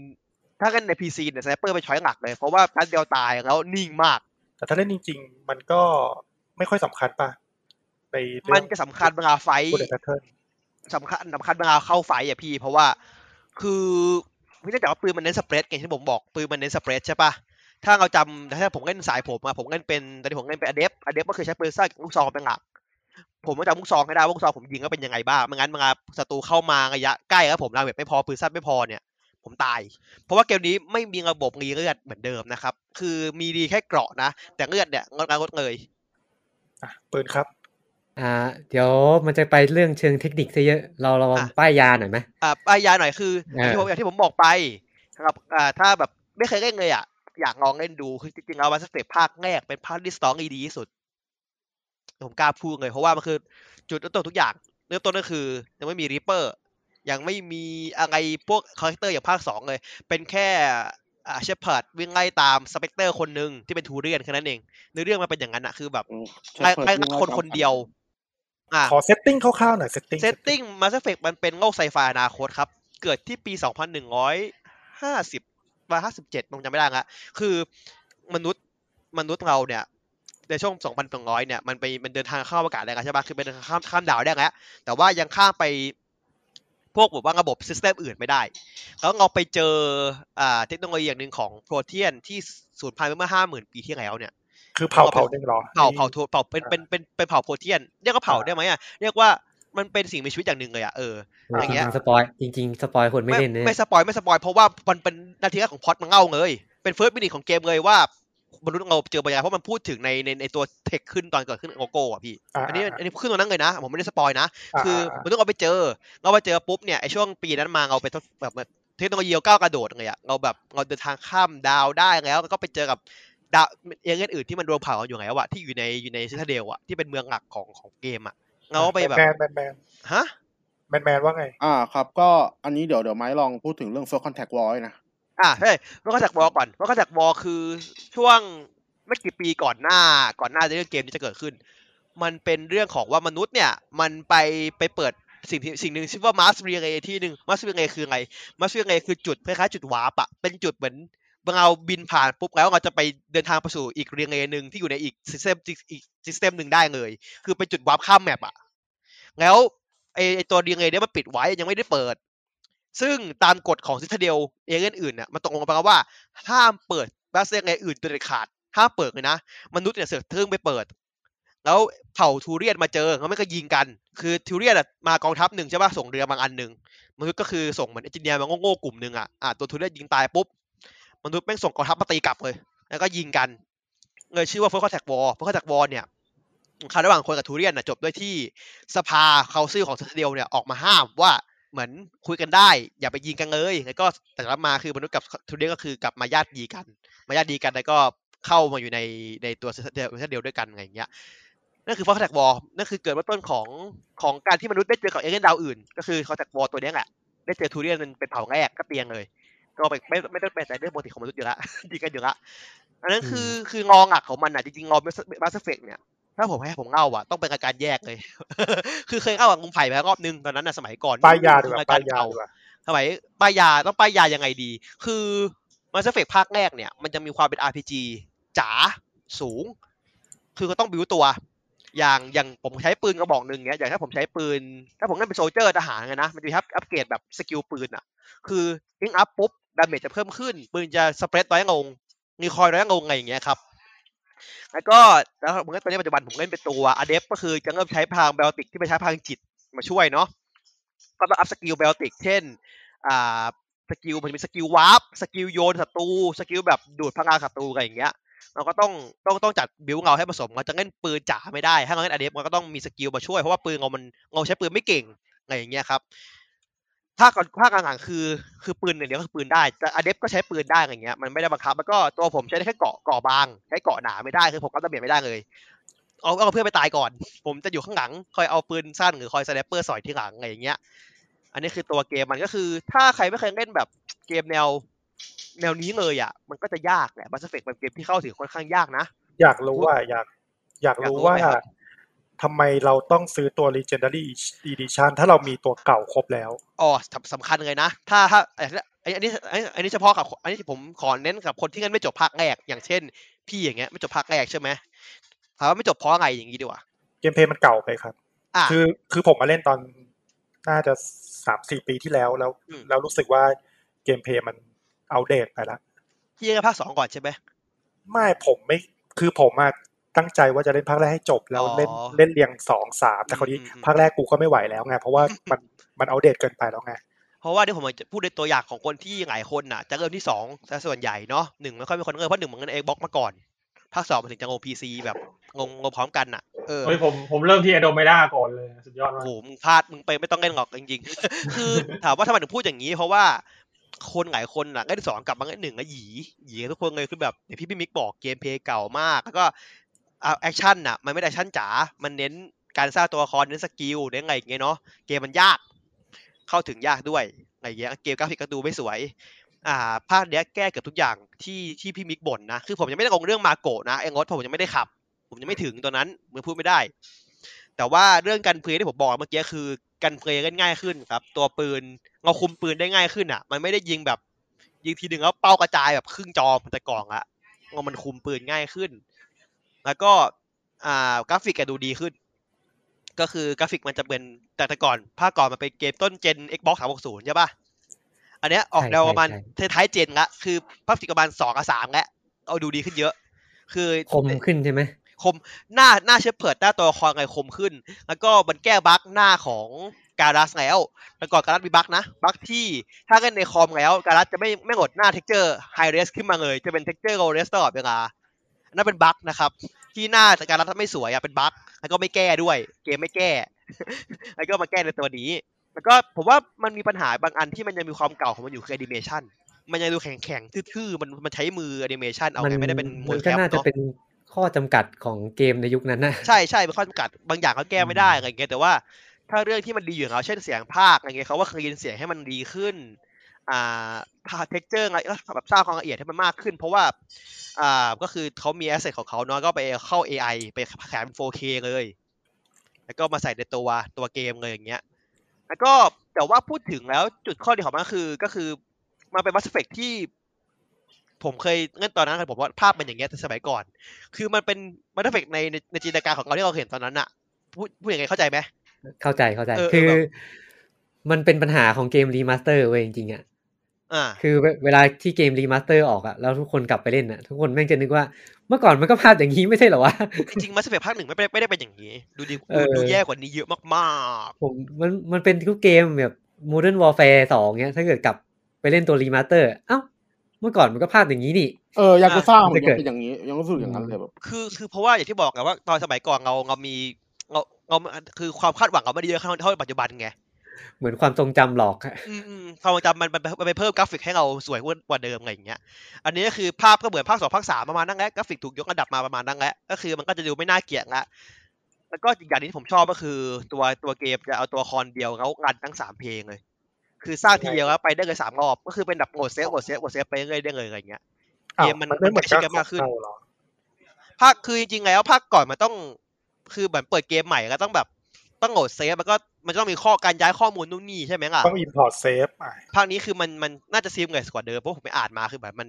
B: ถ้าเล่นใน PC เนี่ยสไนเปอร์เป็นช้อยหลักเลย เพราะว่านัดเดียวตายแล้วนิ่งมาก
E: แต่ถ้าเล่นจริง ๆ มันก็ไม่ค่อยสำคัญป่ะในเรื่
B: มั
E: อน ง
B: จะสำ
E: <laughs>
B: คัญเวลาไฟท์
E: บูเลตแพทเทิร์น
B: สำคัญสำคัญเวลาเข้าไฟท์อ่ะพี่ เพราะว่าคือเนื่องจากว่าปืนมันเน้นสเปรดไงที่ผมบอกปืนมันเน้นสเปรดใช่ปะถ้าเราจำถ้าผมเล่นสายผมอะผมเล่นเป็นตอนที่ผมเล่นเป็นอเดฟอเดฟก็คือใช้ปืนสั้นกับลูกซองเป็นหลัก ผมก็จำลูกซองให้ได้ว่าลูกซองผมยิงก็เป็นยังไงบ้างไม่งั้นเวลาศัตรูเข้ามาระยะใกล้แล้วผมราเมจไม่พอปืนสั้นไม่พอเนี่ย ผมตาย เพราะว่าเกมนี้ไม่มีระบบรีเลือดเหมือนเดิมนะครับ คือมีดีแค่เกราะนะ แต่เลือดเนี่ยงดงามงดเลย
E: อ่ะปืนครับ
A: อ่า เดี๋ยวมันจะไปเรื่องเชิงเทคนิคซะเยอะ เราเรา
B: อ่ะ
A: ป้ายยาหน่อยไหม
B: อ่าป้ายยาหน่อยคืออ
A: อ่า
B: ย่างที่ผมอย่างที่ผมบอกไปนะครับอ่าถ้าแบบไม่เคยเล่นเลยอ่ะ อยากลองเล่นดูคือจริงๆแล้ววันสเตปภาคแรกเป็นภาคที่สตองดีดีที่สุด ผมกล้าพูดเลย เพราะว่ามันคือจุดเริ่มต้นทุกอย่างเริ่มต้นก็คือ ยังไม่มีริปเปอร์ยังไม่มีอะไรพวกคาแรคเตอร์อย่างภาคสองเลย เป็นแค่อ่าเชฟเพิร์ดวิ่งไล่ตามสเปกเตอร์คนหนึ่งที่เป็นทูเรียนแค่นั้นเองเนื้อเรื่องมันเป็นอย่างนั้นอะคือแบบไล่ไล่ฆ่าคนคนเดียว อ่า
E: ขอเซตติ้งคร่าวๆหน่อยเซตติ้ง
B: เซตติ้งมาสเฟกมันเป็นโลกไซไฟอนาคตครับ เกิดที่ปี 2150ว่า57ผมจำไม่ได้ละคือมนุษย์มนุษย์เราเนี่ย ในช่วง 2200 เนี่ย มันไปมันเดินทางเข้าอากาศได้แล้วใช่ปะคือเป็นเดินทางข้ามข้ามดาวได้แล้ว แต่ว่ายังข้ามไปพวกแบบว่าระบบซิสเต็มอื่นไม่ได้ เขาเราไปเจออ่าเทคโนโลยีอย่างหนึ่งของโปรเทียนที่สูญพันธุ์ไปเมื่อ 50,000 ปีที่แล้วเนี่ย
E: คือเผาเผาหนึ่งเหรอ
B: เผาเผาถั่วเผาเป็นเป็นเป็นเป็นเผาโพเทียนเรียกว่าเผา
E: อ่า
B: ได้ไหมอ่ะเรียกว่ามันเป็นสิ่งมีชีวิตอย่างหนึ่งเลยอ่ะเออ
A: จ
B: อย่างเงี้
A: ริ
B: ย
A: งๆสปอยจริง ๆ สปอยคนไม่เล่นเนี่ย
B: ไม่สปอยไม่สปอยเพราะว่ามันเป็นนาทีแรกของพล็อดมันเง่าเลย เป็นเฟิร์สมินิของเกมเลยว่ามนุษย์เราเจอบางอย่างเพราะมันพูดถึงในในในตัวเทคขึ้นตอนเกิดขึ้นโกโก้อ่ะพี่
E: อ่า
B: อันนี้อันนี้ขึ้นตรงนั้นเลยนะ ผมไม่ได้สปอยนะ
E: า
B: คือ
E: าม
B: นุษย์เราไปเจอ เราไปเจอปุ๊บเนี่ยไอช่วงปีนั้นมาเราไปทดแบบเทคโนโลยีเราก้าวกระโดดเลยอะเราแบบเราเดินทางข้ามดาวได้แล้วแล้วก็ไปเจอกับ ดาวเอเลี่ยนอื่นที่มันโดนเผาอยู่ไงวะที่อยู่ในอยู่ในซิตาเดลอะที่เป็นเมืองหลักของของเกมอะเงาไปแบบ
E: แมนแมนแมน
B: ฮะ
E: แมนแมนว่าไง
F: อ่าครับก็อันนี้เดี๋ยวเดี๋ยวไม้ลองพูดถึงเรื่อง first contact war นะ
B: อ่ะใช่วัคจักรวอลก่อนวัคจักรวอลคือช่วงไม่กี่ปีก่อนหน้าก่อนหน้าที่เรื่องเกมนี้จะเกิดขึ้น มันเป็นเรื่องของว่ามนุษย์เนี่ย มันไปไปเปิดสิ่งที่สิ่งหนึ่งชื่อว่ามาสเรียเที่หนึ่งมาสเรียคืออะไรมาสเรียคือจุดคล้ายๆจุดวาร์ปอะเป็นจุดเหมือนเราบินผ่านปุ๊บแล้วเราจะไปเดินทางไปสู่อีกเรียงเรหนึ่งที่อยู่ในอีกซิสเต็มอีกซิสเต็มหนึ่งได้เลย คือเป็นจุดวาร์ปข้ามแมปอะแล้วไอไอตัวเรียงเรเนี่ยมันปิดไว้ยังไม่ได้เปิด ซึ่งตามกฎของซิตาเดลเอเลี่ยนอื่นเนี่ยมันตกลงกันไปแล้วว่าห้ามเปิดบัสเซงไงอื่นเป็นเด็ดขาดห้ามเปิดเลยนะ มนุษย์เนี่ยเสือกทึ่งไปเปิด แล้วเผ่าทูเรียนมาเจอเขาไม่ก็ยิงกัน คือทูเรียนอะมากองทัพหนึ่งใช่ป่ะส่งเรือมาอันหนึ่งมนุษย์ก็คือส่งเหมือนเอนจิเนียร์มาโง่ๆกลุ่มหนึ่งอ่ะอ่ะตัวทูเรียนยิงตายปุ๊บมนุษย์แม่งส่งกองทัพมาตีกลับเลย แล้วก็ยิงกันเลยชื่อว่าเฟิร์สคอนแทควอร์เฟิร์สคอนแทควอร์เนี่ยการระหว่างคนกับทูเรียนน่ะจบด้วยที่สภาเคาซื่อของซิตาเดลเนี่ยออกมาห้ามว่า เหมือนคุยกันได้ อย่าไปยิงกันเลยแล้วก็แต่กลับมาคือมนุษย์กับทูเรียนก็คือกลับมาญาติดีกัน มาญาติดีกันแล้วก็เข้ามาอยู่ในในตัวเซตเดียวเซตเดียวด้วยกันอะไรอย่างเงี้ยนั่นคือฟอสแท็กวอลนั่นคือเกิดว่าต้นของของการที่มนุษย์ได้เจอกับเอเลี่ยนดาวอื่น ก็คือฟอสแท็กวอลตัวเนี้ยแหละได้เจอทูเรียนเป็นเผ่าแรกก็เตียงเลย ก็ไม่ไม่ไม่ต้องแปลกใจเรื่องปกติของมนุษย์อยู่ละ <laughs> ดีกันอยู่ละอันนั้นคือคืองอหงักของมันอ่ะจริงๆงอบัสเฟกเนี่ย ถ้าผมให้ผมเล่าอ่ะต้องเป็นรายการแยกเลย <laughs> คือเคยเข้ากับลุงไผ่ไปแล้วรอบนึงตอนนั้นน่ะสมัยก่อน
E: ป้ายยาดีก
B: คื
E: ว่าร
B: อา
E: ป้า
B: ยาย
E: ก
B: ร
E: ยา
B: เก่า
E: ดีกว่า
B: สมัยป้ายยาต้องป้ายยายังไงดี คือมาสเฟกภาคแรกเนี่ย มันจะมีความเป็น RPG จ๋าสูง คือก็ต้องบิวตัว อย่างอย่างผมใช้ปืนกระบอกหนึ่งเนี้ยอย่างถ้าผมใช้ปืน ถ้าผมเล่นเป็นโซลเจอร์ทหารไงนะมันจะมีอัพอัพเกรดแบบสกิลปืนอ่ะ คืออิงอัพปุ๊บดาเมจจะเพิ่มขึ้น ปืนจะสเปรดร้อยงงมีคอยร้อยงงอะไรอย่างเงี้ยครับ แล้วก็แล้วผมก็ตอนนี้ปัจจุบันผมเล่นเป็นตัวอเดฟก็คือจะเริ่มใช้พลังเบลติกที่เป็นใช้พลังจิตมาช่วยเนาะก็ต้องอัพสกิลเบลติกเช่น อ่าสกิลมันจะมีสกิลวาร์ปสกิลโยนศัตรูสกิลแบบดูดพลังงานศัตรูอะไรอย่างเงี้ยเราก็ต้องต้องต้องจัดบิวเงาให้ผสมเราจะเล่นปืนจ๋าไม่ได้ ถ้าเราเล่นอเดฟมันก็ต้องมีสกิลมาช่วยเพราะว่าปืนเรามันเราใช้ปืนไม่เก่งอะไรอย่างเงี้ยครับถ้าก่อนภาคหลังๆคือคือปืนอย่างเดียวก็คือปืนได้แต่อเดฟก็ใช้ปืนได้อะไรเงี้ยมันไม่ได้บังคับแล้วก็ตัวผมใช้ได้แค่เกาะเกาะบางใช้เกาะหนาไม่ได้คือผมก็ระเบียบไม่ได้เลย เอาเอาเพื่อนไปตายก่อน ผมจะอยู่ข้างหลังคอยเอาปืนสั้นหรือคอยสไนเปอร์สอยที่หลังอะไรอย่างเงี้ย อันนี้คือตัวเกมมันก็คือถ้าใครไม่เคยเล่นแบบเกมแนว แนวนี้เลยอ่ะ มันก็จะยากแหละบัสเฟกเป็นเกมที่เข้าถึงค่อนข้างยากนะ
E: อยากรู้ว่าอยากอยากรู้ว่า
B: อยากรู้ไหมครับ
E: ทำไมเราต้องซื้อตัว legendary edition ถ้าเรามีตัวเก่าครบแล้ว
B: อ๋อสำสำคัญเลยนะ ถ้าถ้าไอ้อันนี้อันนี้อันนี้เฉพาะกับอันนี้ผมขอเน้นกับคนที่เล่นไม่จบภาคแรกอย่างเช่น พี่อย่างเงี้ยไม่จบภาคแรกใช่ไหมถามว่าไม่จบเพราะอะไรอย่างงี้ดีกว่า
E: เกมเพลย์มันเก่าไปครับ
B: อ่ะ
E: คือคือผมมาเล่นตอนน่าจะสามสี่ปีที่แล้วแล้ว
B: อืม
E: แล้วรู้สึกว่าเกมเพลย์มันเอาเดตไปละ
B: พี่เล่นภาคสองก่อนใช่ไหม
E: ไม่ผมไม่คือผมอะตั้งใจว่าจะเล่นภาคแรกให้จบแล้ว
B: อ๋อ
E: เล่นเล่นเรียงสองสามแต่คราวนี้
B: อืมอืม
E: ภาคแรกกูก็ไม่ไหวแล้วไงเพราะว่ามันมันเอาเดตเกินไปแล้วไง
B: เพราะว่าเดี๋ยวผมจะพูดในตัวอย่างของคนที่หลายคนน่ะ จะเริ่มที่สองซะส่วนใหญ่เนาะหนึ่งไม่ค่อยมีคนเริ่มเพราะหนึ่งมันเอ็กบ็อกมาก่อน ภาคสองมันถึงจะงงพีซีแบบงงงงพร้อมกันน่ะเออ
D: เฮ้ยผมผมเริ่มที่ Andromeda ก่อนเลยสุดยอด
B: โอ้
D: มาก
B: โหมึงพลาด มึงไปไม่ต้องเล่นหรอกจริงๆ <laughs> คือถามว่าทำไมถึงพูดอย่างนี้ เพราะว่าคนหลายคนน่ะเล่นสองกลับมาเล่นหนึ่งแล้วหยีหยีกันทุกคนเลยคือแบบอย่างที่พี่มิกบอกเกมเพลย์เก่ามาก แล้วก็อ่าแอคชั่นน่ะ มันไม่ได้แอคชั่นจ๋า มันเน้นการสร้างตัวละครเน้นสกิลเน้นอะไรอย่างเงี้ยเนาะ เกมมันยาก เข้าถึงยากด้วยอะไรอย่างเงี้ย เกมกราฟิกก็ดูไม่สวย อ่าภาคเนี้ยแก้เกือบทุกอย่างที่ที่พี่มิกบ่นนะ คือผมยังไม่ได้ลงเรื่องมาโกะนะไอ้รถผมยังไม่ได้ขับ ผมยังไม่ถึงตัวนั้นมือพูดไม่ได้ แต่ว่าเรื่องการเพลย์ที่ผมบอกเมื่อกี้คือการเพลย์ก็ง่ายขึ้นครับ ตัวปืนเราคุมปืนได้ง่ายขึ้นอ่ะ มันไม่ได้ยิงแบบยิงทีหนึ่งแล้วเป้ากระจายแบบครึ่งจอเหมอนแต่ก่อนละเรามันคุมปืนง่ายขึ้น แล้วก็อ่ากราฟิกก็ดูดีขึ้น ก็คือกราฟิกมันจะเป็นแต่แต่ก่อนภาคก่อนมันเป็นเกมต้นเจน Xbox 360 ใช่ป่ะ อันเนี้ยออก
A: ใช่
B: แนวประมาณ
A: ใช่
B: ท้ายๆเจนละคือภาพกราฟิกประมาณสองกับสามแล้วเอาดูดีขึ้นเยอะ คือ
A: คมขึ้นใช่ไหม
B: คมหน้าหน้าเชฟเพิร์ดหน้าตัวละครไงคมขึ้น แล้วก็มันแก้บั๊กหน้าของการัสแล้วแต่ก่อนการัสมีบั๊กนะบั๊กที่ถ้าเล่นในคอมแล้วการัสจะไม่ไม่กดหน้าเท็กเจอร์ไฮเรสขึ้นมาเลย จะเป็นเท็กเจอร์โรเรสตลอดเวลาอันนั่นเป็นบั๊กนะครับ ที่หน้าการัสไม่สวยอะเป็นบั๊กแล้วก็ไม่แก้ด้วย เกมไม่แก้ <laughs> แล้วก็มาแก้ในตัวนี้ แล้วก็ผมว่ามันมีปัญหาบางอันที่มันยังมีความเก่าของมันอยู่คือแอนิเมชัน มันยังดูแข็งๆทื่อๆมันมันใช้มือแอนิเมชันเอา
A: มั
B: ไงไม่ได้เป็นม
A: มั
B: วน ย
A: ก็
B: แคป
A: น่าจะ
B: เนาะ
A: เป็นข้อจำกัดของเกมในยุคนั้นนะ
B: ใช่ใช่เป็นข้อจำกัดบางอย่างเขาแก้ไม่ได้อะไรอย่างเงี้ยแต่ว่าถ้าเรื่องที่มันดีอยู่ของเขาเช่นเสียงภาคอะไรเงี้ยเขาว่าเคยยินเสียงให้มันดีขึ้น อ่าพาเท็กเจอร์อะไรก็แบบสร้างความละเอียดให้มันมากขึ้น เพราะว่าอ่าก็คือเขามีแอสเซทของเขาเนาะก็ไปเข้า AI ไปแขวน 4K เลย แล้วก็มาใส่ในตัวตัวเกมเลยอย่างเงี้ย แล้วก็แต่ว่าพูดถึงแล้วจุดข้อดีของมันก็คือก็คือมันเป็นวัสเฟกที่ ผมเคยเล่นตอนนั้นครับผมว่าภาพมันอย่างเงี้ยแต่สมัยก่อน คือมันเป็นวัสเฟกในในในจินตนาการของเราที่เราเห็นตอนนั้นอะพูดพูดยังไงเข้าใจไหม
A: เข้าใจเข้าใจ
B: เออเออ
A: คือ
B: แบบ
A: มันเป็นปัญหาของเกมรีมาสเตอร์เว้ยจริงๆอ่ะ
B: อ่า
A: คือเวเวลาที่เกมรีมาสเตอร์ออกอะแล้วทุกคนกลับไปเล่นอะทุกคนแม่งจะนึกว่า เมื่อก่อนมันก็ภาพอย่างนี้ไม่ใช่เหรอวะ <laughs>
B: จริงๆมาสเปภาคหนึ่งไม่ได้ไม่ได้เป็นอย่างนี้ ดูดี
A: เออ
B: ดูแย่กว่านี้เยอะมาก
A: ผมมันมันเป็นทุกเกมแบบ Modern Warfare สองเนี้ย ถ้าเกิดกลับไปเล่นตัวรีมาสเตอร์เอ้า เมื่อก่อนมันก็ภาพอย่างนี้นี่
F: เออยากุซ่าผม
A: จะ
F: ยัง
A: เกิด
F: เป็นอย่างนี้ ยังรู้สึกอย่างนั้นเลยแบบ
B: ๆ คือคือเพราะว่าอย่างที่บอกไงว่าตอนสมัยก่อนเราเรามีเราเราคือความคาดหวังเราไม่ได้เยอะเท่าเท่าปัจจุบันไง
A: เหมือนความทรงจำหลอกอะ
B: อืมอืมความจำมันมันมันไปเพิ่มกราฟิกให้เราสวยกว่าเดิมอะไรอย่างเงี้ย อันนี้ก็คือภาพก็เหมือนภาคสองภาคสามประมาณนั้นแหละกราฟิกถูกยกระดับมาประมาณนั้นแหละก็คือมันก็จะดูไม่น่าเกลียดละแล้วก็อีกอย่างที่ผมชอบก็คือ ตัวตัวเกมจะเอาตัวละคอนเดียวแล้วรันทั้งสามเพลงเลย คือสร้างทีเดียวแล้วไปได้เลยสามรอบก็คือเป็นแบบโหมดเซฟโหมดเซฟโหมดเซฟไปเรื่อยๆได้เลยอะไรอย่างเงี้ย
E: อ้า
B: เก
E: ว
B: มมัน
E: มันไม่เหมือน
B: มันใกล้ชิดกันมากขึ้น
E: ของเเหรอ
B: ภาคคือจริงๆแล้วภาคก่อนมันต้องคือเหมือนเปิดเกมใหม่ก็ต้องแบบต้องโหลดเซฟมันก็มันจะต้องมีข้อการย้ายข้อมูลนู่นนี่ใช่ไหมล่ะ
E: ต้อง import save อ่ะ
B: ภาคนี้คือมันมันน่าจะซีมเลยกว่าเดิมเพราะผมไปอ่านมาคือแบบมัน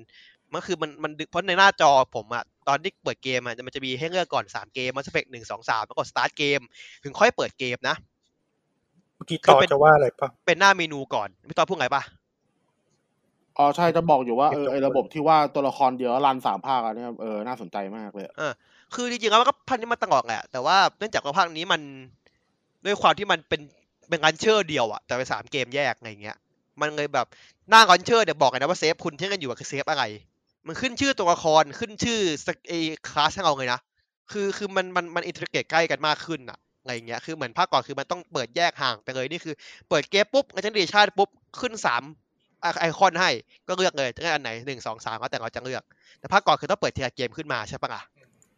B: มันคือมันมันดึกเพราะในหน้าจอผมอะตอนที่เปิดเกมอะมันจะมีให้เลือกก่อนสามเกมมันสเปกหนึ่งสองสามแล้วกดสตาร์ทเกมถึงค่อยเปิดเกมนะ
E: เมื่อกี้
B: คือ
E: ต่อ
B: เป็น
E: จะว่าอะไรปะ
B: เป็นหน้าเมนูก่อนไม่ต้องพูดไงปะ
F: อ๋อใช่จะบอกอยู่ว่าเออ
E: เก็บตัว
F: ไอระบบที่ว่าตัวละครเดียวแล้วรันสามภาคอันเนี้ยเออน่าสนใจมากเลย
B: คือจริงๆแล้วมันก็ภาคนี้มาตลอดแหละแต่ว่าเนื่องจากว่าภาคนี้มันด้วยความที่มันเป็นเป็นการเชื่อเดียวอะแต่เป็นสามเกมแยกอะไรอย่างเงี้ย มันเลยแบบหน้าคอนเชอร์เนี่ยบอกกันนะว่าเซฟคุณที่กันอยู่อะคือเซฟอะไร มันขึ้นชื่อตัวละครขึ้นชื่อสเอคลาสให้เราเลยนะ คือคือมันมันมันอินเทอร์เกตใกล้กันมากขึ้นอะอะไรอย่างเงี้ยคือเหมือนภาคก่อนคือมันต้องเปิดแยกห่างไปเลยนี่คือ เปิดเกมปุ๊บไอเจนเดชันปุ๊บขึ้นสามไอคอนให้ก็เลือกเลยจะเลือกอันไหนหนึ่งสองสามแล้วแต่เราจะเลือก แต่ภาคก่อนคือต้องเปิดทีละเกมขึ้นมาใช่ปะล่ะ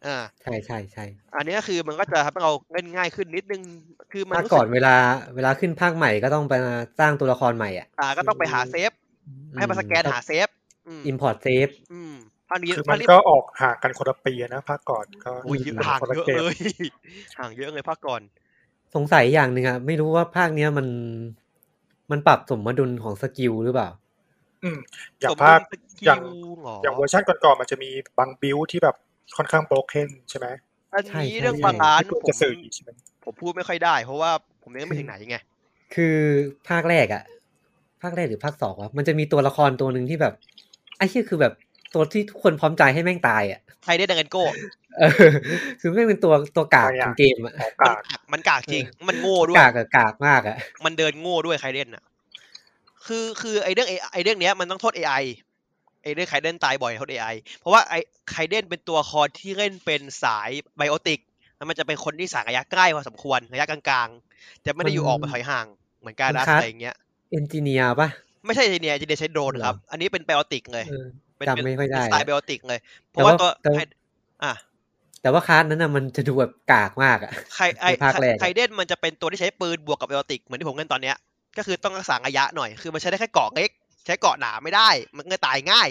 B: อ่า
A: ใช่ใช่ใช่
B: อันนี้ก็คือมันก็จะทำให้เราเล่นง่ายขึ้นนิดนึง คือมัน
A: ภาค
B: รู้
A: ก่
B: สึ
A: อน
B: ก
A: เวลาเวลาขึ้นภาคใหม่ก็ต้องไปสร้างตัวละครใหม่อ่ะ
B: อ่าก็ต้องไปหาเซฟ ให้มาสแกนหาเซฟ อืม
A: อิมพอร์ตเซฟ
B: อืมภาคนี้
E: คือ
B: ภา
E: มั
B: ค
E: น
B: นี้
E: ก็ออกห่างกันคนละปีนะภาคก่อนก็
B: โอ้ยเยอะห่างเยอะเลย <laughs> ห่างเยอะเลยภาคก่อน
A: สงสัยอย่างหนึ่งอะไม่รู้ว่าภาคเนี้ยมัน มันปรับสมดุลของสกิลหรือเปล่า
E: อืม
B: สม
E: อย่าง
B: ดุ
E: ภาค
B: ลสกิ
E: อย่าง
B: ลเหรอ
E: อย่างเวอร์ชันก่อนๆมันจะมีบางบิลที่แบบค่อนข้างโบรกเกนใช่ไหม
B: อัน
A: ใช่
B: นี้
A: ใช่
B: เรื่อง
A: ใช่
B: บางร้าน
E: ที่คุณ
B: ผ
E: จะ
B: ม
E: สื่ออยู่ใช่ไหม
B: ผมพูดไม่ค่อยได้ เพราะว่าผมยังไม่ถึงไหนไง
A: คือภาคแรกอะภาคแรกหรือภาคสองวะมันจะมีตัวละครตัวหนึ่งที่แบบไอ้เชี่ยคือแบบตัวที่ทุกคนพร้อมใจให้แม่งตายอะ
B: ใครได้ดังกันโก้
A: เออ คือแม่งเป็นตัวตัวกากของเกมอะ
E: ออก
B: มัน
E: กา
B: กากมัน
E: ก
B: กากจริง มันโง่ด้วย
A: กากอะกากมากอะ
B: มันเดินโง่ด้วยใครเล่นน่ะ คือคือไอเรื่อง AI ไอเรื่องเนี้ยมันต้องโทษ AI ไอเรื่องใครเล่นตายบ่อยโทษ AI เพราะว่าไอใครเล่นเป็นตัวละคอที่เล่นเป็นสายไบโอติกแล้วมันจะเป็นคนที่สายระยะใกล้พอสมควรระยะกลางๆ จะไม่ได้อยู่ออกไปถอยห่างเหมือนการรัสอะไรอย่างเงี้ย
A: เอนจิเนียร์ปะ
B: ไม่ใช่ไอเนี่ยจะใช้โดรนครับ อันนี้เป็นไบโอติกเลย
A: เออ
B: เป็น
A: จำไม่ค่อยได้
B: เป็นสไตล์ไบโอติกเลย เพ
A: แต่
B: ราะว่า
A: ว่า
B: ตัว
A: แต่
B: ใครอ่ะ
A: แต่ว่าคาสนั้นอะมันจะดูแบบกากมากอะ
B: ไคไอ
A: ในภาคแรกอะ
B: ไคเดนมันจะเป็นตัวที่ใช้ปืนบวกกับเอลติกเหมือนที่ผมเล่นตอนเนี้ยก็คือต้องรักษาระยะหน่อยคือมันใช้ได้แค่เกาะเล็ก ใช้เกาะหนาไม่ได้ มันก็ตายง่าย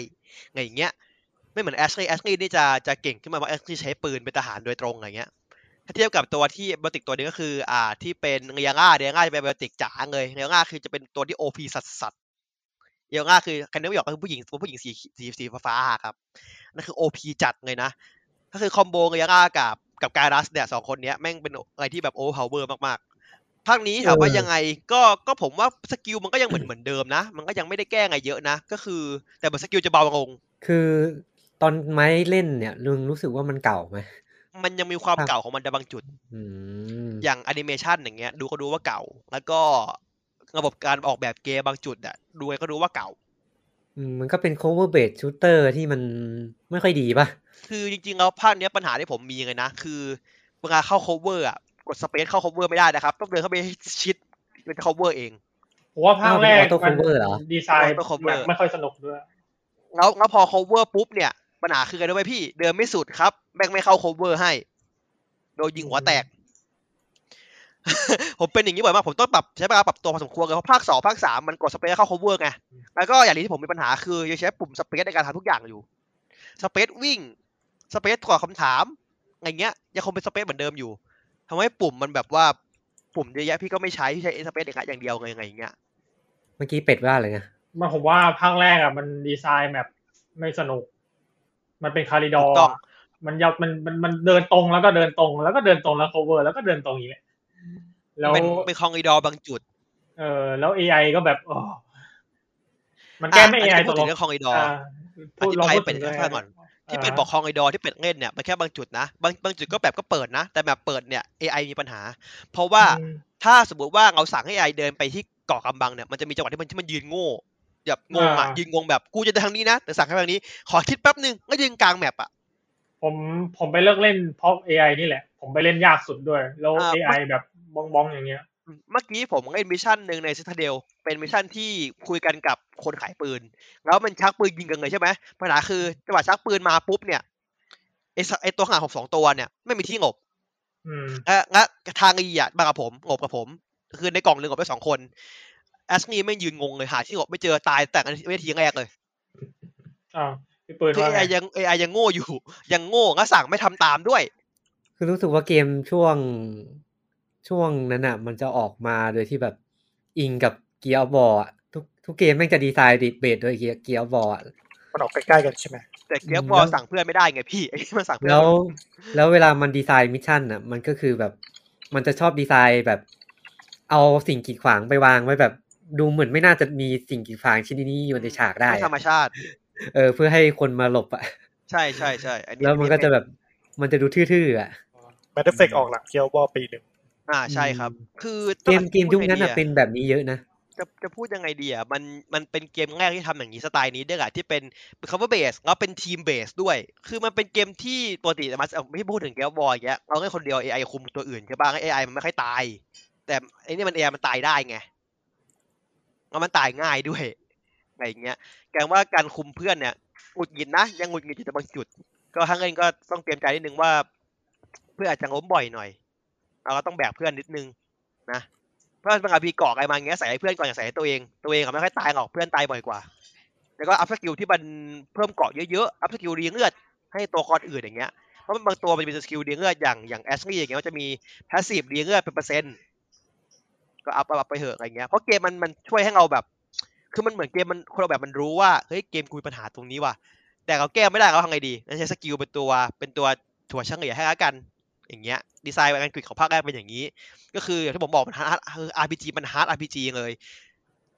B: ไงอย่างเงี้ยไม่เหมือนแอชลีย์แอชลีย์นี่จะจะเก่งขึ้นมาว่าแอชลีย์ใช้ปืนเป็นทหารโดยตรงอะไรเงี้ยถ้าเทียบกับตัวที่เบลติกตัวนี้ก็คือ อ่าที่เป็นเรียง่าเรียง่าจะเป็นเบลติกจ๋าเลยเรียง่าคือจะเป็นตัวที่โอพีสัสสัสๆเรียง่าคือคันเดอร์หยอกก็คือผู้หญิงตัวผู้หญิงสีสีสีฟ้าๆครับนั่นคือโอพีจัดเลยนะ ก็คือคอมโบเรียง่ากับกับการัสเนี่ยสองคนเนี้ยแม่งเป็นอะไรที่แบบโอเวอร์พาวเวอร์มากๆ ภาคนี้ถามว่ายังไงก็ก็ผมว่าสกิลมันก็ยังเหมือนเหมือนเดิมนะ มันก็ยังไม่ได้แก้ไงเยอะนะ ก็คือแต่แบบสกิลจะเบาลง
A: คือตอนไม้เล่นเนี่ยลุงรู้สึกว่ามันเก่าไหม
B: มันยังมีความ
A: ครับ
B: เก่าของมันในบางจุด
A: อืม
B: อย่างแอนิเมชันอย่างเงี้ยดูก็ดูว่าเก่า แล้วก็ระบบการออกแบบเกมบางจุดอะดูไงก็ดูว่าเก่า
A: อืมมันก็เป็น cover based shooter ที่มันไม่ค่อยดีป่ะ
B: คือจริงๆแล้วภาคเนี้ยปัญหาที่ผมมีเลยนะ คือเวลาเข้า cover อะกดสเปซเข้า cover ไม่ได้นะครับ ต้องเดินเข้าไปชิดมันจะ cover เอง
D: ผมว่าภาคแรก
A: อ้าวเป็น auto cover เหรอ
D: ดีไซน์
B: auto cover
D: แบบไม่ค่อยสนุกด้วย
B: แล้วแล้วพอ cover ปุ๊บเนี่ยปัญหาคือไงรู้ไหมพี่ เดินไม่สุดครับแม่งไม่เข้า cover ให้ โดนยิงหัวแตก <laughs> ผมเป็นอย่างนี้บ่อยมาก ผมต้องปรับใช้เวลาปรับตัวพอสมควรเลยเพราะภาคสองภาคสามมันกดสเปซเข้า cover ไง แล้วก็อย่างที่ผมมีปัญหาคือยังใช้ปุ่มสเปซในการทำทุกอย่างอยู่ สเปซวิ่ง สเปซตอบคำถามอะไรเงี้ยยังคงเป็นสเปซเหมือนเดิมอยู่ทำให้ปุ่มมันแบบว่าปุ่มเยอะแยะพี่ก็ไม่ใช้พี่ใช้สเปซอย่างเดียวไงไงอย่างเงี้ย
A: เมื่อกี้เป็ดว่าอะไรนะ
D: มันผมว่าภาคแรกอ่ะมันดีไซน์แบบไม่สนุก มันเป็นคาริดอ
B: ถู
D: ร์
B: กต้อง
D: มันยาวมันมันมันเดินตรงแล้วก็เดินตรง แล้วก็เดินตรงแล้ว cover แล้วก็เดินตรงอีกแหละแล้ว
B: เป็นเป็นคองอีดอบางจุด
D: เออแล้ว AI ก็แบบอ๋อมันแก้ไม่
B: ะน
D: AI
B: นี้
D: ต
B: พูด
D: กล
B: ถึง
D: ง
B: เรื่องคองอีดอ
D: อ่าพูดลองพูด
B: เป็
D: ถึ
B: น
D: ง
B: ให้
D: รื่อง
B: ฟังก่อน ที่เป็ดบอกคองไอดอที่เป็ดเล่นเนี่ยมันแค่บางจุดนะบางบางจุดก็แบบก็เปิดนะ แต่แบบเปิดเนี่ย AI มีปัญหา เพราะว่า
D: อืม
B: ถ้าสมมติว่าเราสั่งให้ AI เดินไปที่เกาะกำบังเนี่ยมันจะมีจังหวะที่มันที่มันยืนโง่แบบงงอ่ะ
D: อ่ายื
B: ยืนงงแบบกูจะเดินทางนี้นะ แต่สั่งให้ทางนี้ ขอคิดแป๊บนึงก็ยืนกลางแมปอ่ะ
D: ผมผมไปเลิกเล่นเพราะ AI นี่แหละ ผมไปเล่นยากสุดด้วย แล้ว
B: อ่า
D: AI แบบบ้องบ้องๆอย่างเงี้ย
B: อืมเมื่อกี้ผมเล่นมิชชั่นหนึ่งในซิตาเดลเป็นมิชชั่นที่คุยกันกับคนขายปืน แล้วมันชักปืนยิงกันเลยใช่ไหมปัญหาคือจังหวะชักปืนมาปุ๊บเนี่ยไอสไอตัวขนาดหกสองตัวเนี่ยไม่มีที่หลบ
D: อืม
B: และและทางอีอ่ะมากับผมงบกับผม คือในกล่องหนึ่งงบไปสองคนแอสนี่ไม่ยืนงงเลยหาที่งบไม่เจอตายแต่กันเวทีแรกเลย
D: อ้าวพี่ปืน
B: คือ
D: ว่า
B: เอ
D: ไง
B: ยังเอยังโง่อยู่ ยังโง่และสั่งไม่ทำตามด้วย
A: คือรู้สึกว่าเกมช่วงช่วงนั้นอ่ะ มันจะออกมาโดยที่แบบอิงกับเกียร์บอลทุกทุกเกมแม่งจะดีไซน์ดิเบสโดยเกียร์เกียร์บอล
E: มันออกใกล้ๆกันใช่ไหม
B: แต่เกียร์
A: อืม
B: บอล
A: แล้ว
B: สั่งเพื่อนไม่ได้ไงพี่ไอ้ <laughs> ที่มันสั่งเพื่อน
A: แล้วแล้วเวลามันดีไซน์มิชชั่นอ่ะ มันก็คือแบบ มันจะชอบดีไซน์แบบ เอาสิ่งกีดขวางไปวางไว้แบบ ดูเหมือนไม่น่าจะมีสิ่งกีดขวางชิ้นนี้อยู่ในฉากได้
B: ม่ธรรม
A: อะ
B: ชาติ
A: เออเพื่อให้คนมาหลบอ่ะ
B: ใช่ใช่ใช่อันนี้
A: แล้วมันก็จะ
B: เป็
A: แบบมันจะดูทื่อๆอ่ะ
E: แมทเฟกออกหลังเกียวบอปีหนึ่ง
B: อ่าใช่ครับ คือ
A: เกม
B: ต้อง
A: เกมยุคนั้นอ่ะ
B: พูดไอดีย
A: เป็นแบบนี้เยอะนะ
B: จะจะพูดยังไงดีอ่ะมันมันเป็นเกมแรกที่ทำอย่างนี้สไตล์นี้ด้วยแหละที่เป็น cover base แล้วเป็นทีม base ด้วย คือมันเป็นเกมที่ปกติมันเอาไม่พูดถึงเกมบอยเงี้ยเราแค่คนเดียว AI คุมตัวอื่นใช่ป่ะให้ AI มันไม่ค่อยตาย แต่ไอ้นี่มัน AI มันตายได้ไงแล้วมันตายง่ายด้วยอะไรอย่างเงี้ยแกงว่าการคุมเพื่อนเนี่ยหงุดหงิดนะยังหงุดหงิดอยู่แต่บางจุด ก็ทั้งเองก็ต้องเตรียมใจนิดนึงว่า เพื่อนอาจจะล้มบ่อยหน่อยเราก็ต้องแบกเพื่อนนิดนึง นะเพื่อนบางทีเกาะอะไรมาอย่างเงี้ยใส่ให้เพื่อนก่อนอย่าใส่ให้ตัวเอง ตัวเองก็ไม่ค่อยตายหรอกเพื่อนตายบ่อยกว่า แล้วก็อัพสกิลที่มันเพิ่มเกาะเยอะๆ อัพสกิลรีเลือดให้ตัวคอนอื่นอย่างเงี้ย เพราะมันบางตัวมันเป็นสกิลรีเลือดอย่างอย่างแอสลี่อย่างเงี้ยมันจะมีพาสซีฟรีเลือดเป็นเปอร์เซ็นต์ ก็อัพอัพไปเถอะอะไรเงี้ย เพราะเกมมันมันช่วยให้เราแบบ คือมันเหมือนเกมมันคนเราแบบมันรู้ว่าเฮ้ยเกมกูมีปัญหาตรงนี้ว่ะ แต่เราแก้ไม่ได้เราทำไงดีงั้นใช้สกิลเป็นตัวเป็นตัวถั่วเฉลี่ยให้ละกัน อย่างเงี้ยดีไซน์การกริดของภาคแรกเป็นอย่างนี้ ก็คืออย่างที่ผมบอกมันฮาร์ดคือ RPG มันฮาร์ด RPG เลย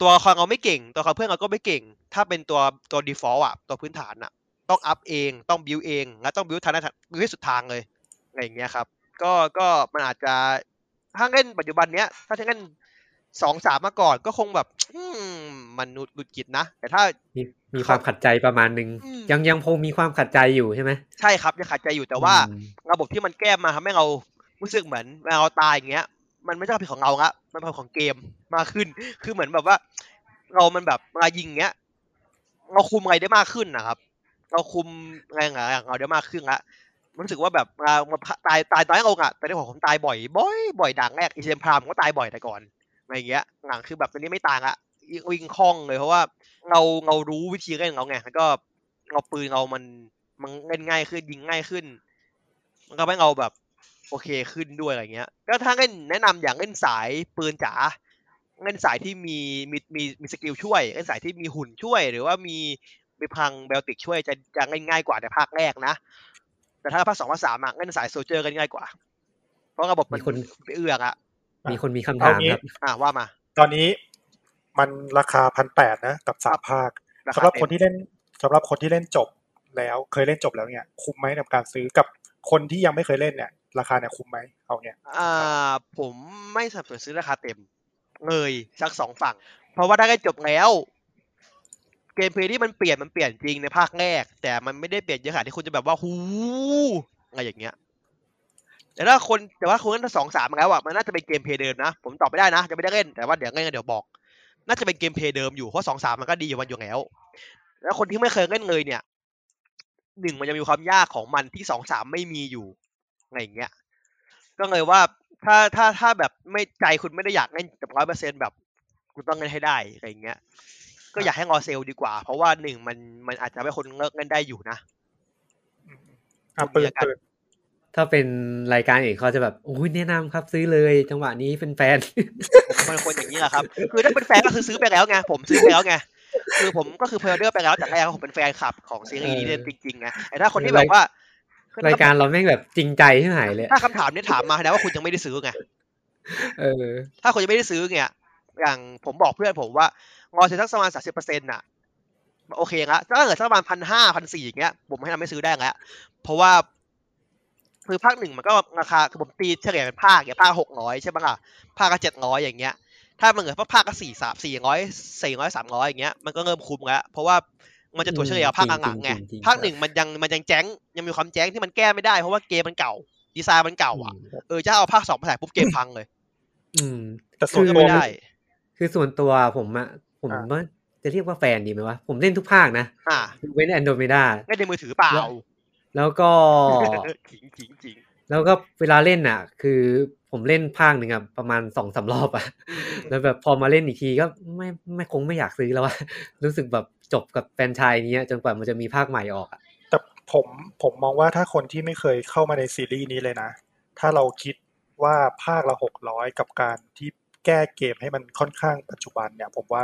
B: ตัวละครเราไม่เก่ง ตัวละครเพื่อนเราก็ไม่เก่ง ถ้าเป็นตัวตัว default อ่ะ ตัวพื้นฐานอ่ะ ต้องอัพเองต้องบิวเองและต้องบิวทางด้านบิวให้สุดทางเลยอะไรอย่างเงี้ยครับ ก็ก็มันอาจจะถ้าเล่นปัจจุบันเนี้ย ถ้าเล่นสองสามมาก่อนก็คงแบบ อืมมันหงุดหงุดกิดนะ แต่ถ้า
A: มีมีความขัดใจประมาณหนึ่ง
B: อืม
A: ยังยังคงมีความขัดใจอยู่ใช่ไหม
B: ใช่ครับยังขัดใจอยู่แต่ว่า
A: อืม
B: ระบบที่มันแก้มาทำให้เรารู้สึกเหมือนเวลาเราตายอย่างเงี้ย มันไม่ใช่ความผิดของเราละมันเป็นของเกมมากขึ้น คือเหมือนแบบว่า เรามันแบบมายิงเงี้ย เราคุมอะไรได้มากขึ้นนะครับ เราคุมอะไรหลายๆอย่างเราได้มากขึ้นละรู้สึกว่าแบบเรามาตายตายตายเอาอะแต่ในของผมตายบ่อยบ่อยบ่อยด่างแรกอีเซนพรามก็ตายบ่อยแต่ก่อนอะไรอย่างเงี้ยหลังคือแบบตอนนี้ไม่ต่างละวิ่งคล่องเลยเพราะว่าเราเรารู้วิธีเล่นของเราไงแล้วก็เราปืนเรามันมันเล่นง่ายขึ้นยิงง่ายขึ้น มันก็ทำให้เราแบบ โอเคขึ้นด้วยอะไรเงี้ย ก็ถ้าเล่นแนะนำอย่างเล่นสายปืนจ๋าเล่นสายที่มีมีมีมีสกิลช่วยเล่นสายที่มีหุ่นช่วย หรือว่ามีมีพลังเบลติกช่วยจะจะง่ายๆกว่าในภาคแรกนะ แต่ถ้าภาคสองภาคสามอะเล่นสายโซลเจอร์กันง่ายกว่า เพราะระบบมั
A: มี
B: น
A: คน
B: เอื้ออะ
A: มีคนมีคำ
E: เอา
A: ถาม
E: งี้
A: ครับ
B: อ่ะว่ามา
E: ตอนนี้มันราคาพันแปดนะกับสามภาค
B: าา
E: สำหรับ
B: เต็ม
E: คนที่เล่นสำหรับคนที่เล่นจบแล้วเคยเล่นจบแล้วเนี่ยคุ้มไหมกับการซื้อกับคนที่ยังไม่เคยเล่นเนี่ย ราคาเนี่ยคุ้มไหมเอาเนี่ย
B: อ่าผมไม่สนับสนุนซื้อราคาเต็มเลยสักสองฝั่ง เพราะว่าถ้าได้จบแล้ว เกมเพลย์ที่มันเปลี่ยนมันเปลี่ยนจริงในภาคแรก แต่มันไม่ได้เปลี่ยนเยอะขนาดที่คุณจะแบบว่าหูอะไรอย่างเงี้ย แต่ถ้าคนแต่ว่าคนเล่นสองสามมาแล้วอ่ะมันน่าจะเป็นเกมเพลย์เดิมนะ ผมตอบไม่ได้นะจะไม่ได้เล่นแต่ว่าเดี๋ยวเล่นกันเดี๋ยวบอก น่าจะเป็นเกมเพลย์เดิมอยู่เพราะสองสามมันก็ดีอยู่มันอยู่แล้ว แล้วคนที่ไม่เคยเล่นเลยเนี่ยหนึ่งมันจะมีความยากของมันที่สองสามไม่มีอยู่อะไรอย่างเงี้ยก็เลยว่าถ้าถ้าถ้าแบบไม่ใจคุณไม่ได้อยากเล่นแบบร้อยเปอร์เซ็นแบบคุณต้องเล่นให้ได้อะไรอย่างเงี้ย ก็อยากให้งอเซลดีกว่า เพราะว่าหนึ่งมันมันอาจจะไม่คนเลิกเล่นได้อยู่นะ
E: อ่ะปืนปืน
A: ถ้าเป็นรายการอื่นเขาจะแบบอุ้ยแนะนำครับซื้อเลย จังหวะนี้เป็นแฟน <laughs>
B: มันคนอย่างนี้แหละครับ คือถ้าเป็นแฟนก็คือซื้อไปแล้วไง ผมซื้อไปแล้วไง คือผมก็คือเพลเดอร์ไปแล้วจากแรกว่าผมเป็นแฟนคลับของซีรีส์นี้จริงๆไงไอ้ถ้าคนที่แบบว่าคือ
A: รายการเราแม่งแบบจริงใจที่หายเลย
B: ถ้าคำถามเนี้ถามมาแล้วว่าคุณยังไม่ได้ซื้อไง
A: เออ
B: ถ้าคนยังไม่ได้ซื้อเนี่ย อย่างผมบอกเพื่อนผมว่างอเซ็นสักประมาณสามสิบเปอร์เซ็นต์่ะ โอเคละถ้าเกิดสักประมาณพันห้าพันสี่อย่างเงี้ย ผมให้ทำไม่ซื้อได้แล้ว เพราะว่าคือภาคหนึ่งมันก็ราคาคือผมตีเฉลี่ยเป็นภาคอย่างภาคหกร้อยใช่ไหมล่ะ ภาคก็เจ็ดร้อยอย่างเงี้ย ถ้ามันเหลือภาคก็สี่สามสี่ร้อยสี่ร้อยสามร้อยอย่างเงี้ย มันก็เริ่มคุ้มแล้ว เพราะว่ามันจะตัวเฉลี่ยกับภาคหลังๆไง
A: จริงๆจริงๆ
B: ภาคหนึ่งมันยังมันยังแจ้งยังมีความแจ้งที่มันแก้ไม่ได้ เพราะว่าเกมมันเก่า ดีไซน์มันเก่าอ่ะ เออจะเอาภาคสองมาใส่ปุ๊บเกมพังเลย
A: อืม
E: แต่
A: คื
E: ส่วน
A: อ
E: ตัว
B: ไม่ได้
A: คือส่วนตัวผมอะผม
E: อ่า
A: ว่าจะเรียกว่าแฟนดีไหมวะ ผมเล่นทุกภาคนะ
B: อ่า
A: ยกเว้นแอนโดเมดา
B: เล่นในมือถือเปล่า
A: แล้ว แล้วก็
B: <laughs> ขิงขิงขิง
A: แล้วก็เวลาเล่นน่ะ คือผมเล่นภาคหนึ่งอะประมาณสองสามรอบอะแล้วแบบพอมาเล่นอีกทีก็ไม่ไม่คงไม่อยากซื้อแล้วอะ <laughs> รู้สึกแบบจบกับแฟรนไชายนี้ยจนกว่ามันจะมีภาคใหม่ออกอะ
E: แต่ผมผมมองว่าถ้าคนที่ไม่เคยเข้ามาในซีรีส์นี้เลยนะ ถ้าเราคิดว่าภาคละหกร้อยกับการที่แก้เกมให้มันค่อนข้างปัจจุบันเนี่ย ผมว่า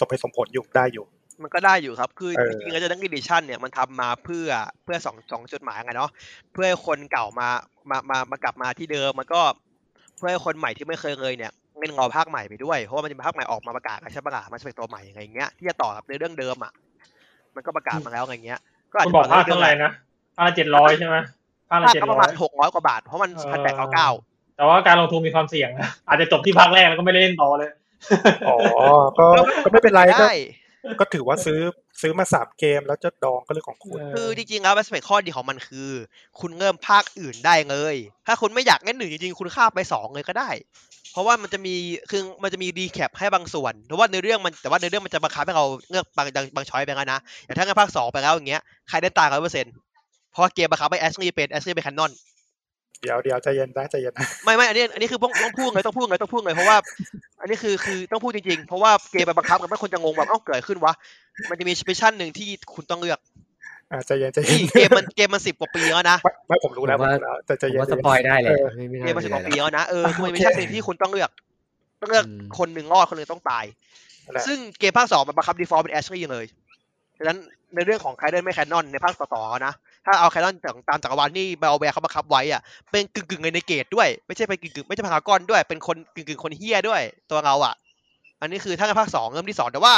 E: สมเหตุสมผลอยู่ได้อยู่
B: มันก็ได้อยู่ครับ คือ
E: เออ
B: จริงๆแล้วจะดังกิดิชันเนี่ยมันทำมาเพื่อเพื่อสองสองจดหมายไงเนาะเพื่อให้คนเก่ามามามามากลับมาที่เดิมมันก็เพื่อให้คนใหม่ที่ไม่เคยเลยเนี่ยเงินงอภาคใหม่ไปด้วยเพราะว่ามันจะมีภาคใหม่ออกมาประกาศแล้วใช่ปะล่ะมันจะเป็นตัวใหม่อะไรอย่างเงี้ยที่จะต่อกับในเรื่องเดิมอ่ะมันก็ประกาศมาแล้วอะไรเงี้ยก็อาจ
D: คุณ
B: จะ
D: บอกภาค
B: ต่
D: เท่าไหร่นะภาคละเจ็ดร้อยใช่ไหมภาคละ
B: ภาค
D: เจ็ด
B: ก็ป
D: ร้
B: ระ
D: อ
B: มาย ณหกร้อยกว่าบาทเพราะมัน
D: เออ
B: พันแปดเก้าเก้า
D: แต่ว่าการลงทุนมีความเสี่ยงนะอาจจะจบที่ภาคแรกแล้วก็ไม่ได้เล่นต่อเลย
E: อ๋อ <laughs> ก็ก็ไม่เป็นไรก็
B: <laughs> ได้
E: ก็ถือว่าซื้อซื้อมาสามเกมแล้วจะดองก็เรื่องของคุณ
B: คือจริงๆแล้วแอสเปคข้อดีของมันคือ คุณเริ่มภาคอื่นได้เลย ถ้าคุณไม่อยากเล่นหนึ่งจริงๆ คุณข้ามไปสองเลยก็ได้ เพราะว่ามันจะมีคือมันจะมีรีแคปให้บางส่วนเพราะว่าในเรื่องมันแต่ว่าในเรื่องมันจะบังคับให้เราเลือกบางบางบางช้อยไปแล้วนะอย่างถ้าเล่นภาคสองไปแล้วอย่างเงี้ยใครได้ตายร้อยเปอร์เซ็นต์เพราะเกมบังคับให้แอชลีย์เป็นแอชลีย์เป็นแคนนอน
E: เดี๋ยวเดี๋ยวใจเย็นนะใจเย็นนะ <laughs>
B: ไม่ไม่อันนี้อันนี้คือต้องต้องพูดเลยต้องพูดเลยต้องพูดเลยเพราะว่า อันนี้คือคือต้องพูดจริงๆ เพราะว่าเกมมันบังคับกันไม่คนจะงงแบบเอ้าเกิดขึ้นวะมันจะมีมิชชั่นหนึ่งที่คุณต้องเลือก
E: อ่ะใจเย็นใจเย็
B: นี่
E: น
B: เกมมันเกมมันสิบกว่าปีแล้วนะ
E: ไม่ไม่ผมรู้แล้ว
A: ผ
E: ผม ม
A: ว่า
E: รู้แล้วแต่ใจ
A: ผม
E: เย็น
A: ว่า
E: ใจ
A: ส
E: เย็น
A: ปอยได้แหละ
E: เออ
A: ไม่ไม่
B: เก
A: น่าม
B: มาสิ
A: มี
B: บ
A: อะ
B: ก
A: ไรหรอก
B: ว่าปีแล้วนะเออคือมันมี
E: โอเค
B: ชั้นหนึ่งที่คุณต้องเลือกต้องเลือก
A: อืม
B: คนหนึ่งรอดคนหนึ่งต้องตาย
E: นั่นแหละ
B: ซึ่งเกมภาคสองมันบังคับดีฟอลต์เป็นแอชลีย์เลยดังนั้นในเรื่องของไคเดนไม่แคนนอนในภาคต่อๆนะถ้าเอาไคเดนจากตามจักรวาลที่เบลแวร์เขาบังคับไว้อ่ะเป็นกึ่งกึ่งๆในเกตด้วยไม่ใช่เป็นกึ่งกึ่งๆไม่ใช่พารากอนด้วย เป็นคนกึ่งกึ่งๆคนเฮี้ยด้วยตัวเราอ่ะ อันนี้คือถ้าในภาคสองเริ่มที่สองแต่ว่า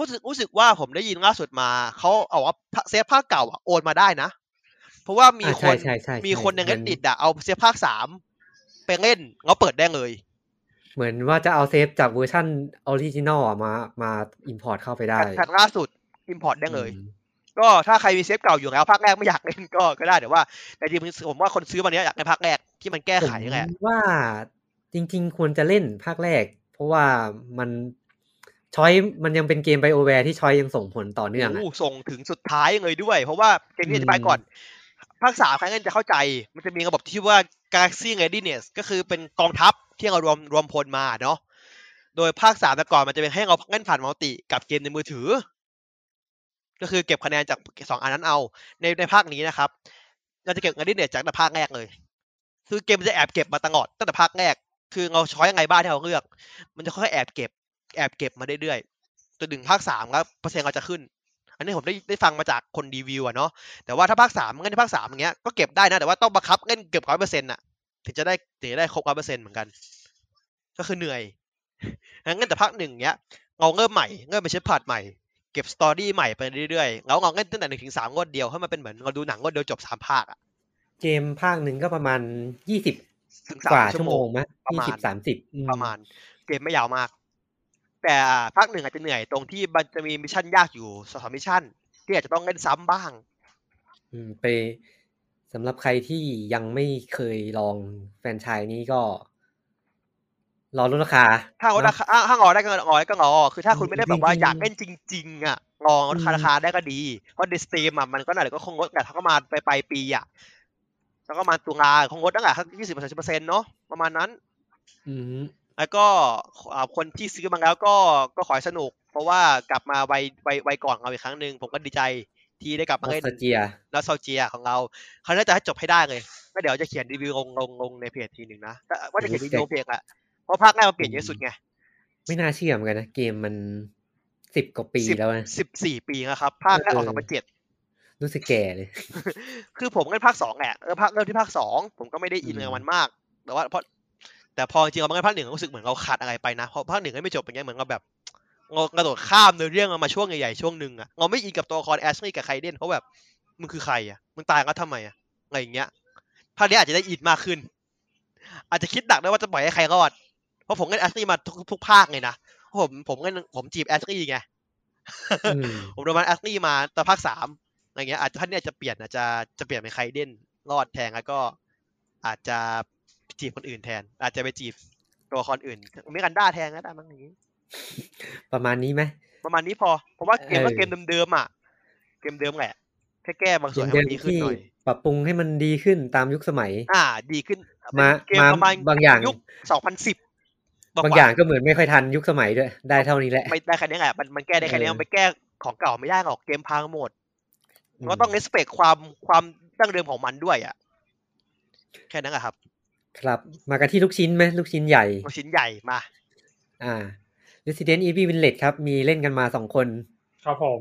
B: รู้สึกรู้สึกว่าผมได้ยินล่าสุดมาเขาเอาว่าเซฟภาคเก่าอะโอนมาได้นะ เพราะว่ามี
A: อ่า
B: คน
A: ใช่ใช่ใช่
B: มีคนใน
A: เหมื
B: เล่
A: อน
B: นติดอะเอาเซฟภาคสามไปเล่นแล้วเปิดได้เลย
A: เหมือนว่าจะเอาเซฟจากเวอร์ชั่นออริจินอลมามาอิมพอร์ตเข้าไปได้
B: แพทแพทล่าสุดอิมพอร์ตได้เลย
A: อืม
B: ก็ถ้าใครมีเซฟเก่าอยู่แล้วภาคแรกไม่อยากเล่น <laughs> ก็ก็ได้แต่ว่าแต่จริงๆผมว่าคนซื้อวันนี้อยากในภาคแรกที่มันแก้ไขแหละ
A: ผมว่าจริง ๆ ควรจะเล่นภาคแรก เพราะว่ามันช้อยมันยังเป็นเกมไบโอแวร์ที่ช้อยยังส่งผลต่อเนื่องอะ
B: โอ้โหส่งถึงสุดท้ายเลยด้วย เพราะว่าเกมนี้
A: อืม
B: อธิบายก่อน ภาคสามใครเล่นจะเข้าใจ มันจะมีระบบที่ชื่อว่า Galaxy Readiness ก็คือเป็นกองทัพที่เรารวมรวมพลมาเนาะโดยภาคสามแต่ก่อนมันจะเป็นให้เราเล่นผ่านมัลติกับเกมในมือถือ ก็คือเก็บคะแนนจากสองอันนั้นเอา ในในภาคนี้นะครับเราจะเก็บ Readiness จากแต่ภาคแรกเลย คือเกมมันจะแอบเก็บมาตลอดตั้งแต่ภาคแรก คือเราช้อยยังไงบ้างที่เราเลือก มันจะค่อยๆแอบเก็บ แอบเก็บมาเรื่อยๆจนถึงภาคสามแล้วเปอร์เซ็นต์เราจะขึ้น อันนี้ผมได้ได้ฟังมาจากคนรีวิวอะเนาะแต่ว่าถ้าภาคสามเล่นในภาคสามอย่างเงี้ยก็เก็บได้นะแต่ว่าต้องบังคับเล่นเกือบร้อยเปอร์เซ็นต์ะถึงจะได้ถึงจะได้ครบร้อยเปอร์เซ็นต์เหมือนกัน ก็คือเหนื่อยงั้นเล่นแต่ภาคหนึ่งเงี้ยเราเริ่มใหม่เริ่มไปเช็ดผ่านใหม่ เก็บสตอรี่ใหม่ไปเรื่อยๆแล้วเราเล่นตั้งแต่หนึ่งถึงสามงวดเดียวให้มันเป็นเหมือนเราดูหนังงวดเดียวจบสามภาคอะ
A: เกมภาคหนึ่งก็ประมาณยี่สิบ
B: ถึงสาม
A: กว่า
B: ชั่
A: ชั่
B: ว
A: ว
B: โม
A: โม
B: ง
A: งมั้ย
B: ประ
A: ยี่
B: มาณ
A: สิบสามสิบอื
B: ประมาณเกมไม่ยาวมาก แต่ภาคหนึ่งอาจจะเหนื่อยตรงที่มันจะมีมิชชั่นยากอยู่สองสามมิชชั่น ที่อาจจะต้องเล่นซ้ำบ้าง
A: อืมไปสำหรับใครที่ยังไม่เคยลองแฟรนไชายนี้ก็ รอลดราคา
B: ถ้าเรา
A: เนอะ
B: ถ้าถ้างอได้ก็งอได้ก็งอคือถ้าคุณ
A: อืม
B: ไม่ได้แบบว่า
A: จริงๆ
B: อยากเล่นจริง ๆ อ่ะ ลองลดราคาได้ก็ดี เพราะดิสตรีมอ่ะมันก็น่าจะก็คงลดแต่ถ้าก็มาไปปลายปีอ่ะแล้วก็มาตุลาคงลดตั้งแต่ยี่สิบเปอร์เซ็นต์เปอร์เซ็นต์เนาะประมาณนั้น
A: อืม
B: แล้วก็อ่าคนที่ซื้อมาแล้วก็ก็ขอให้สนุก เพราะว่ากลับมาไวไวไวก่อนเราอีกครั้งหนึ่งผมก็ดีใจที่ได้กลับ
A: อ
B: มา
A: อ
B: เล่
A: ส
B: น
A: ตาเจีย
B: นอสเซาเจียของเราเขาน่าจะให้จบให้ได้เลยก็เดี๋ยวจะเขียนรีวิวลงลงลงในเพจทีหนึ่งนะแต่ว่าจะเขียนรีวิวลงเพจอะเพราะภาคแรกมันเปลี่ยนเยอะสุดไง
A: ไม่น่าเชื่อเหมือนกันนะ เกมมันสิบกว่าปี
B: สิบ
A: แล้วนะ
B: สิบสี่ปีนะครับ ภาคแรกออก
A: เออ
B: สองพันเจ็ด
A: รู้สึกแก่เลย <laughs>
B: คือผมเล่นภาคสองแหละเออภาคเริ่มที่ภาคสองผมก็ไม่ได้อิน
A: อืม
B: กับมันมาก แต่ว่าเพราะแต่พอจริงๆเรามาเล่นภาคหนึ่งเรารู้สึกเหมือนเราขาดอะไรไปนะเพราะภาคหนึ่งก็ไม่จบเป็นไงเหมือนเราแบบเรากระโดดข้ามเนื้อเรื่องมันมาช่วงใหญ่ๆช่วงหนึ่งอะเราไม่อินกับตัวละครแอชลี่กับไคเดนเพราะแบบมึงคือใครอะมึงตายก็ทำไมอะอะไรอย่างเงี้ยภาคนี้อาจจะได้อินมากขึ้น อาจจะคิดหนักด้วยว่าจะปล่อยให้ใครรอด เพราะผมเล่นแอชลี่มาทุกทุกภาคเลยนะผมผมเล่นผมจีบแอชลี่ไง
A: อืม
B: <laughs> ผมโดนมันแอสลี่มาแต่ภาคสามอะไรเงี้ยอาจจะท่านเนี่ยจะเปลี่ยนอาจจะจะเปลี่ยนเป็นไคเดนรอดแทงแล้วก็ อาจจะจีบคนอื่นแทน อาจจะไปจีบตัวละคนอื่นไม่กันด้าแทนก็ได้มั้งอย่างนี้
A: ประมาณนี้ไหม
B: ประมาณนี้พอเพราะว่าเกมก็
A: เออ
B: เกมเดิมๆอ่ะเกมเดิมแหละแค่แก้บาง
A: เก
B: ส่วน
A: ม
B: ให้
A: เดิ
B: มั
A: ม
B: นดีขึ้น
A: ที่
B: หน่อย
A: ปรับปรุงให้มันดีขึ้นตามยุคสมัย
B: อ่า ดีขึ้นเป็น
A: มา
B: เกม
A: มา
B: ประมาณ
A: บางอย่าง
B: ยุคสองพันสิบบา
A: บาง
B: ง
A: อย่
B: อา
A: ย่าง งก็เหมือนไม่ค่อยทันยุคสมัยด้วย ได้เท่านี้แหละ
B: ไม่ได้แค่นี้แหละมันมันแก้ได้แค่นี้
A: เออ
B: มันไปแก้ของเก่าไม่ได้หรอกเกมพังหมด
A: อืม
B: ก็ต้อง respect ความความดั้งเดิมของมันด้วยอ่ะ แค่นั้นแหละครับ
A: ครับ มากันที่ลูกชิ้นไหมลูกชิ้นใหญ่
B: ลูกชิ้นใหญ่มา
A: อ่า Resident Evil Village ครับ มีเล่นกันมาสองคน
D: ครับผม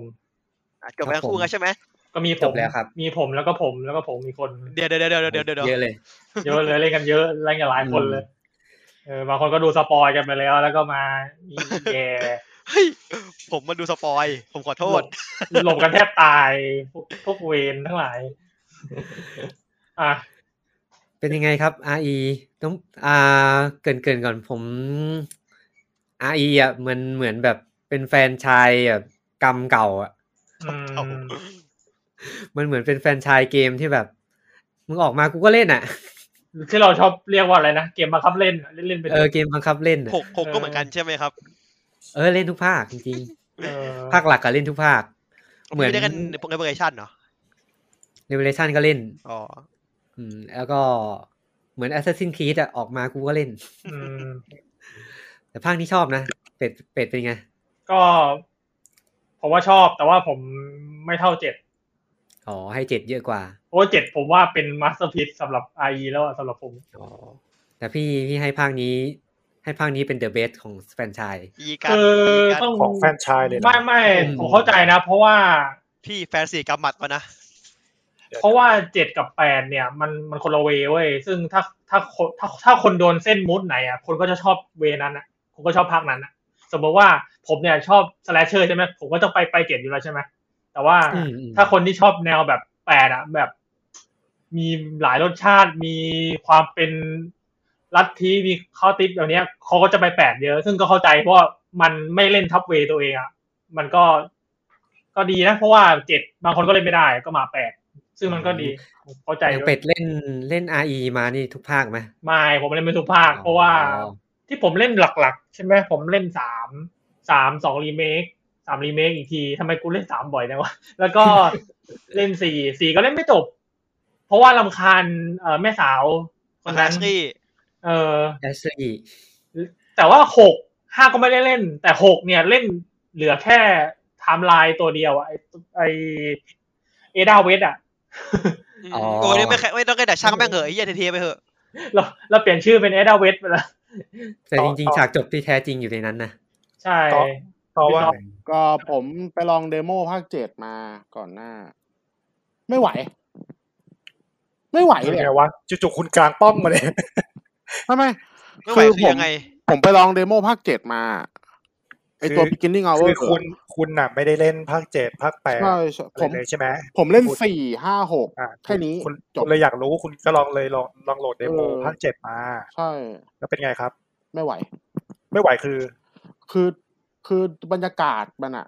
B: อ่ะจบไปทั้งคู่
A: ผม
B: แล้วใช่ไหม
D: ก็มีผ
A: จ
D: ม
A: บแล้วครับ
D: มีผมแล้วก็ผมแล้วก็ผมมีคน
B: เดี๋ยวเดี๋ยวเดี๋ยวเดี๋ยวเดี๋ยวเดี๋ยว
A: เยอะเลย
D: เยอะเลยเล่นกันเยอะเล่นกันหลายคนเลยเออบางคนก็ดูสปอยกันไปแล้ว แล้วก็มาแย่
B: เฮ้ยผมมาดูสปอย ผมขอโทษ
D: หลบกันแทบตายพวกพวกเวนทั้งหลาย อ่ะ
A: เป็นยังไงครับ RE ต้องอ่าเกินเกินๆก่อนผม RE อ่ะเหมือนเหมือนแบบเป็นแฟรนไชายแบบกรรมเก่าอ่ะ
D: อืม
B: เอา
A: มันเหมือนเป็นแฟรนไชายเกมที่แบบ มึงออกมากูก็เล่นอ่ะ
D: ที่เราชอบเรียกว่าอะไรนะ เกมบังคับเล่นอะเล่นเล่นๆไป
A: เอ
D: เถ
A: อ
D: อะ
A: เกมบังคับเล่นอะ
B: ผมผมก็เหมือนกันใช่ไหมครับ
A: เออเล่นทุกภาคจริง
D: เออ
A: ๆ ภาคหลักก็เล่นทุกภาค เหมือน
B: พี่ได้กันโปรแกรมเวอร์ชันเหรอ
A: Revelation ก็เล่น
B: อ๋อ
A: อืม แล้วก็เหมือน Assassin's Creed อ่ะออกมากูก็เล่น
D: อืม
A: แต่ภาคนี้ชอบนะ เป็ดเป็ดเป็นไง
D: ก็ผมว่าชอบแต่ว่าผมไม่เท่าเจ็ด
A: อ๋อให้เจ็ดเยอะกว่า
D: เพราะว่าเจ็ดผมว่าเป็นมาสเตอร์พีซสำหรับไอแล้วอะสำหรับผม
A: อ๋อแต่พี่พี่ให้ภาคนี้ ให้ภาคนี้เป็นเดอะเบสของแฟรนไชส์
B: อีกั
D: เอน อ
B: อีกัน
D: ต้อง
E: ของแฟรนไชส์เลยนะ
D: ไม่ไม่
A: อืม
D: ผมเข้าใจนะ เพราะว่า
B: พี่แฟนซีกำหมัดมานะ
D: เพราะว่าเจ็ดกับแปดเนี่ย มันมันคนละเวเว้ยซึ่งถ้าถ้าคนถ้าถ้าคนโดนเส้นมูดไหนอ่ะคนก็จะชอบเวนั้นอ่ะคนก็ชอบภาคนั้นอ่ะ สมมติว่าผมเนี่ยชอบสแลชเชอร์ใช่ไหมผมก็ต้องไปไปเจ็ดอยู่แล้วใช่ไหมแต่ว่า
A: อืมอืม
D: ถ้าคนที่ชอบแนวแบบแปดอ่ะแบบ มีหลายรสชาติมีความเป็นลัทธิมีข้อติปอย่างเนี้ยเขาก็จะไปแปดเยอะ ซึ่งก็เข้าใจเพราะว่ามันไม่เล่นทับเวตัวเองอ่ะมันก็ก็ดีนะ เพราะว่าเจ็ดบางคนก็เล่นไม่ได้ก็มาแปดซึ่งมันก็ดีผมเข้าใจ
A: อย่าง
D: ด้วย
A: เป็ดเล่นเล่น RE มานี่ทุกภาคไหม
D: ไม่ผมเล่นไม่ทุกภาคเพราะว่า
A: อ๋อ
D: ที่ผมเล่นหลักๆ ใช่ไหมผมเล่นสามสามสองรีเมคสามรีเมคอีกทีทำไมกูเล่นสามบ่อยจังวะ แล้ว
A: <laughs>
D: ก็ เล่นสี่สี่ก็เล่นไม่จบ เพราะว่าลำคาญเอ่อแม่สาวคนนั้น
B: Ashley
D: เออ
A: แอชลีย์
D: แต่ว่าหกห้าก็ไม่ได้เล่น แต่หกเนี่ยเล่นเหลือแค่ไทม์ไลน์ตัวเดียวอะไอไอเอดาเวสอะ <laughs>
B: อืมโอ้ยไม่แค่ไม่ต้องแค่แต่ช่างแม่งเหอะไอ้เหี้ยเทียๆไปเหอะ
D: เราเราเปลี่ยนชื่อเป็นเอดาเวสไปแล้ว
A: แต่จริง
E: ต่อ
A: ๆ ฉากจบที่แท้จริงอยู่ในนั้นนะ
D: ใช่
E: ต่อ เพราะว่าไง
F: ก็ผมไปลองเดโมภาคเจ็ดมาก่อนหน้า ไม่ไหว ไม่ไหว
E: คือ
F: เลย
E: ไงวะจู่ๆคุณกลางป้องมาเลย
F: ทำไม
B: ไม่ไหวคือยังไง
F: ผมไปลองเดโมภาคเจ็ดมาไอตัว
E: คือ
F: beginning hour
E: คือคุณคุณน่ะไม่ได้เล่นภาคเจ็ดภาคแปด
F: ใช่ใช่
E: อะ
F: ผ
E: ไร
F: ม
E: เลยใช่ไหม
F: ผมเล่น
E: คุณ
F: สี่ห้าหก
E: อ่ะ
F: แค่นี้
E: คุณ
F: จ
E: คุ
F: บ
E: ณเลยอยากรู้คุณก็ลองเลยลองลองโหลดเดโม
F: เออ
E: ภาคเจ็ดมา
F: ใช่
E: แล้วเป็นไงครับ
F: ไม่ไหว
E: ไม่ไหวคือ
F: คือคือบรรยากาศมันอะ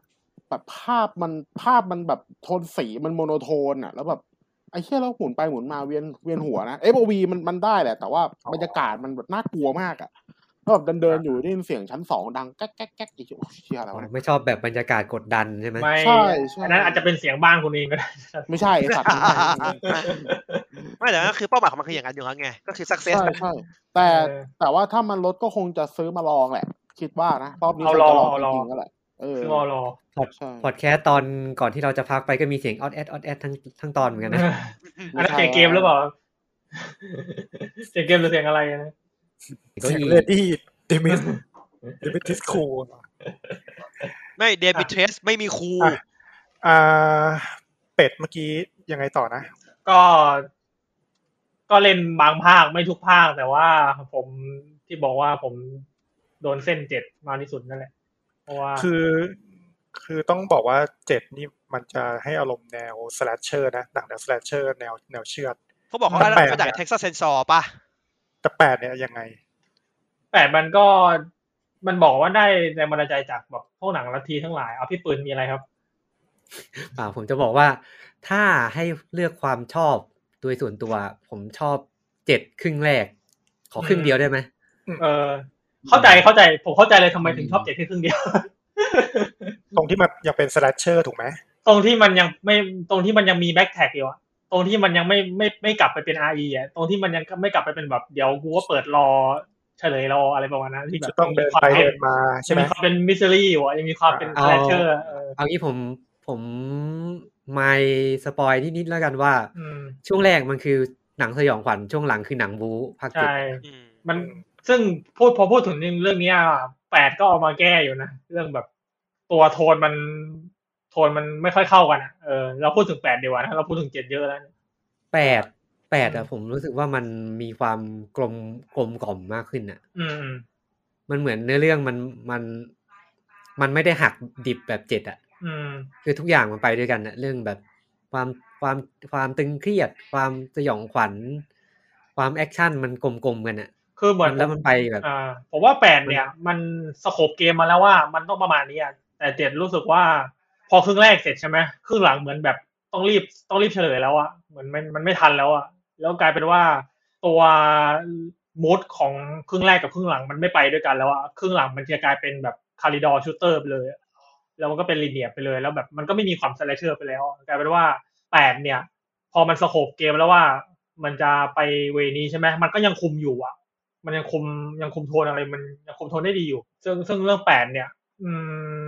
F: แบบภาพมันภาพมันแบบโทนสีมันโมโนโทนอะแล้วแบบไอ้เหี้ยเราหมุนไปหมุนมาเวียนเวียนหัวนะเอฟโอวีมันมันได้แหละ แต่ว่า
E: อ๋อ
F: บรรยากาศมันแบบน่ากลัวมากอะ ก็แบบเดินเดินๆอยู่ได้ยินเสียงชั้นสองดังแก๊กแก๊กแก๊กอีกโอ้ยเชี่ยอะไรวะเนี่ย
A: ไม่ชอบแบบบรรยากาศกดดันใช่ไหม
D: ไม่
F: ใช่ใช่
D: อันนั้นอาจจะเป็นเสียงบ้านคุณเองก็ได้
F: ไม่ใช่ไอ้สัตว์ไม่ใช่
B: ไม่แต่ก็คือเป้าหมายของมันคืออย่างนั้นอยู่แล้วไงก็คือ success
F: ใช่ใช่แต่
D: เออ
F: แต่ว่าถ้ามันลดก็คงจะซื้อมาลองแหละ คิดว่านะรอบนี้
D: เอา
F: คง
D: ลอ
F: จะล
D: ง
F: อง
D: เอาลอง
F: จริงๆก็แหละเออ
D: คือรอรอ
F: ใช่
A: พอดแคสต์ตอนก่อนที่เราจะพักไปก็มีเสียงออดแอดออดแอดทั้งทั้งตอนเหมือนกันนะ
D: อันนั้นเสียงเกมหรือเปล่าเสียงเกมหรือเสียงอะไรนะ
A: เก็
E: เสียง
A: อี
E: เลดี้เดมิ
D: <laughs>
E: สเดมิทิสคูล
B: ไม่เดบิเทสไม่มีครู
E: อ่าเป็ดเมื่อกี้ยังไงต่อนะ
D: ก็ ก็เล่นบางภาคไม่ทุกภาค แต่ว่าผมที่บอกว่าผมโดนเส้นเจ็ดมากที่สุดนั่นแหละ เพราะว่า
E: คือคือต้องบอกว่าเจ็ดนี่มันจะให้อารมณ์แนวสแลชเชอร์นะหนังแนวสแลชเชอร์แนวแนวเชือด
B: เขาบอกเขา
E: แปลกๆ
B: เขาจาก Texas Chainsaw ป่ะ
E: แต่แปดเนี่ยยังไง
D: แต่มันก็มันบอกว่าได้แรงบันดาลใจจากแบบพวกหนังลัทธิทั้งหลายเอาพี่ปืนมีอะไรครับ
A: ป่าผมจะบอกว่า ถ้าให้เลือกความชอบโดยส่วนตัว ผมชอบเจ็ดครึ่งแรก ขอครึ่งเดียวได้ไหม
D: เออ เข้าใจเข้าใจผมเข้าใจเลยทำไมถึงชอบเจ็ดแค่ครึ่งเดียว <laughs>
E: ตรงที่มันยังเป็นสแลชเชอร์ถูกไหม
D: ตรงที่มันยังไม่ตรงที่มันยังมีแบ็กแท็กอยู่อะตรงที่มันยังไม่ไม่ไม่กลับไปเป็น RE อ่ะตรงที่มันยังไม่กลับไปเป็นแบบเดี๋ยวกูก็เปิดรอเฉลยรออะไรประมาณนั้นที่แบ
E: จะ
D: บ
E: ต้องเดินไปเดินมาใช่
D: ยัง
E: ไหม
D: มีความเป็นมิสซิลี่อยู่อะยังมีความเป็น
A: เอา
D: แคลเชอร์เออ
A: เอางี้ผมผมไม่สปอยนิดๆแล้วกันว่า
D: อืม
A: ช่วงแรกมันคือหนังสยองขวัญช่วงหลังคือหนังบู๊ภาคเจ็ด
D: ใช่
B: อืม
D: มันซึ่งพูดพอพูดถึงเรื่องเนี้ยแปดก็เอามาแก้อยู่นะ เรื่องแบบตัวโทนมันโทนมันไม่ค่อยเข้ากันอะเออเราพูดถึงแปดดีกว่านะเราพูดถึงเจ็ดเยอะแล้วเนี่ย
A: แปดแปด
D: อื
A: อะ
D: ม
A: ผมรู้สึกว่ามันมีความกลมกลมกล่อมมากขึ้นอะ
D: อืมอืม
A: มันเหมือนเนื้อเรื่องมันมันมันไม่ได้หักดิบแบบเจ็ดอะ
D: อืม
A: คือทุกอย่างมันไปด้วยกันนะเรื่องแบบความความความตึงเครียด ความสยองขวัญ ความแอคชั่นมันกลมๆกันอะ
D: คือเหมือน
A: มันแล้วมันไปแบบ
D: อ่าผมว่าแปดเนี่ย มันสโคปเกมมาแล้วว่ามันต้องประมาณนี้อะแต่เจ็ดรู้สึกว่า พอครึ่งแรกเสร็จใช่ไหมครึ่งหลังเหมือนแบบต้องรีบต้องรีบเฉลยแล้วอะเหมือนมันมันไม่ทันแล้วอะแล้วกลายเป็นว่าตัวมูดของครึ่งแรกกับครึ่งหลังมันไม่ไปด้วยกันแล้วอะครึ่งหลังมันจะกลายเป็นแบบคาริดอร์ชูเตอร์ไปเลยอะแล้วมันก็เป็นลีเนียร์ไปเลยแล้วแบบมันก็ไม่มีความสไลเชอร์ไปแล้วกลายเป็นว่าแปดเนี่ย พอมันสโคปเกมแล้วว่ามันจะไปเวนี้ใช่ไหมมันก็ยังคุมอยู่อะ มันยังคุมยังคุมโทนอะไรมันยังคุมโทนได้ดีอยู่ ซึ่งซึ่งเรื่องแปดเนี่ย อืม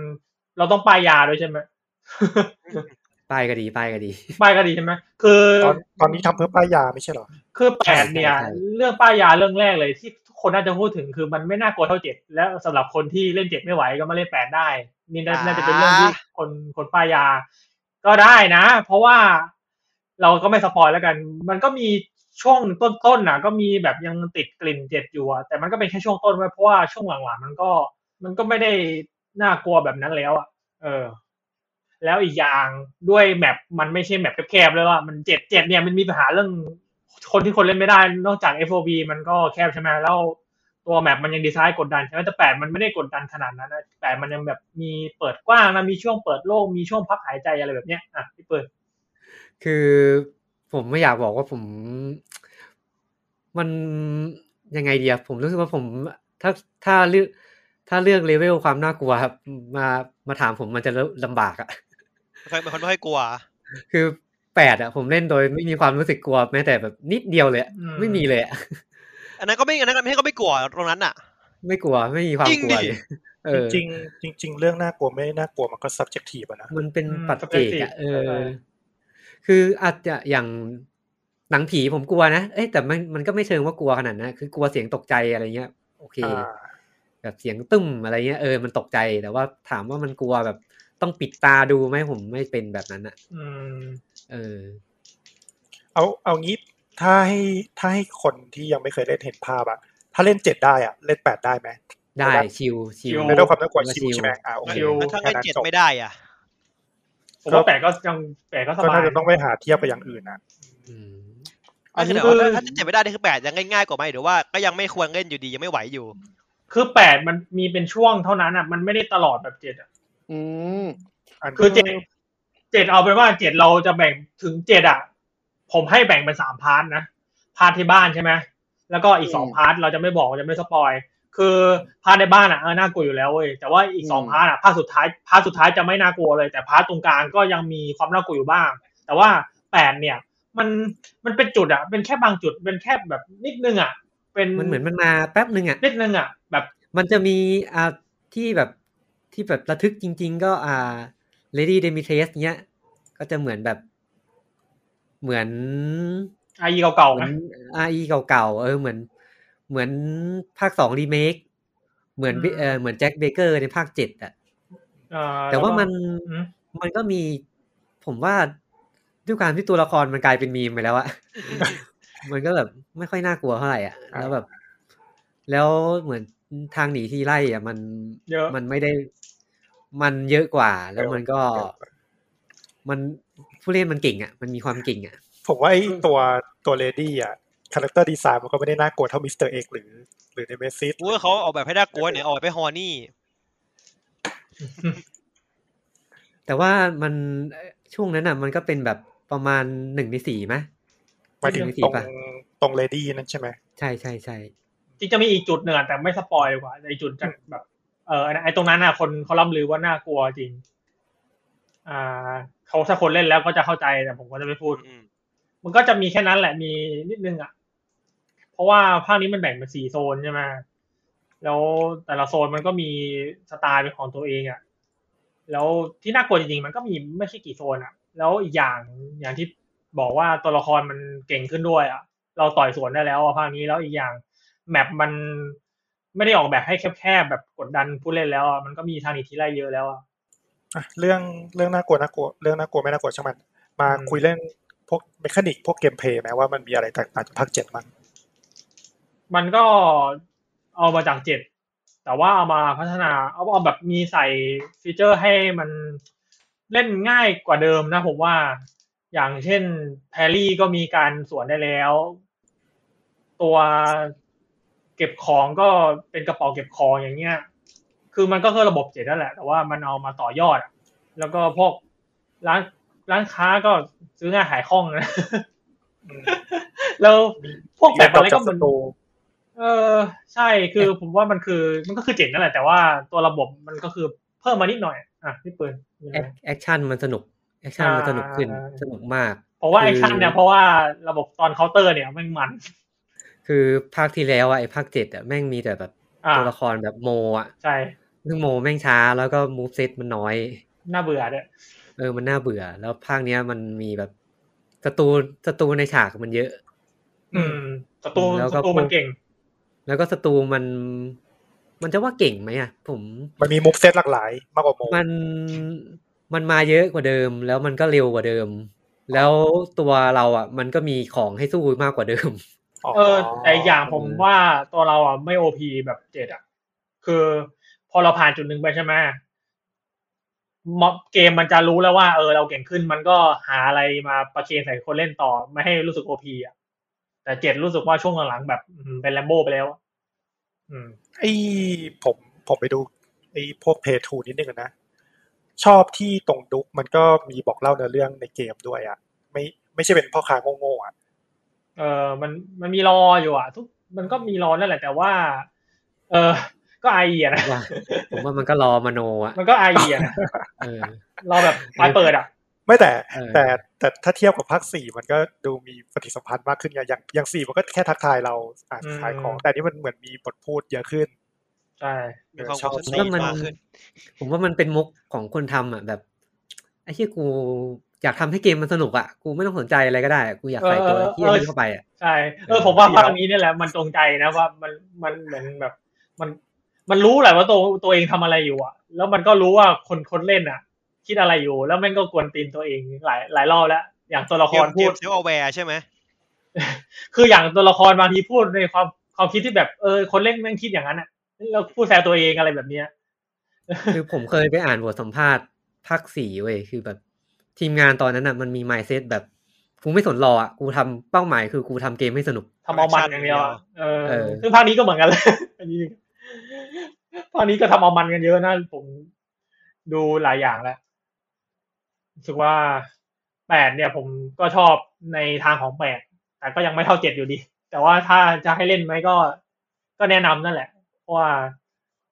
D: เราต้องป้ายยาด้วยใช่ไหม <laughs>
A: ป้ายก็ดีป้ายก็ดี
D: ป้ายก็ดีใช่ไหมคือ
E: ตอนตอนนี้ทำเพื่อป้ายยาไม่ใช่เหรอ
D: คือแปดเนี่ย
A: ใช่ใช่
D: เรื่องป้ายยาเรื่องแรกเลยที่ทุกคนน่าจะพูดถึงคือมันไม่น่ากลัวเท่าเจ็ดแล้วสำหรับคนที่เล่นเจ็ดไม่ไหวก็มาเล่นแปดได้ นี่น่าน่าจะเป็นเรื่องที่คนคนป้ายยา ก็ได้นะ เพราะว่าเราก็ไม่สปอยแล้วกัน มันก็มีช่วงต้นๆนะก็มีแบบยังติดกลิ่นเจ็ดอยู่อะแต่มันก็เป็นแค่ช่วงต้นไว้เพราะว่าช่วงหลังๆมันก็ มันก็ไม่ได้น่ากลัวแบบนั้นแล้วอะเออ แล้วอีกอย่างด้วยแมปมันไม่ใช่แมปแคบๆเลยว่ามันเจ็ดเจ็ดเนี่ยมันมีปัญหาเรื่องคนที่คนเล่นไม่ได้ นอกจาก FOV มันก็แคบใช่ไหมแล้วตัวแมปมันยังดีไซน์กดดันใช่ไหมแต่แปดมันไม่ได้กดดันขนาดนั้นนะแปดมันยังแบบมีเปิดกว้างนะมีช่วงเปิดโล่งมีช่วงพักหายใจอะไรแบบเนี้ยอ่ะพี่เปิด
A: คือผมไม่อยากบอกว่าผม มันยังไงเดียผมรู้สึกว่าผม ถ้าถ้าเลือกถ้าเลือกเลเวลความน่ากลัวครับมามาถามผมมันจะลำบากอะ
B: ไม่ค่อยเป็นคนไม่ค่อยกลัว
A: คือแปดอะผมเล่นโดยไม่มีความรู้สึกกลัวแม้แต่แบบนิดเดียวเลยอะ
D: อืม
A: ไม่มีเลยอะ
B: อันนั้นก็ไม่อันนั้นก็ไม่กลัวตรงนั้นอ่ะ
A: ไม่กลัวไม่มีความ
B: จริง
A: กลัว
B: ดิ
A: เลยเออ
E: จริงๆจริง ๆ เรื่องน่ากลัวไม่น่ากลัวมันก็ subjective อะนะ
A: มันเป็น
D: อืม
A: ปัจเจก
D: subjective
A: อะเอ
D: ใช่
A: อ คืออาจจะอย่างหนังผีผมกลัวนะ เอ้ยแต่มันมันก็ไม่เชิงว่ากลัวขนาดนั้นนะคือกลัวเสียงตกใจอะไรเงี้ย โอเค
E: อ่า
A: แบบเสียงตึ้มอะไรเงี้ยเออมันตกใจแต่ว่าถามว่ามันกลัวแบบต้องปิดตาดูไหมผมไม่เป็นแบบนั้นอะ
D: อืม
A: เออ
E: เอาเอางี้ถ้าให้ถ้าให้คนที่ยังไม่เคยเล่นเห็นภาพอะถ้าเล่นเจ็ดได้อะเล่นแปดได้ไหม
A: ได้
E: แต่ว่า
A: ชิวชิ
D: ชิ
A: ว
D: ล
E: ไม่ต้องความน่ากลัว
A: ว่า
E: ชิ
A: ชิ
E: ว
A: ล
E: ใช่ไหมอ่าโอเค
D: ชิล
B: ถ้าเล่นเจ็ด
E: จบ
B: ไม่ได้อ่ะ
D: ผมว่าแปดก็ยังแปดก็ส
E: ก็
D: บาย
E: น่าจะต้องไปหาเทียบกับอย่างอื่นอะ
A: อืม
F: อัน
B: ไม่ใช่
F: นี้
B: เดี๋ยว
F: คือ
B: ถ้าเจ็บไม่ได้นี่คือแปดยังง่ายๆกว่าไหมหรือว่าก็ยังไม่ควรเล่นอยู่ดียังไม่ไหวอยู่
D: คือแปดมันมีเป็นช่วงเท่านั้นอ่ะมันไม่ได้ตลอดแบบเจ็ดอะ
F: อืม
E: อัน
D: คือเจ็ดเจ็ดเอาเป็นว่าเจ็ดเราจะแบ่งถึงเจ็ดอ่ะ ผมให้แบ่งเป็นสามพาร์ทนะพาร์ทที่บ้านใช่ไหมแล้วก็อีกสอง
F: อืม
D: พาร์ทเราจะไม่บอกเราจะไม่สปอย คือพาร์ทในบ้านอ่ะเออน่ากลัวอยู่แล้วเว้ยแต่ว่าอีกสอง
F: อืม
D: พาร์ทอ่ะพาร์ทสุดท้ายพาร์ทสุดท้ายจะไม่น่ากลัวเลย แต่พาร์ทตรงกลางก็ยังมีความน่ากลัวอยู่บ้าง แต่ว่าแปดเนี่ย มันมันเป็นจุดอ่ะเป็นแค่บางจุดเป็นแค่แบบนิดนึงอ่ะ เป็น
A: มันเหมือนมันมาแป๊บหนึ่งอ่ะ
D: นิดนึงอ่ะแบบ
A: มันจะมีอ่าที่แบบที่แบบระทึกจริง ๆ ก็อ่า Lady d e m i t r e s เนี้ย ก็จะเหมือนแบบเหมือน
D: ไอเก่าๆ
A: เหมื
D: นะ
A: อนอาอีเก่าๆเออเหมือน เหมือนภาคสองรีเมคเหมือน
D: อืม
A: เออเหมือนแจ็คเบเกอร์ในภาคเจ็ดอ่ะ
D: เออ
A: แต่ว่า
D: ล้ก็
A: มัน
D: อืม
A: มันก็มี ผมว่าด้วยการที่ตัวละครมันกลายเป็นมีมไปแล้ว <laughs> อะ มันก็แบบไม่ค่อยน่ากลัวเท่าไหร่อะแล้วแบบ แล้วเหมือนทางหนีที่ไล่อะมัน
D: เยอะ
A: มันไม่ได้ มันเยอะกว่า แล้วมันก็
E: เยอะ
A: มันผู้เล่นมันเก่งอะมันมีความเก่งอะ
E: ผมว่าไอ้ตัวตัวเลดี้อ่ะคาแรคเตอร์ดีไซน์มันก็ไม่ได้น่ากลัวเท่ามิสเตอร์เอกหรือ หรือในเมซิส
B: กูว่าเขาออกแบบให้น่ากลัวเนี่ยออกแบบให้ฮอร์นี่
A: แต่ว่ามันช่วงนั้นอะมันก็เป็นแบบประมาณหนึ่งในสี่ไหม
E: หมายถึง
A: หนึ่ใน
E: ตร
A: สี่
E: ง
A: ป่ะ
E: ตรงเลดี้นั่นใช่ไหม
A: ใช่ใช่ใช่
D: จริงจะมีอีกจุดหนึ่งอะแต่ไม่สปอยดีกว่าในจุดจากแบบเออไอตรงนั้นน่ะคนเขาล่ำลือว่าน่ากลัวจริง อ่าเขาถ้าคนเล่นแล้วก็จะเข้าใจแต่ผมก็จะไม่พูด
B: อืม
D: มันก็จะมีแค่นั้นแหละมีนิดนึงอ่ะ เพราะว่าภาคนี้มันแบ่งเป็นสี่โซนใช่ไหมแล้วแต่ละโซนมันก็มีสไตล์เป็นของตัวเองอ่ะ แล้วที่น่ากลัวจริงๆมันก็มีไม่ใช่กี่โซนอ่ะ แล้วอีกอย่างอย่างที่บอกว่าตัวละครมันเก่งขึ้นด้วยอ่ะ เราต่อยสวนได้แล้วอะภาคนี้แล้วอีกอย่างแมปมันไม่ได้ออกแบบให้แคบๆแบบกดดันผู้เล่นแล้วอะมันก็มีทางหนีทีไล่เยอะแล้วอ่ะ
E: อ่ะเรื่องเรื่องน่ากลัวน่ากลัวเรื่องน่ากลัวไม่น่ากลัวช่างมันมา
D: อืม
E: คุยเรื่องพวกเมคานิกพวกเกมเพลย์ไหมว่ามันมีอะไรแตกต่างจากภาคเจ็ดมั้ง
D: มันก็เอามาจากเจ็ดแต่ว่าเอามาพัฒนาเอาเอาแบบมีใส่ฟีเจอร์ให้มันเล่นง่ายกว่าเดิมนะผมว่าอย่างเช่นแพรรี่ก็มีการสวนได้แล้ว ตัวเก็บของก็เป็นกระเป๋าเก็บของอย่างเงี้ย คือมันก็คือระบบเจ็ดนั่นแหละ แต่ว่ามันเอามาต่อยอดอะแล้วก็พวกร้านร้านค้าก็ซื้อง่ายขายคล่องนะ
E: อืม
D: <laughs> แล้วพวกแบบอะไรก็
E: มีแบบจับศั
D: มัน
E: ตรู
D: เออใช่คือผมว่ามันคือมันก็คือเจ๋งนั่นแหละ แต่ว่าตัวระบบมันก็คือเพิ่มมานิดหน่อย อ่ะพี่ปืนมีอะไร
A: แอค
D: ไหม
A: แอคชั่นมันสนุกแอคชั่นมันสนุกขึ้น
D: อ่า
A: สนุกมาก
D: เพราะว่า
A: คือ
D: ไอคชั่นเนี่ยเพราะว่าระบบตอนเคาน์เตอร์เนี่ยแม่งมัน
A: คือภาคที่แล้วอะไอ้ภาคเจ็ดอะแม่งมีแต่แบบ
D: อ่า
A: ตัวละครแบบโมอะ
D: ใช่
A: ซึ่งโมแม่งช้าแล้วก็มูฟเซตมันน้อย
D: น่าเบื่อเนี่ย
A: เออมันน่าเบื่อ แล้วภาคเนี้ยมันมีแบบศัตรูศัตรูในฉากมันเยอะ
D: อืมศัตรู
A: แล้วก็
D: ศัตรูมันเก่ง
A: แล้วก็ศัตรูมัน มันจะว่าเก่งไหมอ่ะ ผม
E: มันมีมุกเซตหลากหลายมากกว่าโม
A: มันมันมาเยอะกว่าเดิม แล้วมันก็เร็วกว่าเดิม แล้วตัวเราอ่ะ มันก็มีของให้สู้มากกว่าเดิม <laughs>
D: เออแต่อีกอย่างผมว่าตัวเราอ่ะไม่โอพีแบบเจ็ดอ่ะ คือพอเราผ่านจุดหนึ่งไปใช่ไหมม็อบเกมมันจะรู้แล้วว่าเออเราเก่งขึ้นมันก็หาอะไรมาประเคนใส่คนเล่นต่อ ไม่ให้รู้สึกโอพีอ่ะ แต่เจ็ดรู้สึกว่าช่วงหลังๆแบบอืมเป็นแลมโบ้ไปแล้วอะอืม
E: ไอ้ผมผมไปดูไอ้พวกเพย์ทูนิดนึงนะ ชอบที่ตรงดุกมันก็มีบอกเล่าเนื้อเรื่องในเกมด้วยอ่ะ ไม่ไม่ใช่เป็นพ่อค้าโง่ๆอ่ะ
D: เออมันมันมีรออยู่อ่ะ ทุกมันก็มีรอนั่นแหละ แต่ว่า เออ ก็ไอเอียนะ
A: ว่า ผมว่ามันก็รอมโนอ่ะ
D: มันก็ไอเอียนะ
A: เออ
D: รอแบบปลายเปิดอ่ะ
E: ไม่แต่
A: เออ
E: แต่แต่ถ้าเทียบกับภาคสี่มันก็ดูมีปฏิสัมพันธ์มากขึ้นไงอย่างอย่างสี่มันก็แค่ทักทายเราอ่ะ
D: อืม
E: ขายของ แต่อันนี่มันเหมือนมีบทพูดเยอะขึ้น
D: ใช่
B: มีความ
E: ชอบ
B: คอนเซป
A: แล้ว
B: ต์
A: มัน
B: มากขึ้น
A: ผมว่ามันเป็นมุกของคนทำอ่ะแบบไอ้เชี่ยกูอยากทำให้เกมมันสนุกอ่ะกูไม่ต้องสนใจอะไรก็ได้อะกูอยากใส่ตัวไอ้เชี่ยนี้เข้าไปอ่ะ
D: ใช่ เออ ผมว่าภาคนี้เนี่ยแหละมันจงใจนะว่ามันมันเหมือนแบบ มันมันรู้แหละว่าตัวตัวเองทำอะไรอยู่อ่ะ แล้วมันก็รู้ว่าคนคนเล่นอ่ะ คิดอะไรอยู่ แล้วแม่งก็กวนตีนตัวเองหลายหลายรอบแล้ว อย่างตัวละค
B: เก
D: ร
B: มเก
D: พูด
B: มเซลล์แวร์ใช่ไหม
D: คืออย่างตัวละครบางทีพูดในความความคิดที่แบบเออคนเล่นแม่งคิดอย่างนั้นอ่ะแล้วพูดแซวตัวเองอะไรแบบเนี้ย
A: คือผมเคยไปอ่านบทสัมภาษณ์ภาคสี่เว้ยคือแบบทีมงานตอนนั้นอ่ะมันมีไมเซ็ตแบบกูไม่สนรออ่ะกูทำเป้าหมายคือกูทำเกมให้สนุก
D: ทำเอามันอย่างเดียวอะเออ
A: เออ
D: ซึ่งภาคนี้ก็เหมือนกันเลย <laughs> อันนี้ภาคนี้ก็ทำเอามันกันเยอะนะ ผมดูหลายอย่างแล้วรู้สึกว่าแปดเนี่ย ผมก็ชอบในทางของแปดแต่ก็ยังไม่เท่าเจ็ดอยู่ดี แต่ว่าถ้าจะให้เล่นไหมก็ ก็แนะนำนั่นแหละ เพราะว่า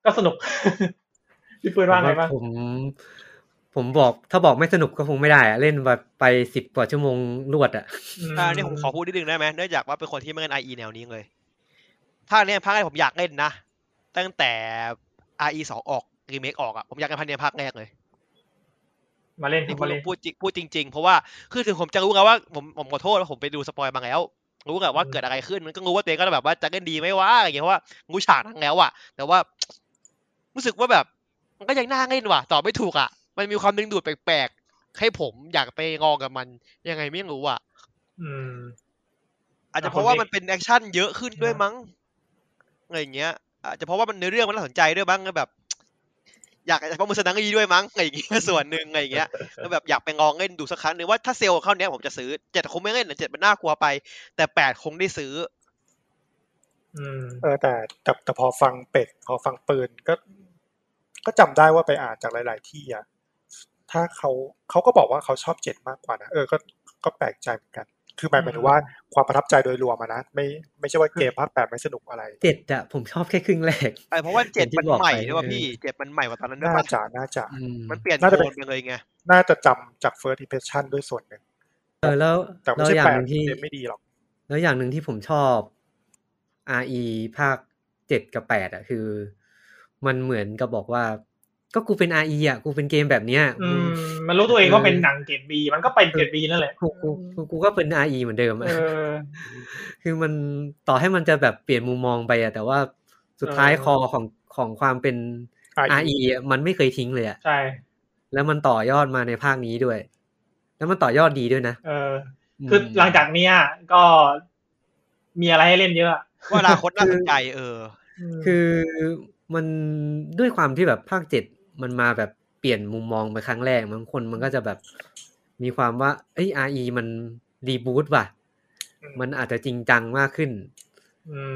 D: ก็สนุก <laughs> พี่ปืนว่าไงบ้าง
A: ผมผมบอกถ้าบอกไม่สนุกก็คงไม่ได้อะเล่นแบบไปสิบกว่าชั่วโมงรวดอะ
B: อ่านี่ผมขอพูดนิดนึงได้ไหมเนื่องจากว่าเป็นคนที่ไม่เล่น IE แนวนี้เลย ภาคเนี้ยภาคแรกผมอยากเล่นนะ ตั้งแต่ IE สองออกรีเมคออกอ่ะผมอยากเล่นภาคเนี้ยภาคแรกเลย
D: มาเล่น
B: นี่
D: มา
B: ผ
D: เล่น
B: มพูดจริงพูดจริงๆ เพราะว่าคือถึงผมจะรู้ไงว่าผมผมขอโทษว่าผมไปดูสปอยล์มาแล้ว รู้ไงว่า
D: อืม
B: เกิดอะไรขึ้นมันก็รู้ว่าตัวเองก็แบบว่าจะเล่นดีไหมวะอะไรอย่างเงี้ยเพราะว่ารู้ฉากทั้งแล้วอะแต่ว่า รู้สึกว่าแบบ มันก็ยังน่าเล่นว่ะตอบไม่ถูกอะมันมีความดึงดูดแปลกๆให้ผมอยากไปงอกับมันยังไงไม่รู้อะ
D: อืม
B: อาจจะ
D: อ่ะ
B: เพราะว่า
D: ผมไม่
B: มันเป็นแอคชั่นเยอะขึ้นด้วย
D: นะ
B: มั้งอะไรอย่างเงี้ย อาจจะเพราะว่ามันเนื้อเรื่องมันน่าสนใจด้วยมั้งแบบ อยากจะเพราะมันสนังดีด้วยมั้งอะไรอย่างเงี้ย <laughs> ส่วนหนึ่งอะไรอย่างเงี้ย แล้วแบบอยากไปงองเล่นดูสักครั้งหนึ่งว่าถ้าเซลล์เข้าเนี้ยผมจะซื้อเจ็ดคงไม่เล่นนะเจ็ดมันน่ากลัวไป แต่แปดคงได้ซื้อ
D: อืม
E: เออแต่แต่แต่พอฟังเป็ด พอฟังปืนก็ ก็จำได้ว่าไปอ่านจากหลาย ๆ ที่อ่ะถ้าเขาเขาก็บอกว่าเขาชอบเจ็ดมากกว่านะเออก็ก็แปลกใจเหมือนกัน คือหมายหมายถึงว่าความประทับใจโดยรวมอะนะไม่ไม่ใช่ว่าเกมภาคแปดไม่สนุกอะไร
A: เจ็ดอะผมชอบแค่ครึ่งแรก
B: เออเพราะว่าเจ็ด
A: อย่างที่
B: มัน
A: บอก
B: ใหม่
A: ไป
B: ด้วยป่ะ
A: เออ
B: พี่เจ็ดมันใหม่กว่าตอนนั้นด้วย
E: น่า
B: ป่ะ
E: จะน่าจะ
A: อืม
B: มันเปลี่ยน
E: น่าจะ
B: โท
E: เป็
B: น
E: น
B: ไปเลยไง
E: น่าจะจำจาก first impression ด้วยส่วนหนึ่ง
A: เออแล้ว
E: แต่ไม่
A: แล้ว
E: ใช่
A: อย่า
E: แป
A: ง
E: ล
A: ห
E: ก
A: นึ่งที่
E: เกมไม่ดีหรอก
A: แล้วอย่างหนึ่งที่ผมชอบ RE ภาคเจ็ดกับแปดอะคือ มันเหมือนกับบอกว่า ก็กูเป็น RE อะกูเป็นเกมแบบเนี้ย
D: อื
A: มึง
D: ม มันรู้ตัวเองว่าเป็น
A: เออ
D: หนังเกรดบี มันก็เป็นเกรดบีนั่นแหละ
A: กูกูกูกูก็เป็น RE เหมือนเดิมอะ
D: เออ
A: คือมันต่อให้มันจะแบบเปลี่ยนมุมมองไปอะแต่ว่าสุดท้าย
D: เออ
A: คอของของความเป็น RE อะมันไม่เคยทิ้งเลยอะ
D: ใช่
A: แล้วมันต่อยอดมาในภาคนี้ด้วย แล้วมันต่อยอดดีด้วยนะ
D: เออ คือ
A: ม
D: หลังจากเนี้ยก็มีอะไรให้เล่นเยอะอะ
B: ว่าอนาคตน่าสนใจเออ
D: ม
A: คือมันด้วยความที่แบบภาคเจ็ดมันมาแบบเปลี่ยนมุมมองไปครั้งแรกบางคนมันก็จะแบบมีความว่า เอ้ย RE มันรีบูตว่ะ
E: อืม
A: มันอาจจะจริงจังมากขึ้น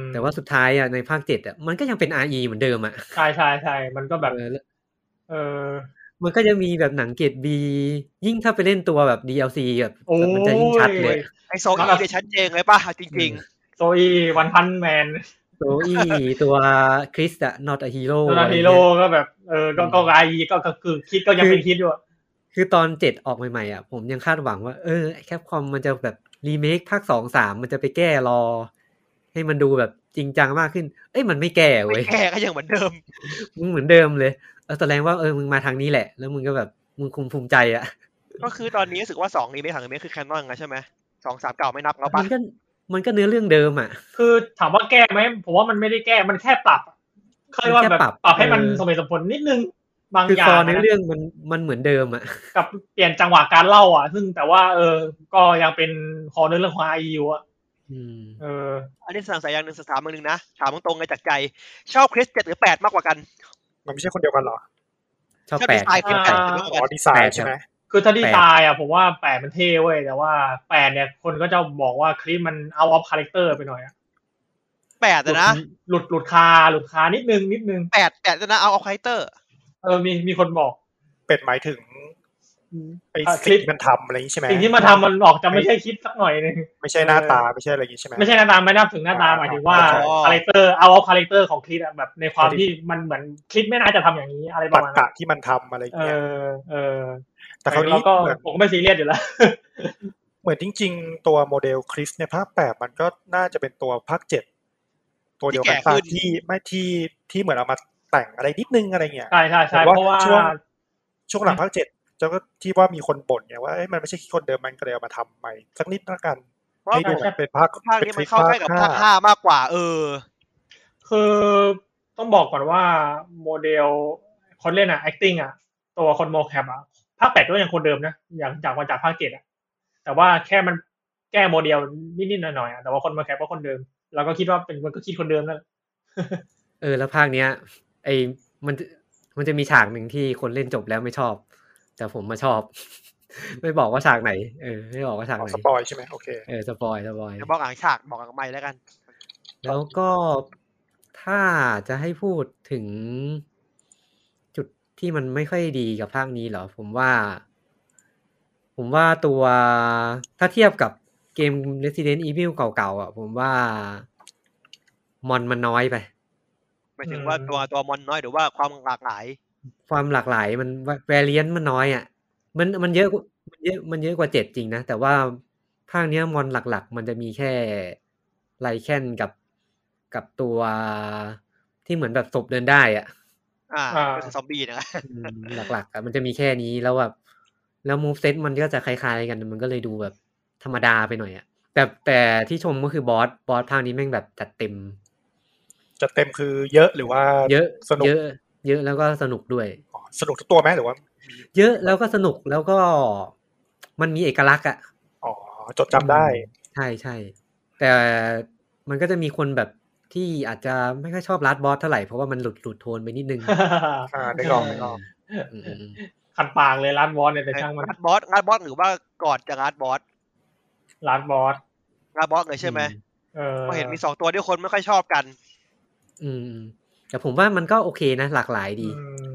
D: ม
A: แต่ว่าสุดท้ายอ่ะในภาคเจ็ดอ่ะมันก็ยังเป็น RE เหมือนเดิมอ่ะ
D: ใช่ใช่ใช่มันก็แบบ
A: เออแล้ว
D: เออ
A: มันก็จะมีแบบหนังเกรด B ยิ่งถ้าไปเล่นตัวแบบ DLC แบบ
D: โอ้ย
A: มันจะยิ่งชัดเลย
B: ไอโซอีเนี่ยชัดเจนเลยป่ะเอาจริง
D: โซอีวันพันแมน
A: โซ
D: <laughs>
A: อีตัวคริสอะ not a hero
D: โดนา
A: อะไร
D: ฮี
A: เงี้ย
D: โร่ก็แบบ เออ ก็ก็ไอก็ก็คือคิดก็ยังเป็นคิดด้วย
A: คือตอนเจ็ดออกใหม่ๆอ่ะผมยังคาดหวังว่าเออแคปคอมมันจะแบบรีเมคภาคสองสามมันจะไปแก้รอ ให้มันดูแบบจริงจังมากขึ้น เอ้ยมันไม่แก้
B: ๆ ไม่
A: เว้ย
B: แก่ก็ยังเหมือนเดิม
A: มึงเหมือนเดิมเลยเออแสดงว่าเออมึงมาทางนี้แหละ แล้วมึงก็แบบมึงคงภูมิใจอ่ะ
B: ก็คือตอนนี้รู้สึกว่าสองนี้ไม่ถังนี้คือแคนนอนแล้วใช่ไหมสองสามเก่าไม่นับแล้วป่ะ
A: มันก็มันก็เนื้อเรื่องเดิมอ่ะ
D: คือถามว่าแก้ไหมผมว่ามันไม่ได้แก้ มันแค่ปรับเคยกว่าแบ
A: มันแค่
D: บ
A: ปรับ
D: ปรับให้มัน
A: เออ
D: สมเหตุสมผลนิดนึงบาง
A: คือ
D: อ
A: ค
D: ย่า
A: อง เนื้อ
D: นะ
A: เรื่องมันมันเหมือนเดิมอ่ะ
D: กับเปลี่ยนจังหวะการเล่าอ่ะ ซึ่งแต่ว่า เออ ก็ยังเป็นคอเนื้อเรื่องของไออยู่อ่ะ
A: อืม
D: เออ
B: อันนี้สั่งสายอย่างหนึ่งสถามอย่างหนึ่งนะถามตรงๆเลยจากใจ ชอบคริสเจ็ดหรือแปดมากกว่ากัน
E: มันไม่ใช่คนเดียวกันเหรอ
A: ชอบ
B: ชอบ
A: แป
B: ดี
A: ด
B: ไซน์คริสแปดมากกว่า
E: อ๋
B: กั
E: อน ดีไซ
A: แปด
E: น์ใช่ไหม
D: คือถ้าดีไซน์อ่ะผมว่าแปดมันเท่เว้ย แต่ว่าแปดเนี่ยคนก็จะบอกว่าคลิปมันเอาออฟคาแรคเตอร์ไปหน่อยอะ
B: แปดอะนะ
D: หลุดหลุดคาหลุดคานิดนึงนิดนึง
B: แปดแปดอะนะเอาเอาไคเตอร์
D: เออมีมีคนบอก
E: เป็ดหมายถึงไอ้
D: อ่ะคลิ
E: สิ่งที่
D: ป
E: มันทำอะไรอย่างนี้ใช่ไหม
D: สิ่งที่มาทำมันออกจะไม่ใช่คิดสักหน่อยนึง
E: ไม่ใช่หน้าตาไม่ใช่อะไรอย่างนี้ใช่ไหม
D: ไม่ใช่หน้าตาไม่นับถึงหน้าตาหมายถึงว่า
B: อ๋อ
D: คาแรคเตอร์เอาเอาคาแรคเตอร์ของคลิดอะแบบในความ
E: คลิป
D: ที่มันเหมือนคลิดไม่น่าจะทำอย่างนี้อะไร
E: ตร
D: ประ
E: ร
D: มาณ
E: กะ
D: นั้น
E: ที่มันทำอะไรอย่าง
D: เอ
E: เงี้ย
D: อเออ
E: แต่คราวนี้
D: ก็
E: เหมือน
D: ผมก็ไม่ซีเรียสอยู่แล้ว <laughs>
E: เหมือนจริง ๆ ตัวโมเดลคริสในภาคแปดมันก็น่าจะเป็นตัวภาคเจ็ดตัวเดียวกัน
B: ที่แก่
E: ปะ
B: ขึ้น
E: ที่ไม่ที่ที่เหมือนเอามาแต่งอะไรนิดนึงอะไรเงี้ย
D: ใช่ใช่ใช่
E: ผมว่า
D: เพราะว่า
E: ช่วง ช่วงหลังภาคเจ็ดเจ้าก็ที่ว่ามีคนบ่นไงว่าเอ้ยมันไม่ใช่คนเดิมมันก็เลยเอามาทำใหม่สักนิดละกัน
B: เพราะ
E: ให้
B: ผ
E: ดู
B: ม
E: แบบเป็นภาค
B: ภาค
E: เป็น
B: นี้มัน
E: คลิป
B: เข้า
E: ภา
B: ใก
E: ค
B: ล้กับภา
E: ห้า
B: คห้ามากกว่า เออ
D: คือต้องบอกก่อนว่าโมเดลคนเล่นอะ acting อะตัวคนโมแคปอะภาคแปดก็ยังคนเดิมนะอย่างจากมาจากภาคเจ็ดอะแต่ว่าแค่มันแก้โมเดลนิดๆหน่อยๆอะแต่ว่าคนโมแคปก็คนเดิมเราก็คิดว่าเป็นมันก็คิดคนเดิมนั่นแหละ <laughs>
A: เออแล้วภาคเนี้ยไอ้มันมันจะมีฉากหนึ่งที่คนเล่นจบแล้วไม่ชอบ แต่ผมมาชอบ <laughs> ไม่บอกว่าฉากไหน เออไม่บอกว่าฉาก
E: อ๋อ
A: ไหน
E: สปอยใช่ไหมโอเค
A: เออสปอยสปอย
B: เดี๋ยวบอกหลังฉากบอกหลังไม่แล้วกัน
A: แล้วก็ถ้าจะให้พูดถึง จุดที่มันไม่ค่อยดีกับภาคนี้เหรอ ผมว่า ผมว่าตัวถ้าเทียบกับเกม Resident Evil เก่าๆอ่ะ ผมว่ามอนมันน้อยไป
B: หมายถึงว่าตัวตัวมอนน้อยหรือว่าความหลากหลาย
A: ความหลากหลายมันแวรเลียนมันน้อยอ่ะ มันมันเยอะกว่ามันเยอะมันเยอะกว่าเจ็ดจริงนะ แต่ว่าภาคเนี้ยมอนหลักๆ มันจะมีแค่ไลแคนกับกับตัวที่เหมือนแบบศพเดินได้อ่ะ
B: อ่า
D: อ่า
B: ก็คือซอมบี้นะ
A: อืมหลักๆอะมันจะมีแค่นี้แล้วแบบแล้วมูฟเซตมันก็จะคล้ายๆกันมันก็เลยดูแบบธรรมดาไปหน่อยอะแต่แต่ที่ชมก็คือบอสบอสภาคนี้แม่งแบบจัดเต็ม
E: จะเต็มคือเยอะหรือว่า
A: เยอะ
E: สนุก
A: เยอะ เยอะแล้วก็สนุกด้วย
E: อ๋อสนุกทุกตัวไหมหรือว่า
A: เยอะแล้วก็สนุกแล้วก็มันมีเอกลักษณ์อะ
E: อ๋อจดจำได้
A: ใช่ใช่แต่มันก็จะมีคนแบบที่อาจจะไม่ค่อยชอบลัดบอสเท่าไหร่เพราะว่ามันหลุดหลุดโทนไปนิด
E: <laughs>
A: นึง
E: อ่าได้ลองได้ลอง
A: อืมอืมอืม
D: คันปากเลยร้านบอสเนี่ยแต่ช่างมัน
B: รัดบอสรัดบอสหรือว่าก่อนจะรัดบอส
D: ร้านบอส
B: รัดบอสเลยใช่ไหม
D: เออ
B: ก็เห็นมีสองตัวที่คนไม่ค่อยชอบกัน
A: อืมอืมแต่ผมว่ามันก็โอเคนะหลากหลายดี
D: อืม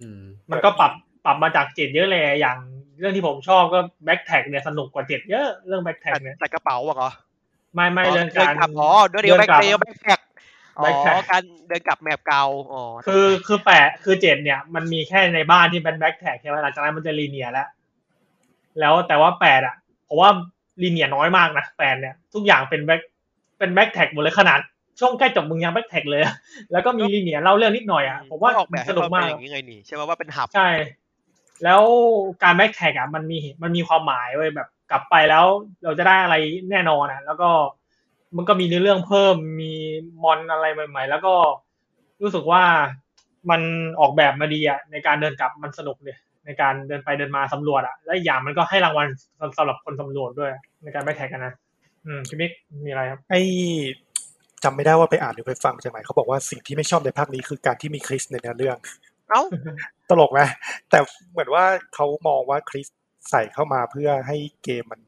A: อืม
D: มันก็ปรับปรับมาจากเจ็ดเยอะเลยอย่างเรื่องที่ผมชอบก็แบ็คแท็กเนี่ยสนุกกว่าเจ็ดเยอะเรื่องแบ็คแท็ก
B: แต่
D: เนี่ย
B: แต่กระเป๋าอะเหรอ
D: ไม่ไม่เรื่อง
B: ดิ
D: กาน ร
B: กลับอ๋อเดี๋ยวเดียวแบ็คเดลแบ็คแพ็คอ๋อ
D: backpack
B: การเดินกลับแมปเก่าอ๋อ
D: คือคือแปะคือเจ็ดเนี่ยมันมีแค่ในบ้านที่เป็นแบ็คแท็กใช่ไหมหลังจากนั้นมันจะลีเนียแล้ว แล้วแต่ว่าแปดอ่ะผมว่าลีเนียน้อยมากนะแปดเนี่ย ทุกอย่างเป็นแบ็คเป็นแบ็คแท็กหมดเลยขนาด ช่วงใกล้จบมึงยังแบ็คแท็กเลยอะแล้วก็มีลีเนียเล่าเรื่องนิดหน่อยอ่ะผมว่า
B: ออกแบบ
D: ส
B: ให้
D: นุก
B: มันเป็อ
D: มาน ก
B: ย่างนี้ไงนี่ใช่ไหมว่าเป็นหับ
D: ใช่ แล้วการแบ็คแท็กอ่ะมันมีมันมีความหมายเว้ยแบบกลับไปแล้วเราจะได้อะไรแน่นอนอ่ะ แล้วก็มันก็มีเนื้อเรื่องเพิ่มมีมอนอะไรใหม่ ๆ แล้วก็รู้สึกว่ามันออกแบบมาดีอ่ะในการเดินกลับมันสนุกเลยในการเดินไปเดินมาสำรวจอ่ะและอีกอย่างมันก็ให้รางวัลสำสำหรับคนสำรวจด้วย ในการแบ็คแท็กอะนะอืมพี่มิกมีอะไรครับ
E: ไอจำไม่ได้ว่าไปอ่านหรือไปฟังมาจากไหนเขาบอกว่าสิ่งที่ไม่ชอบในภาคนี้คือการที่มีคริสในเนื้อเรื่อง
B: เอ้า
E: ตลกไหมแต่เหมือนว่าเขามองว่าคริสใส่เข้ามาเพื่อให้เกมมัน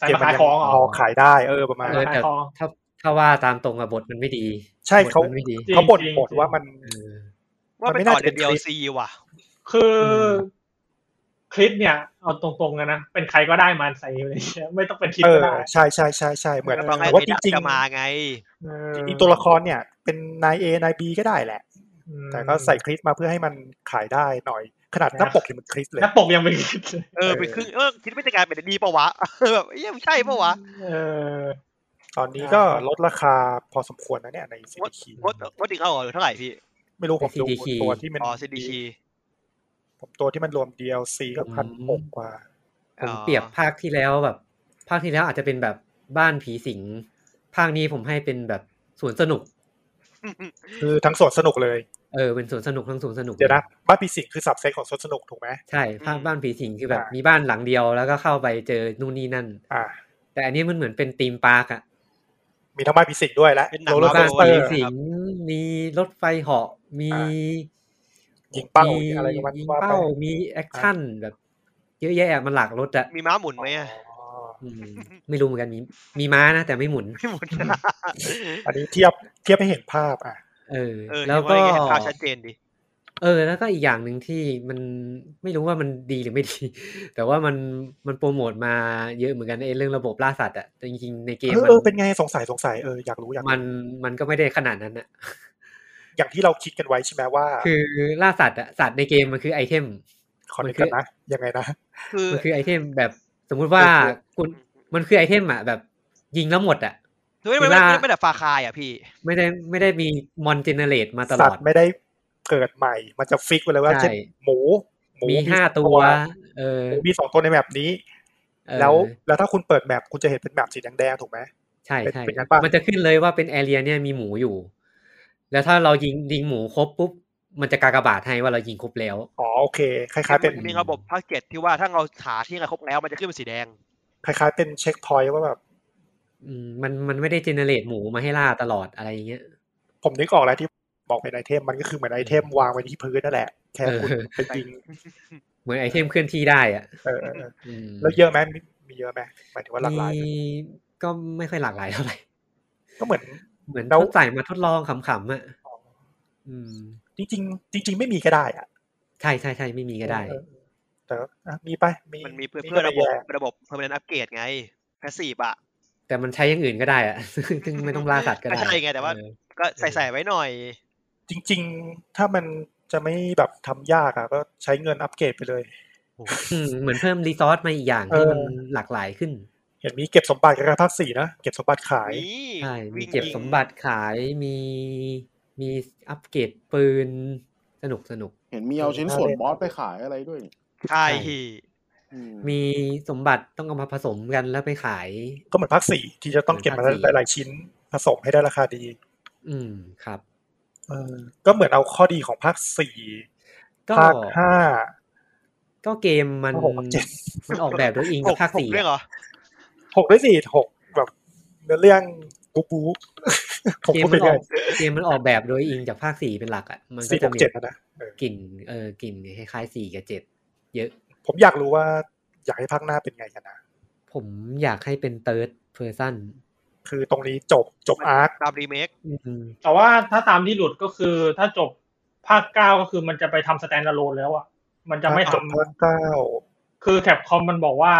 D: สาย
E: เกมมั
D: มาขาย
E: ยั
D: ของเหร
E: พอ
D: อ
E: ขายได้เออประมาณ
A: เอ
E: นั้
A: อน แต่
D: ขายของ
A: ถ้าถ้าว่าตามตรงอะบทมันไม่ดี
E: ใช่
A: บท
E: เขา
A: มันไม่ดี
D: จริง
E: เขาบ่น
D: จริง
E: บ่น
D: จริง
E: ว่ามัน
A: เออ
B: ว่าเป็นต่อใน DLC ว่ะ
D: คือ
A: ม
D: คลิปเนี่ย เอาตรงๆกันนะ เป็นใครก็ได้มาใส่อยู่ในเนี้ยไม่ต้องเป็นคลิป
E: เอ
D: ก็
E: อ
D: ได้
E: ใช่ใช่ใช่ใช่เหมือน
D: เออ
B: ต้องให้
E: แต่ว่า
B: ไป
E: จ
B: ดัก
E: ริง
B: จะมาไง
D: เอ
E: ๆ
D: อ
E: จริงๆตัวละครเนี่ย เป็นนายเอนายบีก็ได้แหละ
D: อืม
E: แต่ก็ใส่คริสมาเพื่อให้มันขายได้หน่อย ขนาดหน้าปกเนี่ยมันคริสเลย
D: หน้าปกยังเป็นคลิปเลย
B: เออเป็นครึ่งเออคิดไม่จะกลายเป็นดีปะวะ เออแบบเอ้ยมันใช่ปะวะ
D: เออ
E: ตอนนี้ก็ลดราคาพอสมควรนะเนี่ยในซีดีคี
B: งดงดอีกเอาเหรอเท่าไหร่พี่
E: ไม่รู้ผมดู
A: CDK
E: ตัวที่มัน
B: อ๋อ CDK
E: ผมตัวที่มันรวม DLC ก็พันหกกว่า
A: ผมเปรียบภาคที่แล้วแบบ ภาคที่แล้วอาจจะเป็นแบบบ้านผีสิงภาคนี้ผมให้เป็นแบบสวนสนุก
E: คือทั้งส่วนสนุกเลย
A: เออเป็นสวนสนุกทั้งสวนสนุก
E: เดี๋ยวนะบ้านปีสิงคือสับเซตของสวนสนุกถูกไหม
A: ใช่ภาคบ้านผีสิงคือแบบ
E: อ่ามี
A: มีบ้านหลังเดียวแล้วก็เข้าไปเจอนู่นนี่นั่น
E: อ่า
A: แต่อันนี้มันเหมือนเป็นธีมปาร์กอะ
E: มีทั้งบ้านปีสิงด้วยและ
B: เป็นหนัง
E: โรลเลอร์
A: บ้า
E: โคน ส
B: โล
E: เตอ
A: ผีสิง
B: โล
E: ร์
A: มีรถไฟเหาะมี
E: อ่า ยิงเป้าอะไรก็มัน
A: ยิง
E: ว่าไป
A: เป้ามีแอคชั่นแบบเยอะแยะอะมันหลากรถอะ
B: มีม้าหมุนไหมอะ
E: อ๋อ
A: อืมไม่รู้เหมือนกันมีมีม้านะ แต่ไม่หมุน
B: ไม่หมุน
E: อันนี้เทียบเทียบให้เห็นภาพอ่ะ
A: เออ
B: เออ
A: แล้
B: แล้วว
A: ก็
B: ก็ให้ภาพชัดเจนดิ
A: เออ แล้วก็อีกอย่างหนึ่งที่มันไม่รู้ว่ามันดีหรือไม่ดี <laughs> แต่ว่ามันมันโปรโมทมาเยอะเหมือนกันไอ้เรื่องระบบล่าสัตว์อ่ะแต่จริงๆในเกม
E: เออ
A: มั
E: เออเป็นไงสงสัยสงสัยเอออยากรู้อยาก
A: มัน
E: รู้
A: มันก็ไม่ได้ขนาดนั้นอ่ะ
E: อย่างที่เราคิดกันไว้ใช่ไหมว่า
A: คือล่าสัตว์อ่ะสัตว์ในเกมมันคือไอเทม
E: ขอ
A: มัน
E: นึก
A: คือ
E: กันนะยังไงนะ
B: คือ
A: มันคือไอเทมแบบสมมุติว่า
E: เออเออ
A: คุณมันคือไอเทมอ่ะแบบยิงแล้วหมดอ่ะ
B: คือไม่
A: เว
B: ได้ไม่
A: ลา
B: ได้ไม่ได้ฟาคายอ่ะพี่
A: ไม่ได้ไม่ได้มีมอนเจเนเรตมาตล
E: สั
A: อ
E: ต
A: ด
E: ว์ไม่ได้เกิดใหม่ มันจะฟิกไว้เลยว่า
A: ใช่
E: เช่นหมูหมู
A: มีห้า
E: สอง
A: ตัวเออ
E: หมูมีสองตัวในแมปนี้
A: เออ
E: แล้วแล้วถ้าคุณเปิดแมปคุณจะเห็นเป็นแมปสีแดงๆถูกไหม
A: ใช่
E: เป็น
A: ใช่
E: เป็นงั้นปะ
A: มันจะขึ้นเลยว่าเป็นแอเรียเนี่ยมีหมูอยู่ แล้วถ้าเรายิงยิงหมูครบปุ๊บ มันจะกากบาทให้ว่าเรายิงครบแล้ว
E: อ๋อโอเค คล้ายๆ เป็น
B: มีระบบภาคเจ็ดที่ว่าถ้าเราหาที่ไหนครบแล้วมันจะขึ้นเป็นสีแดง
E: คล้ายๆ เป็นเช็คพอยต์ว่าแบบ
A: อืมมันมันไม่ได้เจเนเรตหมูมาให้ล่าตลอดอะไรอย่างเงี้ย
E: ผมนึกออกแล้วที่บอกเป็นไอเทมมันก็คือเหมือนไอเทมวางไว้ที่พื้นนั่นแหละ แค่คุณ
A: เออ
E: ไปยิง
A: เหมือนไอเทมเคลื่อนที่ได้อ่ะ
E: เออเออเออ
A: อืม
E: แล้วเยอะไหมมีมีเยอะไหมหมายถึงว่าหลากหลายไหม
A: มีก็ไม่ค่อยหลากหลายเท่า <laughs> ไหร่
E: ก็เหมือน
A: เหมือน
E: แล้ว
A: ทดใส่มาทดลองขำๆอ่ะอืม
E: จริงๆจริง ๆ ไม่มีก็ได้อะ
A: ใช่ใช่ใช่ไม่มีก็ได้
E: เออเออแต่อ่ะมีไปมี
B: มันมีเพื่อ
E: ก็
B: เพื่อระบบ
E: ไม่แย่
B: ระบบเพอร์มานนอัปเกรดไงแพสซีฟอ่ะ
A: <laughs> แต่มันใช้อย่างอื่นก็ได้อ่ะ ซึ่งซึ่งไม่ต้องล่าสัตว์ก็ได้
B: ใช่ไงแต่ว่า
A: เออ
B: ก็ใส่ใส่ไว้หน่อย
E: จริง ๆ ถ้ามันจะไม่แบบทำยากอะก็ใช้เงินอัปเกรดไปเลย
A: อืมเหมือนเพิ่มรีซอสมาอีกอย่าง
E: เอ
A: ให้
E: อ
A: มันหลากหลายขึ้น
E: เห็นมีเก็บสมบัติกับการภาคสี่นะเก็บสมบัติขาย
B: นี่
A: ใช่มี
B: วิ่ง
A: เก็บ
B: ยิง
A: สมบัติขายมีมีอัปเกรดปืนสนุกสนุก
F: เห็นมีเอาชิ้นส่วนบอสไปขายอะไรด้วยนี่
B: ใช่
A: ใช่
F: อืม
A: มีสมบัติต้องเอามาผสมกันแล้วไปขาย
E: ก็เหมือนภาคสี่ที่จะต้องเก็บมา
A: ภาคสี่
E: หลายๆชิ้นผสมให้ได้ราคาดี
A: อืมครับ
E: เออก็เหมือนเอาข้อดีของภาคสี่
A: ก็
E: ภาคห้า
A: ก็เกมมัน
E: ภาคหกภาคเจ็ด
A: มันออกแบบโดยอิง
B: ห
A: กับ
B: ก
A: ภาค
B: หก
A: สี่
B: เรื่องเหรอ
E: หกด้วยสี่หกแบบเนื้อเรื่องบู๊
A: <laughs>
E: บู๊ผม
A: เกมมั
E: ก็เป็น น
A: อ
E: ไง
A: อกเกมมันออกแบบโดยอิงจากภาคสี่เป็นหลักอ่ะมันก็
E: สี่ห
A: จะ
E: ก
A: มี
E: เจ็ดนะนะเออก
A: ลิ่นเออกลิ่นคล้ายๆสี่กับเจ็ดเยอะ
E: ผมอยากรู้ว่าอยากให้ภาคหน้าเป็นไงกันนะ
A: ผมอยากให้เป็นเติร์ดเพอร์ซัน
E: คือตรงนี้จบจบอาร์ค
B: ตามรีเมค
D: แต่ว่าถ้าตามที่หลุดก็คือถ้าจบภาคเก้าก็คือมันจะไปทำสแตนด์อะโลนแล้วอ่ะมันจะไม่
E: จ
D: ท
E: บภาคเก้า
D: ำคือแคปคอมมันบอกว่า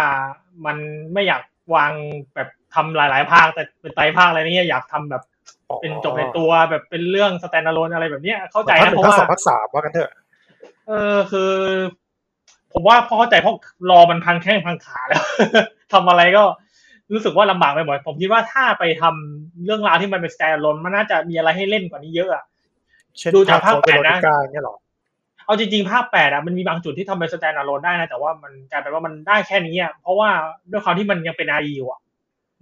D: มันไม่อยากวางแบบทำหลายๆ ภาคแต่เป็นไตรภาคอะไรเงี้ยอยากทำแบบ
E: อ๋อ
D: เป็นจบในตัวแบบเป็นเรื่องสแตนด์อะโลนอะไรแบบเนี้ยเข้าใจ
E: ภาคห
D: นะ
E: นึ่
D: เพ
E: ง
D: ราะ
E: ภาค
D: ว่า
E: สองภาคสามว่ากันเถอะ
D: เออคือ ผมว่าพอเข้าใจเพราะรอมันพังแข้งพังขาแล้ว <laughs> ทำอะไรก็รู้สึกว่าลำบากไปหมดผมคิดว่าถ้าไปทำเรื่องราวที่มันเป็นสแตนด์ลนมันน่าจะมีอะไรให้เล่นกว่านี้เยอะอะ
E: เช่น
D: ดูจากภาค
E: โซ
D: แปด
E: โล
D: นะ
E: นิก้าเนี่ยหรอ
D: เอาจริงๆ ภาคแปดอะมันมีบางจุดที่ทำเป็นสแตนด์ลนได้นะ แต่ว่ามันกลายเป็นว่ามันได้แค่นี้อะเพราะว่าด้วยความที่มันยังเป็นอาอยู่อะ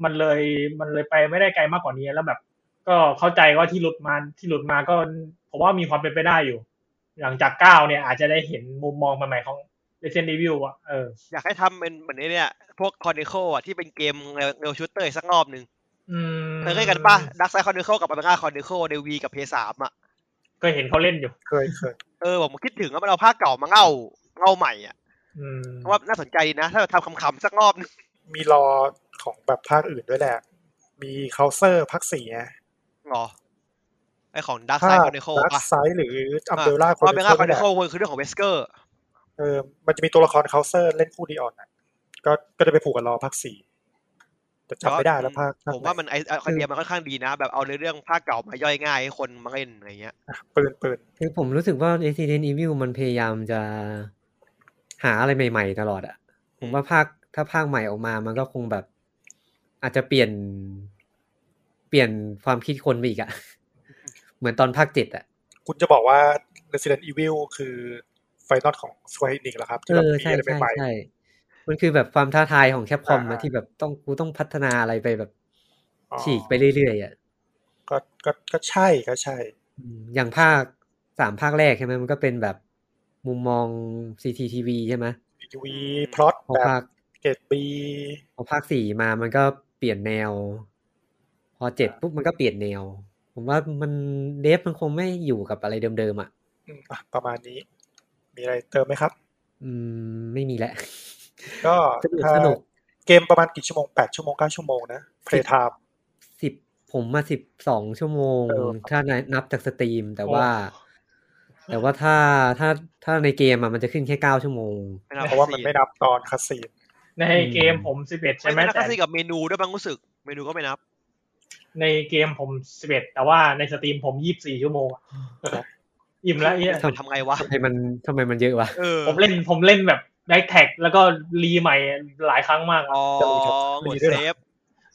D: มันเลยมันเลยไปไม่ได้ไกลมากกว่านี้แล้วแบบ ก็เข้าใจว่าที่หลุดมาที่หลุดมาก็ ผมว่ามีความเป็นไปได้อยู่ หลังจากเก้าเนี่ย อาจจะได้เห็นมุมมองใหม่ๆของ Resident Evil อ่ะเออ
B: อยากให้ทำเป็นเหมือนไอ้เนี่ย พวกคอนเนโคอ่ะที่เป็นเกมเรลชูเตอร์สักรอบหนึ่ง
D: อืม
B: เธอเคยกันป่ะดักไซคอนเนโคกับอัลเบร่าคอนเนโคในวีกับเพสามอ่ะ
D: เคยเห็นเขาเล่นอยู่
E: เคยเคย
B: เออผมคิดถึงว่ามันเอาภาคเก่ามาเง่าเง่าใหม่อ่ะ
D: อืม
B: เพราะว่าน่าสนใจดีนะ ถ้าทำคำๆสักรอบหนึง
E: มีรอของแบบภาคอื่นด้วยแหละ มีเคาเซอร์ภาคสี่ไง
B: เหรอไอของดักไซ
E: ภาค
B: คอนเนโค
E: ดัก
B: ป่ะ
E: ไซหรืออัมเบร่าคอ
B: อัล
E: น
B: เบร่าคอน
E: เน
B: เน
E: โค
B: โคคือเรื่องของเวสเกอร์
E: เออมันจะมีตัวละครเคาเซอร์เล่นคู่ดีออนอ่ะก็ก็จะไปผูกกับรอภาคสี่แต่จำไม่ได้แล้วภาคภค
B: ผมว่ามันไอไอคอนเดียมันค่อนข้างดีนะ แบบเอาเรื่องภาคเก่ามาย่อยง่ายให้คนมาเล่นอะไรเงี้ย
E: ปืนปืน
A: คือผมรู้สึกว่า Resident Evil มันพยายามจะหาอะไรใหม่ๆตลอดอะผมว่าภาคถ้าภาคใหม่ออกมามันก็คงแบบ อาจจะเปลี่ยน เปลี่ยนความคิดคนไปอีกอะ เหมือนตอนภาคเจ็ดอะ
E: คุณจะบอกว่า Resident Evil คือไฟนอลของ Square Enix เหรอครับ
A: เอ
E: ที่
A: อใช่
E: แบบมีอะไร
A: ใช่
E: ใหม่
A: ใช่ มันคือแบบความท้าทายของแคปคอม
E: อ่า
A: มาที่แบบต้องกูต้องพัฒนาอะไรไปแบบ
E: อ๋อ
A: ฉีกไปเรื่อยๆอะ
E: ๆก็ก็ก็ใช่ก็ใช่
A: อืมอย่างภาคสามภาคแรกใช่ไหมมันก็เป็นแบบมุมมอง CCTV ใช่ไหม
E: UV
B: อืม
E: พล็อต
A: พอ
E: แบบ
A: ภาค
E: เกรดบี
A: พอภาคสี่มามันก็เปลี่ยนแนว พอเจ็ดปุ๊บมันก็เปลี่ยนแนว ผมว่ามันเดฟมันคงไม่อยู่กับอะไรเดิมๆอ่ะ
E: อืมอ่ะประมาณนี้ มีอะไรเติมไหมครับ
A: อืม ไม่มีแล้ว
E: ก็
A: สนุก
E: ถ้า
A: สนุก
E: เกมประมาณกี่ชั่วโมงแปดชั่วโมงเก้าชั่วโมงนะเพลย์ไทม์
A: สิบผมมาสิบสองชั่วโมง
E: เออ
A: ถ้านับจากสตรีม แต่ว่า แต่ว่าถ้าถ้าถ้าในเกมอ่ะมันจะขึ้นแค่เก้าชั่วโมง
E: เพราะว่ามันไม่นับตอนคัสซีน
D: ในเกมผมสิบเอ็ด
B: ใช่
D: ใช่
B: ไห
D: ไห
B: ม
D: ม
B: แต่
D: แต่
B: ก็ซีกับเมนูด้วยบางรู้สึกเมนูก็ไม่นับ
D: ในเกมผมสิบเอ็ดแต่ว่าในสตรีมผมยี่สิบสี่ชั่วโมงอะอิ่มแล้วเนี่ย
A: ทำ
B: มันทำไงวะ
A: ทำไมมันทำไมมันเยอะวะ
B: เออ
D: ผมเล่นผมเล่นแบบแบ็กแท็กแล้วก็รีใหม่หลายครั้งมากอะ
B: อ๋อหมดเซฟ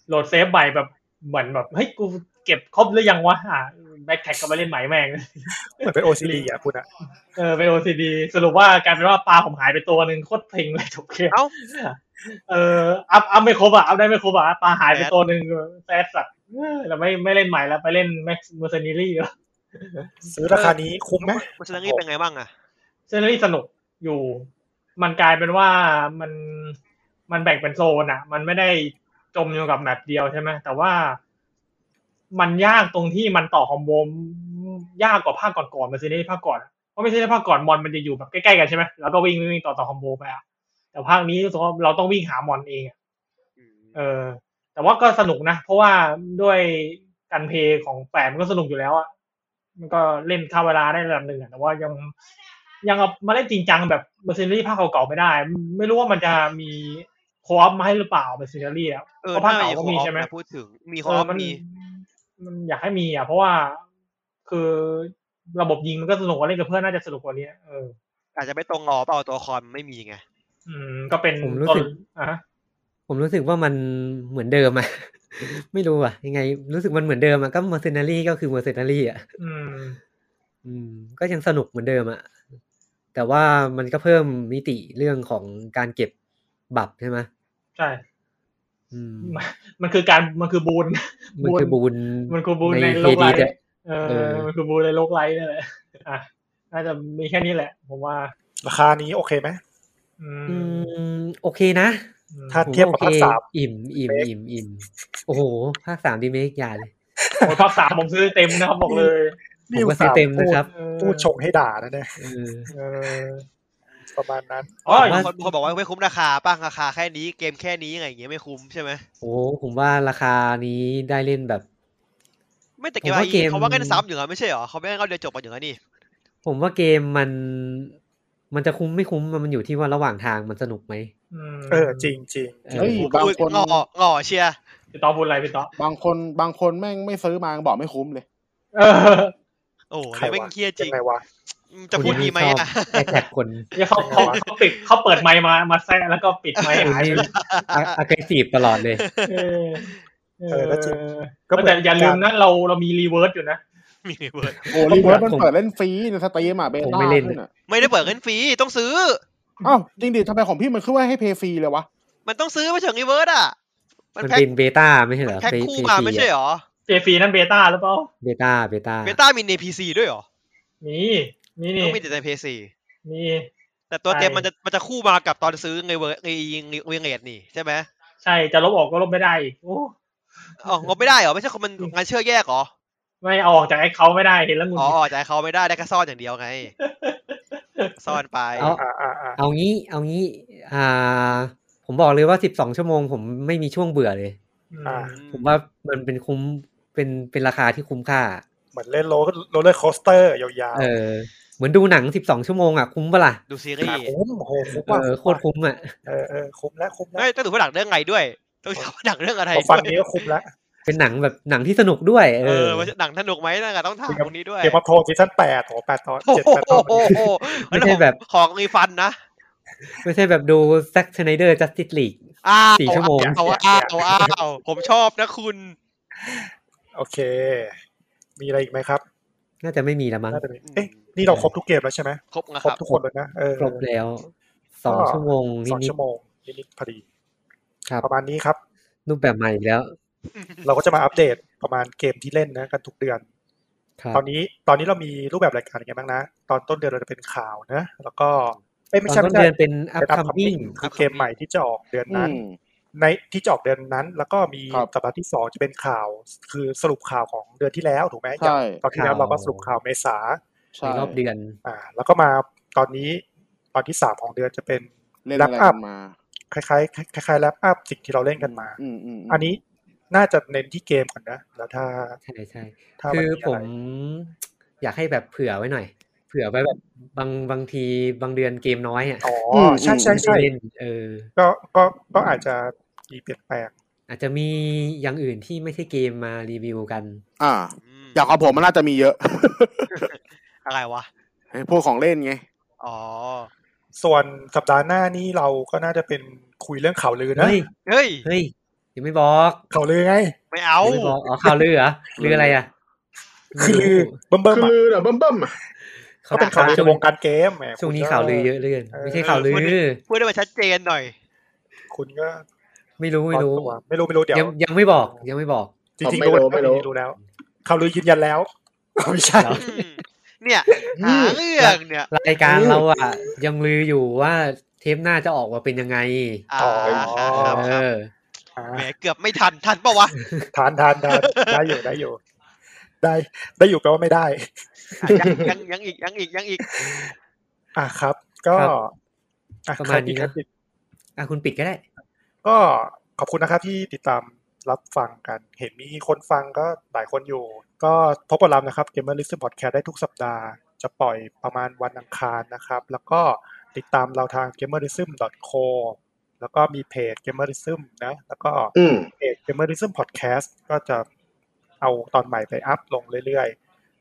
D: โหลดเซฟใหม่แบบเหมือนแบบเฮ้ยกูเก็บครบหรือยังวะอ่ะแบ็คแท็กก็มาเล่นใหม่แม่ง
E: เหมือนเป็น OCD อ่ะคุณอ่ะ
D: เออเป็น OCD สรุปว่ากลายเป็นว่าปลาผมหายไปตัวหนึ่งโคตรเพลงเลยจบเกม
B: เอ้า
D: เอออัพอัพไม่ครบอ่ะอัพได้ไม่ครบอ่ะปลาหายไปตัวหนึ่งแซดสัตว์เออแล้วไม่ไม่เล่นใหม่แล้วไปเล่นแม็กซ์เมอร์เซนีรี่
E: ซื้อราคานี้คุ้มไหม
B: คุณสนังนี่เป็นไงบ้างอะ
D: เซนีรี่สนุกอยู่ มันกลายเป็นว่ามันมันแบ่งเป็นโซนอ่ะ มันไม่ได้จมอยู่กับแมปเดียวใช่ไหมแต่ว่า มันยากตรงที่มันต่อคอมโบยากกว่าภาคก่อนๆมาซีรีส์ภาคก่อนอะเพราะไม่ใช่ภาคก่อนมอนมันจะอยู่แบบใกล้ๆกันใช่ไหมแล้วก็วิ่งวิ่งวิ่งต่อต่อคอมโบไปอะแต่ภาคนี้รู้สึกว่าเราต้องวิ่งหามอนเองอะเออ แต่ว่าก็สนุกนะ เพราะว่าด้วยการเพลย์ของแปดมันก็สนุกอยู่แล้วอะมันก็เล่นค่าเวลาได้ระดับหนึ่งอะแต่ว่ายังยังเอามาเล่นจริงจังแบบเบอร์ซีรีส์ภาคเก่าๆไม่ได้ ไม่รู้ว่ามันจะมีโคออฟมาให้หรือเปล่าเบอร์ซีรีส์อะ
B: เออ
D: เพราะ
B: ถ้า
D: ภาค
B: มีค
D: เก่าก็
B: อ
D: มี
B: อฟ
D: ใช่ไหม
B: นะพูดถึงมีค
D: เอ
B: ออ
D: อ
B: ฟ
D: มัน
B: มี
D: มันอยากให้มีอ่ะ เพราะว่า คือ ระบบยิงมันก็สนุกกว่าเล่นกับเพื่อนน่าจะสนุกกว่านี้เออ
B: อาจจะไม่ตรงงอเปล่าตัวคอนไม่มีไง
D: อืม ก็เป็น
A: ผมรู้สึก
D: ต้นอ่ะ
A: ผมรู้สึกว่ามันเหมือนเดิมอะ <laughs> ไม่รู้อะยังไง รู้สึกมันเหมือนเดิมอะก็เมอร์เซนารีก็คือเมอร์เซนารีอะ
D: อืม
A: อืมก็ยังสนุกเหมือนเดิมอะแต่ว่ามันก็เพิ่มมิติเรื่องของการเก็บบับใช่ไหม
D: ใช่
A: อืม
D: มันคือการมันคือบูน
A: มันคือบูน
D: มันคือบูนในโล
A: เคร
D: กไล
A: ดิต
D: ท์
A: อะ
D: เอ
A: เอ
D: อ
A: อ
D: มันคือบูนในโลกไลท์นั่นแหละอ่ะน่าจะมีแค่นี้แหละ ผมว่า
E: ราคานี้โอเคไหม
D: อื
A: อื
D: ม
A: ม โอเคนะ
D: อืม
E: ถ้า
A: ผมว่
E: เทียบกับภาค
A: โอ
E: สาม
A: เคอิ่มอิ่มอิ่มอิ่มโอ้โหภาคสามดีเมกยาเลย
D: โอ้ยภาคสามผมซื้อเต็มนะครับบอกเลย
A: ผมก็ซื้อเต็มนะครับ
D: เออ
E: พูดชงให้ด่านะเนี่ย
A: เออ
D: เออ
E: ประมาณนั้น
B: อ๋อ
D: ผมว่า
B: คนคนบอกว่าไม่คุ้มราคาป่ะราคาแค่นี้เกมแค่นี้อะไรอย่างเงี้ยไม่คุ้มใช่ไหม
A: โอ้ผมว่าราคานี้ได้เล่นแบบ
B: ไม่แต่เก
A: ผม มว่าเกม
B: เขาว่ากันซ้ำอยู่เหรอไม่ใช่เหรอเขาไม่งั้นเขาเดียวจบกันอยู่แล้วนี่
A: ผมว่าเกมมัน มันจะคุ้มไม่คุ้มมันอยู่ที่ว่าระหว่างทางมันสนุกไหม
D: ม
E: เออ จริงจริง
A: เอ
F: เฮ้ย
A: อ
F: บางคน
B: งอหงอเชียร์
D: พี่ต๊อบพูดอะไรพี่ต๊อบ
F: บางคนบางคนแม่งไม่ซื้อมาบอกไม่คุ้มเลย
D: เออ
B: โอ้โห
E: ๆ
B: เนี่ยไม่งเครียดจริง
E: ไงวะ
B: อืมจะพูดดีไหม
A: คุณนี่ช
B: อ่ะ
A: อบแอคแท็กคน
D: เนี่ยเขาเขาเขาปิดเขาเปิดไมค์มามาแซะแล้วก็ปิดไมค์
A: คุณ
D: หายไป
A: นี่
D: เลย
A: อ r e s s i v e ตลอดเลย
D: เออเอ
E: เออแล้วจริง
D: อ
E: ก็เหมืน
D: แต่อย่าลืมนะเราเรามีรีเวิร์สอยู่นะ
B: มีเวิร์ด
F: โอ้รีเวิร์สมัน
A: ผม
F: เปิดเล่นฟรีในสตรีมอ่ะเบ
A: ผม
F: ต้า
A: ไม่เล่น
F: ขึ้นอ่ะ
B: <laughs> ไม่ได้เปิดเงินฟรีต้องซื้อ
F: อ้าวจริงดิทำไมของพี่มันขึ้นว่าให้เพย์ฟรีเลยวะ
B: มันต้องซื้อไม่เฉยรีเวิร์ดอ่ะมั
A: มัน น
B: แพ็ค
A: เป็นเบต้าไม่ใช่เหรอ
B: แพ็คคู่มาไม่ใช่เหรอ
D: เจฟีนั่นเบต้าหรือเปล่า
A: เบต้าเบต้า
B: เบต้ามีในพีซีด้วยเหรอ
D: มีมีนี่
B: ต้องมีแต่ในพีซี
D: มี
B: แต่ตัว
D: ใช่
B: เต็มมันจะมันจะคู่มากับตอนซื้อไงเวิร์ดไงเวงเงดนี่ใช่ไหม
D: ใช่จะลบออกก็ลบไม่ได้อีกโอ้
B: อ๋องบไม่ได้เหรอไม่ใช่คนมันงานเชื่อแยกเหรอ
D: ไม่เอาออกจากแอคเคาท์ไม่ได้เห็นแล้วหงุน
B: อ๋ออ๋อจ่ายเขาไม่ได้ได้แค่ซ่อนอย่างเดียวไง ซ่อนไป
A: เอา
E: อ่าอ่าอ่า
A: เอางี้เอางี้ อ่า ผมบอกเลยว่าสิบสองชั่วโมงผมไม่มีช่วงเบื่อเลย ผมว่ามันเป็นคุ้มเป็นเป็นราคาที่คุ้มค่า
E: เหมือนเล่นโรลโรลเลอร์โคสเตอร์ยาว
A: เออ เหมือนดูหนังสิบสองชั่วโมงอ่ะคุ้มปะล่ะ
B: ดูซี
E: ๆ
B: รี
E: อ่ะ
B: ส์
E: คุ้มโอ้โหคุ้ม
A: เอ
E: ว่ะ
A: อโคตรคุ้มอ่ะ
E: เออเออคุ้มแล้วคุ้มแล้
B: ไม่
E: ว
B: ต้องดูว่าหนังเรื่องไงด้วย ต้องดูว่าหนังเรื่องอะไร
E: พอฟัง
B: ด้วย
E: นี้ก็คุ้มแล้ว
A: เป็นหนังแบบหนังที่สนุกด้วย เอ
B: เอ
A: อ
B: อว่าหนังสนุกไหมนะต้องถามตรงนี้ด้วย
E: เกมมาโทรซีซั่นแปดโหแปดตอน
B: โอ้
E: เจ็
B: โห
E: ดแปดตอน
B: โอ้โห
A: ไม่ใช่แบบ
B: ของของมีฟันนะ
A: ไม่ใช่แบบดูแซ็กชไนเดอร์จัสติสลีก
B: อ้าว
A: สี่ชั่วโมง
B: เอาอ้าวเอาอ้าวผมชอบนะคุณ
E: โอเค มีอะไรอีกไหมครับ
A: น่าจะไม่มีละมั้ง
E: น่าจะมีเอ๊ะนี่เราครบทุกเกมแล้วใช่ไหม
B: ครบนะ
E: ค
B: ค
E: รบ
B: รับ
E: ทุกคนแล้วนะเออ
A: ครบแล้วสองชั่วโมง
E: สอง
A: นิด
E: ชั่วโมงนิดๆพอดี
A: ๆครับ
E: ประมาณนี้ครับ
A: รูปแบบใหม่อีกแล้ว
E: เราก็จะมาอัปเดตประมาณเกมที่เล่นนะกันทุกเดือน
A: ครับ
E: ตอนนี้ตอนนี้เรามีรูปแบบรายการยังไงบ้างนะ ตอนต้นเดือนเราจะเป็นข่าวนะ แล้วก็เอ้ยไม่
A: ตอน
E: ใช่
A: ต้
E: ไม่
A: น
E: ใช่
A: เดือนเป็น
E: เป็น
A: upcoming
E: upcoming คือเกมใหม่ที่จะออกเดือน
F: อื
E: นั้น
F: ม
E: ในที่จะออกเดือนนั้น แล้วก็มี
F: ครับ
E: สัปดาห์ที่สองจะเป็นข่าว คือสรุปข่าวของเดือนที่แล้วถูกไหมอย่า
F: ใช่
E: งตอนที่แล้ว
A: ข่าว
E: เราก็สรุปข่าวเมษา
A: ใน
F: ใช่
A: รอบเดือน
E: อ่าแล้วก็มาตอนนี้ตอนที่สามของเดือนจะเป็น
F: เล่น
E: แล
F: อะ
E: ป
F: ไร
E: อัพ
F: กันมา
E: คล้ายๆคล้ายๆแลปอัพสิ่งที่เราเล่นกันมา
F: อืมอืมม
E: อันนี้น่าจะเน้นที่เกมก่อนนะ แล้วถ้า
A: ใช่ใช่
E: ถ้า
A: คื
E: น
A: อ
E: มี
A: ผ
E: อะไร
A: มอยากให้แบบเผื่อไว้หน่อย เผื่อไว้แบบบางบางทีบางเดือนเกมน้อยอ่ะ
E: อ๋ออใช่ใช่ใช่
A: ไม่ได้เล่นเออ
E: ก็ก็ก็อาจจะมีเปลี่ยนแปลง
A: อาจจะมีอย่างอื่นที่ไม่ใช่เกมมารีวิวกัน
F: อ่า
B: ม
F: อยากเอาผมมันน่าจะมีเยอะ
B: อะไรวะ
F: ไอ้พวกของเล่นไง
B: อ๋อ
E: ส่วนสัปดาห์หน้านี่เราก็น่าจะเป็นคุยเรื่องข่าวลือนะ
A: เฮ้ย
B: เฮ้ย
A: เฮ้ยยังไม่บอก
E: ข่าวลือไง
B: ไม่เอา
A: ยังไม่บอกอ๋อข่าวลือเหรอลืออะไรอ่ะ
E: คือลือเบิ่มเบิ่ม
C: คือเดี๋ยวเบิ่มเบิ่มๆอะ
E: ก็เป็นข่าวลือในวงการเกมแหม
A: ช่วงนี้
E: คุณก็
A: ข่าวลือเยอะเรื่อย
E: เออ
A: ไม่ใช่ข่าวลือ
B: พูดได้มาชัดเจนหน่อย
E: คุณก็
A: ไม่รู้ไม่รู้
E: ร้อนตัวไม่รู้ไม่รู้เดี๋ย
A: ยั
E: ว
A: งยังไม่บอกยังไม่บอก
E: จริง
C: ไม่
E: ๆรู้
C: รู้
E: แล้ว
C: ไม่รู้
E: จริงๆรู้แล้วข่าวลือยืนยันแล้ว ไม่ใช่
A: เหรอ
B: อืมเนี่ยหาเรื่องเนี่ย
A: รายการเราอะยังลืออยู่ว่าเทปหน้าจะออกมาเป็นยังไง
B: อ่า
E: อ๋อ
B: ครับ
A: เอ
B: ครับ
A: อ
E: อ่า
B: แหมเกือบไม่ทันทันปะวะ
E: ทานทาน
A: <laughs>
E: ทานได้อยู่ได้อยู่ ได้ ได้อยู่แปลว่าไม่ได้
B: อ่ะยังยังยังอีกยังอีกยังอีก
E: อ่ะครับ ก็
A: ครับ
E: อ่
A: ประ
E: ใค
A: มาณนี้
E: ที่
A: นะ
E: ติด
A: อ่ะคุณปิดก็ได้
E: ก็ขอบคุณนะครับที่ติดตามรับฟังกัน เห็นมีคนฟังก็หลายคนอยู่ ก็พบกับเรานะครับ Gamer Listen Podcast ได้ทุกสัปดาห์ จะปล่อยประมาณวันอังคารนะครับ แล้วก็ติดตามเราทาง gamerism.co แล้วก็มีเพจ gamerism นะ แล้วก็
C: อืม
E: เพจ Gamerism Podcast ก็จะเอาตอนใหม่ไปอัพลงเรื่อย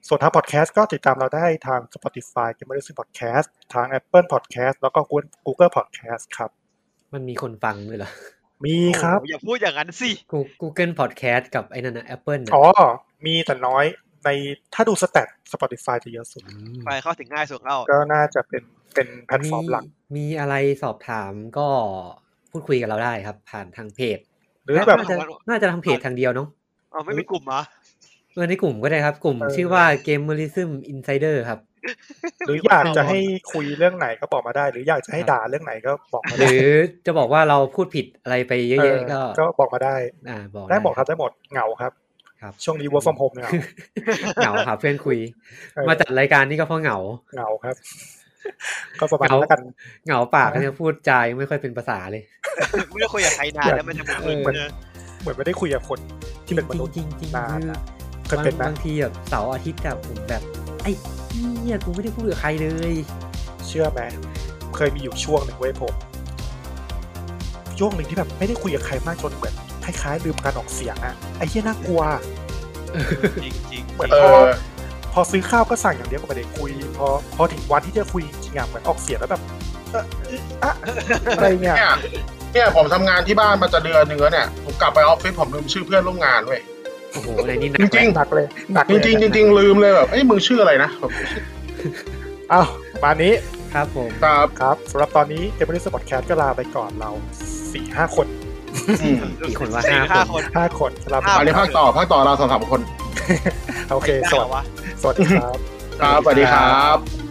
E: ส่วนทางพอดแคสต์ก็ติดตามเราได้ทาง Spotify g a m e r s Podcast ทาง Apple Podcast แล้วก็ Google Podcast ครับ
A: มันมีคนฟังด้วยเหรอ
E: มีครับ
B: โอ้โหอย่าพูดอย่างนั้นสิ
A: Gu- Google Podcast กับไอ้นั่นนะ Apple นะ
E: อ๋อ มีแต่น้อยในถ้าดูสแตท Spotify จะเยอะสุด
A: ม
B: ไปเข้าถึงง่ายสุดแล้ว
E: ก็น่าจะเป็นเป็นแพลตฟอร์มหลัก
A: มีอะไรสอบถามก็พูดคุยกับเราได้ครับ ผ่านทางเพจ
E: หรือแบบ
A: น่าจะน่าจะทำเพจทางเดียวเนาะ
B: อ๋อไม่มีกลุ่มเหรอ
A: เออในกลุ่มก็ได้ครับ กลุ่ม
E: เออ
A: ชื่อว่า Gamerism Insider ครับ
E: หรืออยากจะให้คุยเรื่องไหนก็บอกมาได้ หรืออยากจะให้ด่าเรื่องไหนก็บอกมา
A: ห
E: ได้
A: รือจะบอกว่าเราพูดผิดอะไรไปเย
E: เอ
A: อะ
E: อ
A: ๆก็
E: ก็บอกมาได้
A: อ่าบอก
E: ได้หมดค
A: ค
E: รั
A: รั
E: บบ ได้หมดเหงาครับ
A: ครับ
E: ช่วงนี้ work from home เนี่ย
A: เหงาครับเพื่อนคุย
E: เออ
A: มาจัดรายการนี่ก็เพราะเหงา
E: เหงาครับ ก็ประมาณนั้นแล้วกัน
A: เหงาปากก็จะพูดจายังไม่ค่อยเป็นภาษาเลย
B: ไม่ได้คุยกับใครนานแล้วมันจะมึน
A: เออ
B: ๆเนอะ
E: เหมือนไม่ได้คุยกับคนที่เป็นมนุษย์
A: จริงๆจริงๆ
E: นาน
A: คือ
E: นะ
A: บาง
E: เคยเป็นนะ
A: บางทีแบบเสาร์อาทิตย์แบบผมแบบ ไอ้เนี่ยกูไม่ได้พูดกับใครเลย
E: เชื่อไหมเคยมีอยู่ช่วงหนึ่งเว้ยผม ช่วงหนึ่งที่แบบไม่ได้คุยกับใครมากจนเหมือนคล้ายๆลืมการออกเสียงอะไอ้เหี้ยน่ากลัว
B: จริงๆจริงๆ
E: เหมือน
F: เอ
E: พอ
F: อ
E: พอซื้อข้าวก็สั่งอย่างเดียวก็ไม่ได้คุย พอพอถึงวันที่จะคุยจริงๆอะเหมือนออกเสียงแล้วแบบเอ่ออึ๊ะอะอะไรเนี่ย
G: เนี่ยเนี่ยผมทำงานที่บ้านมาจะเดือนหนึงแล้วเนี่ยผมกลับไปออฟฟิศผมลืมชื่อเพื่อนร่วมงานเว้ย
A: โอ้โหในนี้หนั
G: จ
A: กแห
G: ริ
A: ละ
G: ง
E: หนักเลยหนัก
G: ๆจ
E: เลย
G: ริงๆจริงๆลืมเลยแบบเอ้ยมึงชื่ออะไรนะแบบ
E: อ้าวมานี้
A: ครับผม
G: ครับ
E: ครับสำหรับตอนนี้เทมเพลสปอร์ตแคสก็ลาไปก่อนเราสี่ห้าคน
G: อืม
A: กี่คนว่า
B: สี่
A: ห้า
B: ห้า
A: ค
B: คน น
E: ห้าคนลาไป
G: อันนี้ภาคต่อภาคต่อเราสองสามคน
E: โอเค
B: ได้
E: ส
B: เห
E: วั
B: ร
E: ส
B: อวะ
E: ดีสวัสดีครับ
G: ครับสวัสดีครับ